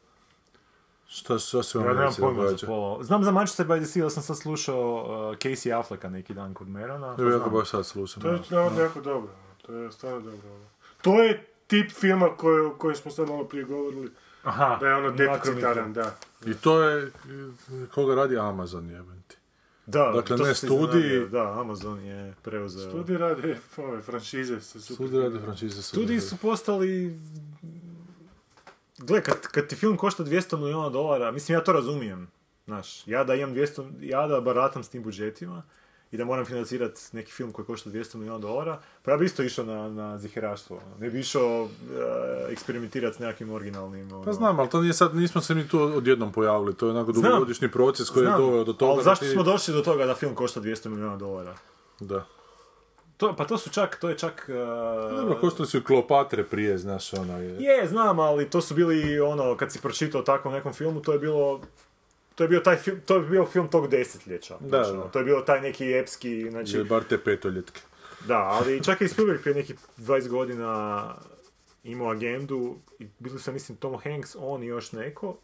Šta, šta se u Ja nemam Americi pojma za događa. polo. Znam za Manchester by the Sea, ali sam sad slušao uh, Casey Afflecka neki dan kod Merona. Evo ja ga baš sad slušam. To je navodno jako dobro. To je stvarno dobro. ono. To je tip filma koje, o kojem smo sad malo prije govorili. Aha, Da je ono nakromitno. deficitaran, da. I to je, e, koga radi Amazon jebem ti. Da, Dakle, Pa to ne sam se iznenadio. studij. Da, Amazon je preuzeo. Studij rade ove franšize sa super. Sudi radi franšize. sudi Studiji radi. su postali... Gle, kad, kad ti film košta 200 milijuna dolara, mislim ja to razumijem. Znaš, ja da imam 200, ja da baratam s tim budžetima i da moram financirati neki film koji košta 200 milijuna dolara, pa ja bi isto išao na, na ziheraštvo. ono. Ne bi išao eksperimentirati s nekakvim originalnim... ono. Pa znam, ali to nije sad, nismo se mi tu odjednom pojavili, to je onako Znam. dugogodišnji proces koji je Znam, doveo do toga. Ali da zašto ti- smo došli do toga da film košta 200 milijuna dolara? Da. Pa To, pa to su čak, to je čak... e, eh, Dobro, koštali su i Kleopatre prije, znaš, ona je. Je, znam, ali to su bili ono, kad si pročitao o takvom nekom filmu, to je bilo... To je bio taj film, to je bio film tog desetljeća. Da, znaš, ono, da. To je bio taj neki epski, znači, Ili bar te petoljetke. da, ali čak je i Spielberg prije nekih 20 godina imao agendu, i bili su, ja mislim, Tom Hanks, on i još neko,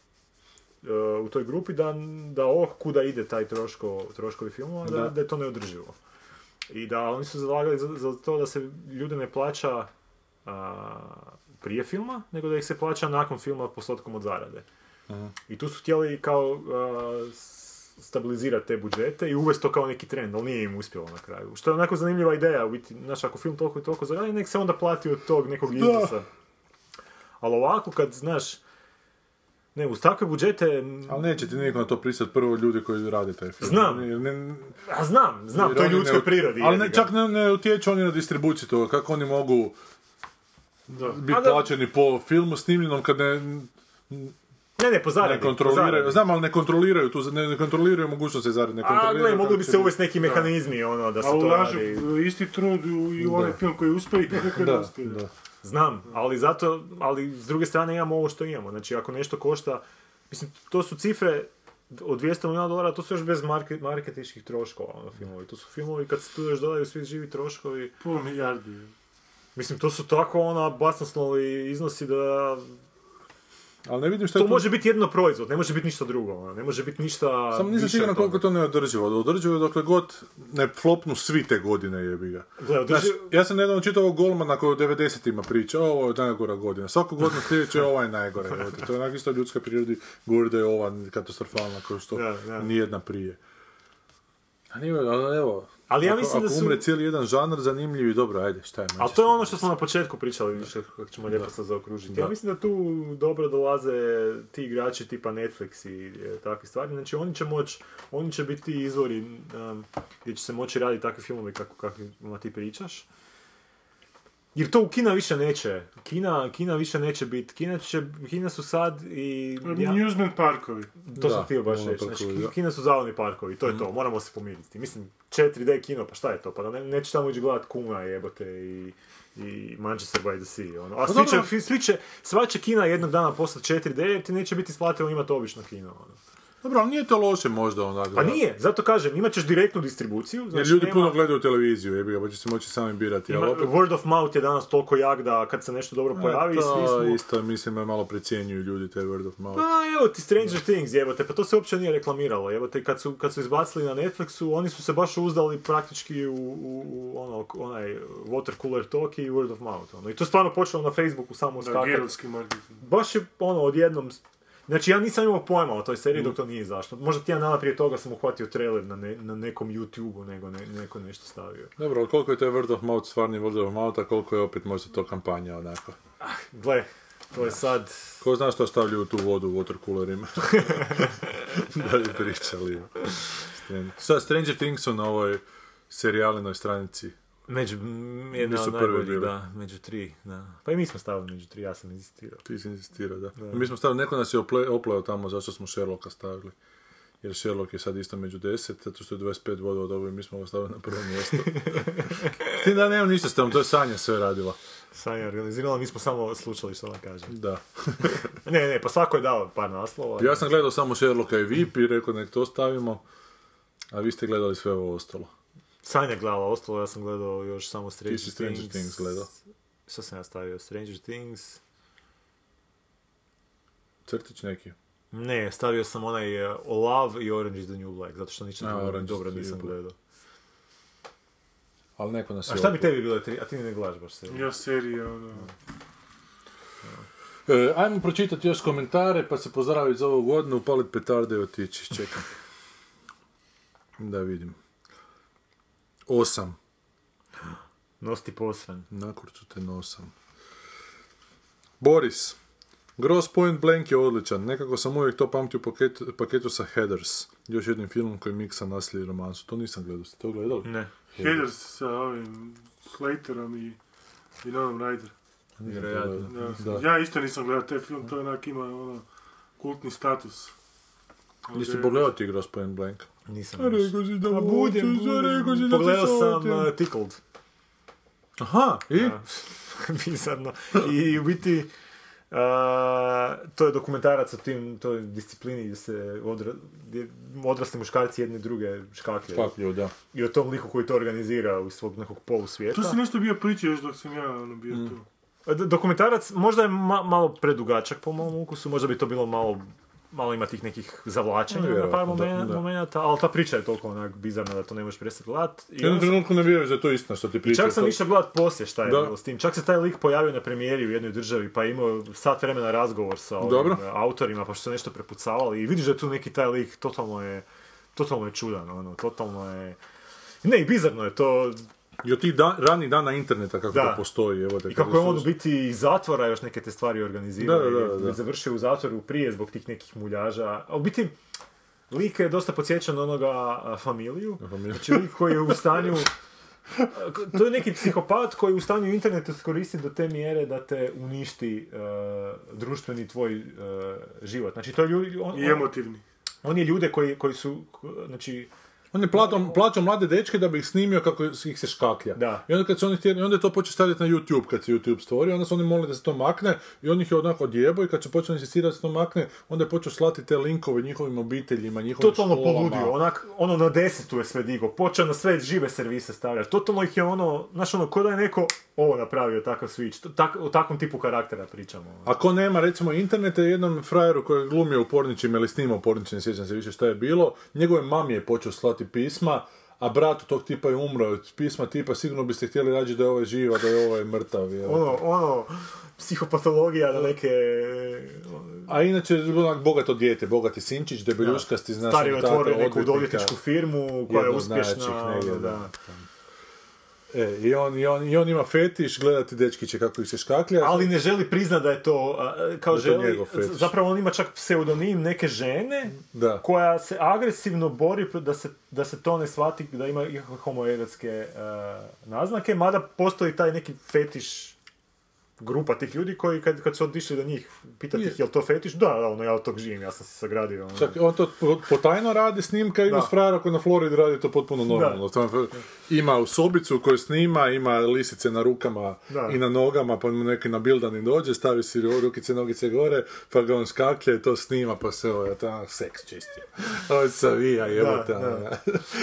e, u toj grupi da, da oh, kuda ide taj troško, troškovi filmova, da, Da. da je to neodrživo. I da oni su zalagali za, za to da se ljude ne plaća a, prije filma, nego da ih se plaća nakon filma postotkom od zarade. I tu su htjeli kao a, s- stabilizirati te budžete i uvesti to kao neki trend, ali nije im uspjelo na kraju. Što je onako zanimljiva ideja, u biti, znaš, ako film toliko i toliko zaradi, nek se onda plati od tog nekog iznosa. Ali ovako, kad, znaš, ne, uz takve budžete, Ali neće ti niko na to pristati prvo ljudi koji rade taj film. Znam. Jer ne- a znam, znam, jer to je oni ne ljudskoj ut- prirodi. Ali jebi ne, ga. čak ne, ne utječu oni na distribuciju toga, kako oni mogu biti A da- plaćeni po filmu snimljenom kad ne, Ne, ne ne, po zaradi, po zaradi. kontroliraju, znam, ali ne kontroliraju tu, ne, ne kontroliraju mogućnost za zarade, ne A, kontroliraju. gle, mogli bi kako će se uvesti neki mehanizmi, ono, da se A to ulažu radi. isti trud u, i u onaj film koji uspije i koji biti. ne Da, uspije. da. Znam, ali zato, ali s druge strane imamo ovo što imamo. Znači, ako nešto košta, mislim, to su cifre od 200 milijuna dolara, to su još bez marke, marketinških troškova, ono, filmovi. To su filmovi kad se tu još dodaju svi živi troškovi. Pol milijardi. Mislim, to su tako, ono, basnoslovi iznosi da... Ali ne vidim što To je tu- može biti jedno proizvod, ne može biti ništa drugo, ono, ne može biti ništa Samo nisam više siguran od toga. koliko je to neodrživo. Održivo je dokle god ne flopnu svi te godine jebi ga. Gle, održi- Znaš, ja sam nedavno čitao ovog Golmana koji u 90-ima priča, ovo je najgora godina. Svaku godinu sljedeće je ova je najgora. jebote. To je onak isto ljudska prirodi govori da je ova katastrofalna kao što Da, da. nijedna prije. A nije, ali evo, Ali ja ako, mislim da ako su- umre cijeli jedan žanar zanimljiv i dobro, ajde, šta je Ali to je ono što smo na početku pričali, više kako ćemo lijepo sad zaokružiti. Ja Da. mislim da tu dobro dolaze ti igrači tipa Netflix i e, takve stvari. Znači oni će moći, oni će biti ti izvori um, gdje će se moći raditi takve filmove kako, kakvima ti pričaš. Jer to u Kina više neće. Kina, Kina više neće biti. Kina, će, Kina su sad i... ja- Amusement parkovi. to Da, sam htio baš ono reći. parkovi, Znači, da. Mhm. Ki- Kina su zavodni parkovi, to je to, moramo se pomiriti. Mislim, 4D kino, pa šta je to? Pa da ne, neće tamo ići gledat Kuna jebote i, i Manchester by the Sea. Ono. A svi će, Pa dobro. fi- svi će, sva će Kina jednog dana postati 4D jer ti neće biti isplativo imati obično kino. Ono. Dobro, ali nije to loše možda onak. Pa da. nije, zato kažem, imat ćeš direktnu distribuciju. Znači, Jer ljudi nema- puno gledaju televiziju, jebi ga, pa će se moći sami birati. ima- ali opet- Word of mouth je danas toliko jak da kad se nešto dobro pojavi, E, svi to smo... Isto, mislim, da malo precijenjuju ljudi taj word of mouth. Pa evo ti Stranger Things, jebote, pa to se uopće nije reklamiralo, jebote, kad su, kad su izbacili na Netflixu, oni su se baš uzdali praktički u, u, u ono, k- onaj water cooler talk i word of mouth, ono. i to je stvarno počelo na Facebooku samo Da, skakati. gerilski marketing. Baš je, ono, odjednom, znači ja nisam imao pojma o toj Mm. seriji dok to nije izašlo, možda tjedan dana prije toga sam uhvatio trailer na, ne- na nekom YouTube-u, nego ne- neko nešto stavio. Dobro, ali koliko je taj word of mouth stvarni word of mouth, a koliko je opet možda to kampanja onako. Gle, To je sad... Ko zna što stavljaju u tu vodu u watercoolerima. da bi pričali. Stran- Sa Stranger Thingsu na ovoj serijalinoj stranici. Među, m, jedna Mi su od prvi najboljih, bili. da, među tri, da. Pa i mi smo stavili među tri, ja sam insistirao. Ti si insistirao, da. Mi smo stavili, neko nas je ople, opleo tamo zašto smo Sherlocka stavili. Jer Sherlock je sad isto među 10, zato što je 25 bodova dobio, mi smo ga stavili na prvo mjesto. S Tim da nemam ništa s tom, to je Sanja sve radila. Sanja je organizirala, mi smo samo slušali što ona kaže. Da. Ne, ne, pa svako je dao par naslova. Ja sam gledao samo Sherlocka i VIP i rekao nek to stavimo, a vi ste gledali sve ovo ostalo. Sanja je gledala ostalo, ja sam gledao još samo Stranger Ti si Things. Stranger Things gledao. Što sam ja stavio? Stranger Things... Crtić neki. Ne, stavio sam onaj eh, Love i Orange is the New Black, zato što ništa A, drugo Orange is dobro the nisam New Black. gledao. Ali neko nas je A šta bi opleo. tebi bilo tri, a ti ne gledaš baš sve? Ja serija, ono... E, ajmo pročitati još komentare, pa se pozdraviti za ovu godinu, upalit petarde i otići. Čekam. Da vidim. Osam. Nosti posran. Nakurcu te nosam. Boris. Gross Point Blank je odličan. Nekako sam uvijek to pamtio u paketu, paketu sa Headers. Još jednim filmom koji miksa nasilje i romansu. To nisam gledao. Ste to gledali? Ne. Headers sa ovim Slaterom i, i Novom Rider. Vjerojatno. Ja, Da. ja isto nisam gledao taj film, to je onak ima ono, kultni status. Nisi Ovdje- pogledao ti Gross Point Blank? Nisam još. Rekao si da A budem, budem. Pogledao sam eh, Tickled. Aha, i? bizarno. I u biti, a, to je dokumentarac o tim, toj disciplini gdje se odra, gdje odrasli muškarci jedne druge škakljaju. Fuck you, da. I o tom liku koji to organizira u svog nekog polu Tu svijeta. si nešto bio pričao još dok sam ja ono, bio Mm. tu. D- Dokumentarac možda je ma- malo predugačak po mom ukusu, možda bi to bilo malo malo ima tih nekih zavlačenja na par Vjerojatno, da, momena- da. momenata, ali ta priča je toliko onak bizarna da to ne možeš prestati gledat. I U jednom onda sam- trenutku ne vjeruješ da je to istina što ti pričaš. Čak sam To- išao gledat poslije šta je Da. bilo s tim. Čak se taj lik pojavio na premijeri u jednoj državi pa je imao sat vremena razgovor sa ovim Dobro. e, autorima pa što su nešto prepucavali i vidiš da je tu neki taj lik totalno je, totalno je čudan, ono, totalno je... Ne, i bizarno je to, I od tih da, ranih dana interneta kako Da. to postoji, evo te. i kako je on u su- biti iz zatvora još neke te stvari organizirao, Da, da, da, jer je da. završio u zatvoru prije zbog tih nekih muljaža, a u biti lik je dosta podsjećan na onoga a, familiju, Familiju. znači lik koji je u stanju, a, k- to je neki psihopat koji u stanju internet iskoristi do te mjere da te uništi e, društveni tvoj e, život, znači to je ljudi, on, I on, emotivni. on je ljude koji, koji su, ko- znači, On je platom, plaćao mlade dečke da bi ih snimio kako ih se škaklja. Da. I onda kad su oni htjeli, i onda je to počeo stavljati na YouTube kad se YouTube stvorio, onda su oni molili da se to makne i on ih je onako odjebo i kad su počeli insistirati da se to makne, onda je počeo slati te linkove njihovim obiteljima, njihovim totalno školama. poludio, onak, ono na desetu je sve digo, počeo na sve žive servise stavljati, totalno ih je ono, znaš ono, ko da je neko ovo napravio, takav switch, To- tak, o takvom tipu karaktera pričamo. ono. Ako nema recimo interneta, jednom frajeru koji je glumio u porničima ili snimao u porničima, ne sjećam se više šta je bilo, njegove mami je počeo slati pisma, a brat tog tipa je umro od pisma tipa, sigurno biste htjeli rađe da je ovaj živ, a da je ovaj mrtav. Je. Ono, ono, psihopatologija na neke... A inače je bilo onak bogato dijete, bogati sinčić, debeljuškasti, znaš, Stari je ono, tata otvorio neku odvjetnika. odvjetničku firmu koja je Jedno od uspješna, najjačih negdje, ono, da. da. E, i, on, i, on, I on ima fetiš gledati dečkiće kako ih se škaklja. ali ne želi priznat da je to, a, kao Da je to želi, njegov fetiš. zapravo on ima čak pseudonim neke žene Da. koja se agresivno bori pro- da se, da se to ne shvati da ima ikakve homoerotske e, naznake, mada postoji taj neki fetiš grupa tih ljudi koji kad, kad su otišli do njih pitati Je. ih je li to fetiš, da, da, ono, ja od tog živim, ja sam se sagradio. ono. Čak, on to po- potajno radi snimka, ima Da. s frajerom koji na Floridi radi to potpuno normalno. Tamo- Ima u sobicu koju snima, ima lisice na rukama Da. i na nogama, pa mu neki nabildani dođe, stavi si ru- rukice, nogice gore, pa ga on skaklja i to snima, pa se ovo, tamo, seks čisti. Ovo se savija, jebote. Da, ono, da. ja.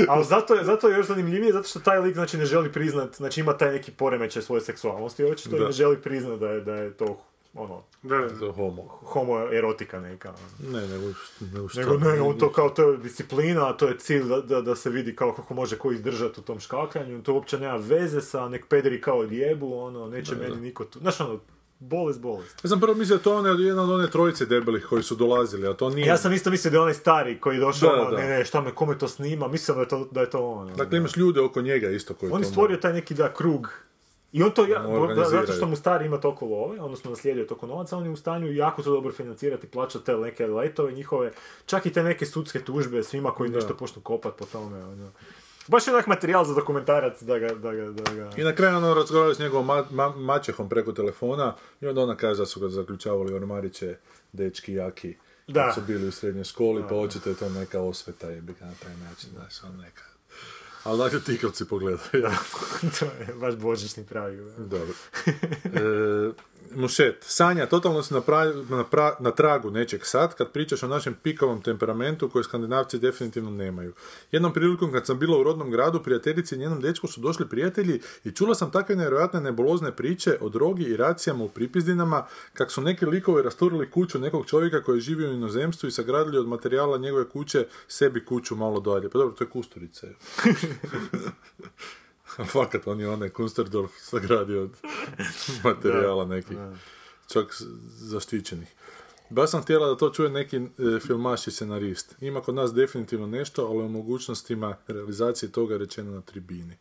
Ali zato je, zato je još zanimljivije, zato što taj lik znači, ne želi priznat, znači ima taj neki poremećaj svoje seksualnosti, očito i Da. ne želi priznat da je, da je to ono, Da, da. Za homo. homoerotika neka. ono. Ne, nego, nego šta. Nego ne, on to kao to je disciplina, to je cilj da, da, da se vidi kao kako može ko izdržati u tom škakljanju, to uopće nema veze sa nek pederi kao odjebu, ono, neće meni niko tu, znaš ono, bolest, bolest. Ja sam prvo mislio da je to ona jedna od one trojice debelih koji su dolazili, a to nije. Ja sam isto mislio da je onaj stari koji je došao, Da, ono, da. ne, ne, šta me, kome to snima, mislim da je to, da je to ono. Dakle, imaš ljude oko njega isto koji On je to stvorio taj neki, da, krug I on to, ja, Organiziraju. zato što mu stari ima toliko love, odnosno naslijedio je toliko novaca, on je u stanju jako to dobro financirati, plaća te neke letove njihove, čak i te neke sudske tužbe svima koji nešto počnu kopat po tome. ono. Baš je onak materijal za dokumentarac da ga, da ga, da ga... I na kraju ono razgovaraju s njegovom ma- ma- maćehom preko telefona i onda ona kaže da su ga zaključavali ormariće, dečki, jaki. Da. kad su bili u srednjoj školi, pa očito je to neka osveta je na taj način, znaš, on neka. Ali dakle, tikavci pogledaju, ja. to je baš božićni pravi. ono. Dobro. E, mušet, Sanja, totalno si na, pra- na pra- na tragu nečeg sad kad pričaš o našem pikovom temperamentu koji skandinavci definitivno nemaju. Jednom prilikom kad sam bila u rodnom gradu, prijateljici i njenom dečku su došli prijatelji i čula sam takve nevjerojatne nebulozne priče o drogi i racijama u pripizdinama, kak su neki likovi rasturili kuću nekog čovjeka koji živi u inozemstvu i sagradili od materijala njegove kuće sebi kuću malo dalje. Pa dobro, to je Kusturica. je. A Fakat, on je onaj Kunsterdorf sagradio od materijala nekih, čak s- zaštićenih. Baš sam htjela da to čuje neki e, filmaš i scenarist. Ima kod nas definitivno nešto, ali o mogućnostima realizacije toga je rečeno na tribini.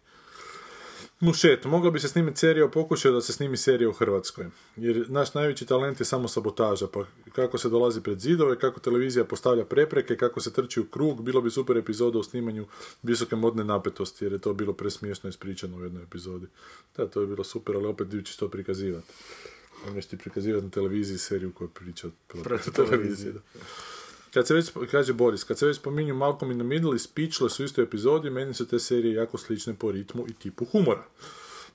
Mušet, mogla bi se snimiti serija o pokušaju da se snimi serija u Hrvatskoj. Jer naš najveći talent je samo sabotaža, pa kako se dolazi pred zidove, kako televizija postavlja prepreke, kako se trči u krug, bilo bi super epizoda o snimanju visoke modne napetosti, jer je to bilo presmiješno ispričano u jednoj epizodi. Da, to je bilo super, ali opet dići to prikazivati. Možeš Ono ti prikazivati na televiziji seriju koja priča protiv televizije. da. Kad se već, kaže Boris, kad se već spominju Malcolm in the Middle i Speechless u istoj epizodi, meni su te serije jako slične po ritmu i tipu humora.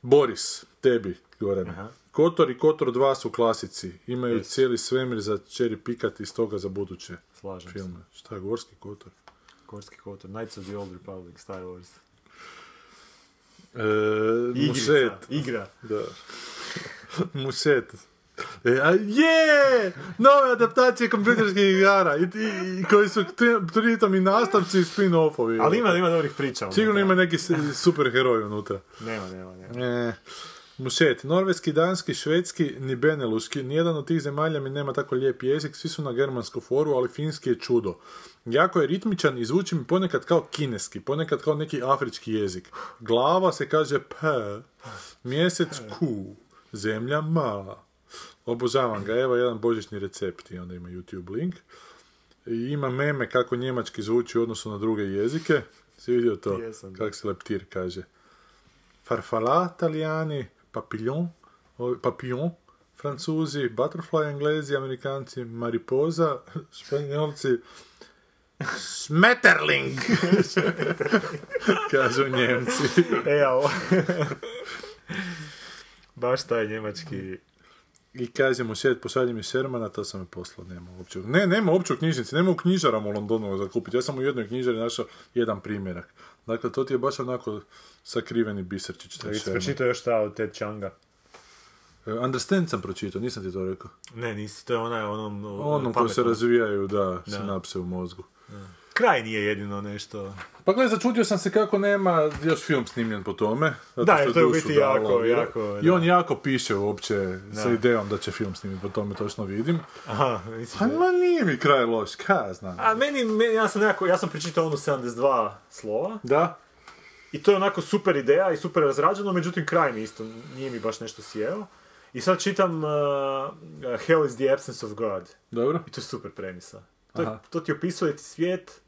Boris, tebi, Gorane. Kotor i Kotor 2 su klasici. Imaju cijeli svemir za čeri pikati iz toga za buduće Slažem se. filme. Šta je Gorski Kotor? Korski kotor, Knights of the Old Republic, Star Wars. E, Igrica, Mušet. igra. Da. Mušet. E, a je! Nove adaptacije kompjuterskih igara i, i, i koji su tri- pritom i nastavci i spin-offovi. Ali ima, ima dobrih priča. ono, Sigurno da. ima neki s- super heroj unutra. Nema, nema, nema. E, mušet, norveski, danski, švedski, ni beneluški, nijedan od tih zemalja mi nema tako lijep jezik, svi su na germansku foru, ali finski je čudo. Jako je ritmičan i zvuči mi ponekad kao kineski, ponekad kao neki afrički jezik. Glava se kaže p, mjesec ku, zemlja ma. Obožavam ga, evo jedan božićni recept i onda ima YouTube link. I ima meme kako njemački zvuči u odnosu na druge jezike. Si vidio to? Jesam, da. Kak se leptir kaže. Farfala italijani, papillon, o, papillon, francuzi, butterfly englezi, amerikanci, mariposa, španjolci, smetterling, kažu njemci. E, a ovo... Baš taj njemački... I kaže mu sjed, pošalji mi Shermana, to sam mi poslao, nema uopće. Ne, nema uopće u knjižnici, nema u knjižarama u Londonu za kupiti. Ja sam u jednoj knjižari našao jedan primjerak. Dakle, to ti je baš onako sakriveni biserčić. Taj Sherman. Pročitao još šta od Ted Changa. E, Understand sam pročitao, nisam ti to rekao. Ne, nisi, to je onaj onom... Onom koji Ono, se pametnom. razvijaju, da, sinapse u mozgu. Kraj nije jedino nešto. Pa gledaj, začudio sam se kako nema još film snimljen po tome. zato Da, što jer to je u dušu biti dalo, jako, jer- jako, I on jako piše uopće sa idejom da će film snimiti po tome, točno vidim. Aha, nisi... Pa ma nije mi kraj loš, kaj ja znam. A meni, meni- ja sam nekako, ja sam pročitao ono 72 slova Da? i to je onako super ideja i super razrađeno, međutim kraj mi isto, nije mi baš nešto sjeo. I sad čitam uh, Hell is the absence of God. Dobro. I to je super premisa. To, je- to ti opisuje svijet,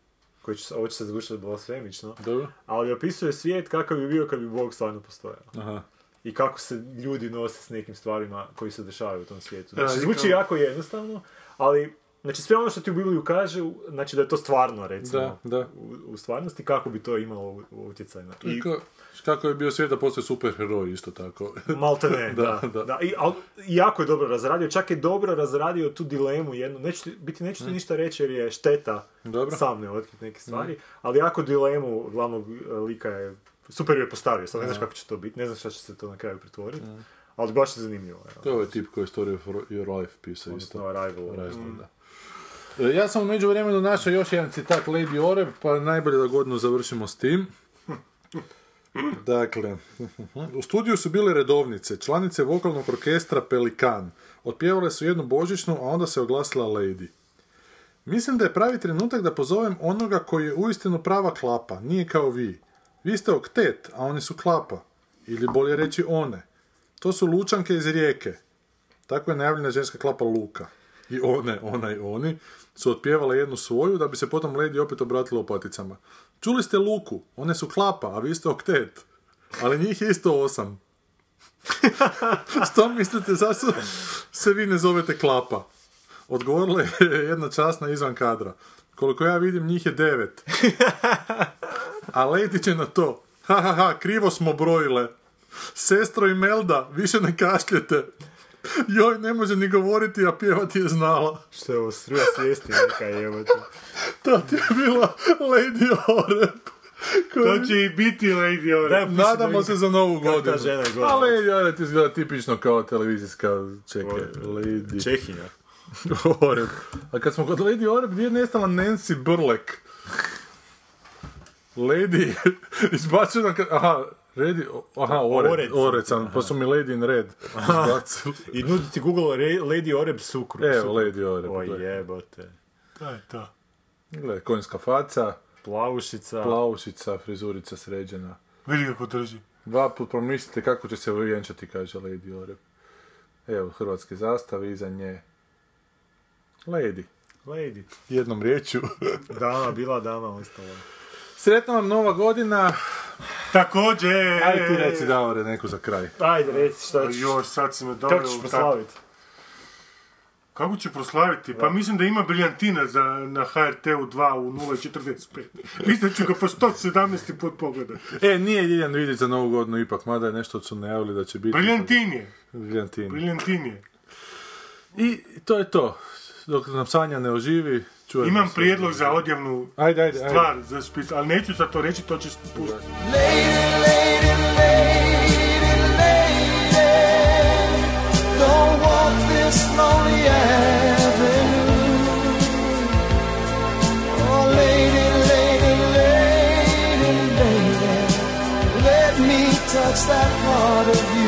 koji će, se- ovo će se zvučati blasfemično, Dobro. ali opisuje svijet kakav bi bio kad bi Bog stvarno postojao. Aha. I kako se ljudi nose s nekim stvarima koji se dešavaju u tom svijetu. Da, Znači, i zvuči kao- jako jednostavno, ali znači, sve ono što ti u Bibliju kaže, znači da je to stvarno, recimo, Da, da. U, u stvarnosti, kako bi to imalo u- utjecaj na... I Kako, kako je bio svijet da postoje superheroj isto tako. Malte ne, Da, da. da. da. I, al, jako je dobro razradio, čak je dobro razradio tu dilemu jednu, neću ti, biti neću ti ništa reći jer je šteta Mm. Dobro. Mm. sam ne otkrit neke stvari, ali jako dilemu glavnog e, lika je, super ju je postavio, sad ne znaš kako će to biti, ne znaš šta će se to na kraju pretvoriti, ali baš je zanimljivo. Evo. to je ovaj tip koji je Story of Your Life pisao isto. Odnosno Arrival. Arrival, da. E, Ja sam u međuvremenu našao još jedan citat Lady Oreb, pa najbolje da godinu završimo s tim. Dakle, u studiju su bile redovnice, članice vokalnog orkestra Pelikan. Otpjevale su jednu božićnu, a onda se oglasila Lady. Mislim da je pravi trenutak da pozovem onoga koji je uistinu prava klapa, nije kao vi. Vi ste oktet, a oni su klapa. Ili bolje reći one. To su lučanke iz rijeke. Tako je najavljena ženska klapa Luka. I one, ona i oni su otpjevale jednu svoju da bi se potom Lady opet obratila opaticama. Čuli ste Luku, one su klapa, a vi ste oktet. Ali njih je isto osam. Što mislite, zašto se vi ne zovete klapa? Odgovorila je jedna časna izvan kadra. Koliko ja vidim, njih je devet. A Lady će na to. Ha, ha, ha, krivo smo brojile. Sestro i Melda, više ne kašljete. Joj, ne može ni govoriti, a pjevati je znala. Što je ovo struja svijesti neka jebote. To ti je bila Lady Oreb. koja- To će i biti Lady Oreb. Nadamo se za novu godinu. žena je A glavna. Lady Oreb izgleda tipično kao televizijska... Čekaj, Lady Čehinja. Oreb. A kad smo kod Lady Oreb, gdje je nestala Nancy Brlek? Lady, izbacio nam... ka- Aha, Redi, aha, Ored, Ored. Ored sam, pa su mi Lady in Red izbacili. I nudi ti Google Re- Lady Oreb sukru. Evo, Sukru. E, Lady Oreb. O gle. jebote. To je to. Gle, konjska faca, Plavušica. plavušica, frizurica sređena. Vidi kako drži. Dva put promislite kako će se vjenčati, kaže Lady Oreb. Evo, hrvatske zastave, iza nje. Lady. Lady. Jednom riječju. Dama, bila dama, ostala. Sretna vam nova godina. Također! Ajde ti reci Davore neku za kraj. Ajde, reci šta ćeš. Još, sad si me doveo Kako ćeš u tak- proslaviti? Kako ću proslaviti? Pa mislim da ima briljantina za, na HRT-u 2 u 0.45. Mislim da ću ga po 117. put pogledati. E, nije Ljiljan Vidić za novu godinu ipak, mada je nešto su najavili da će biti. Briljantin je. Briljantini. Briljantin je. I to je to. Dok nam Sanja ne oživi, čujemo Imam se. prijedlog za odjavnu Ajde, ajde, ajde. stvar, za špic, ali neću sad to reći, to ćeš pustiti. Don't walk this lonely avenue. Oh, lady, lady, lady, lady, let me touch that part of you.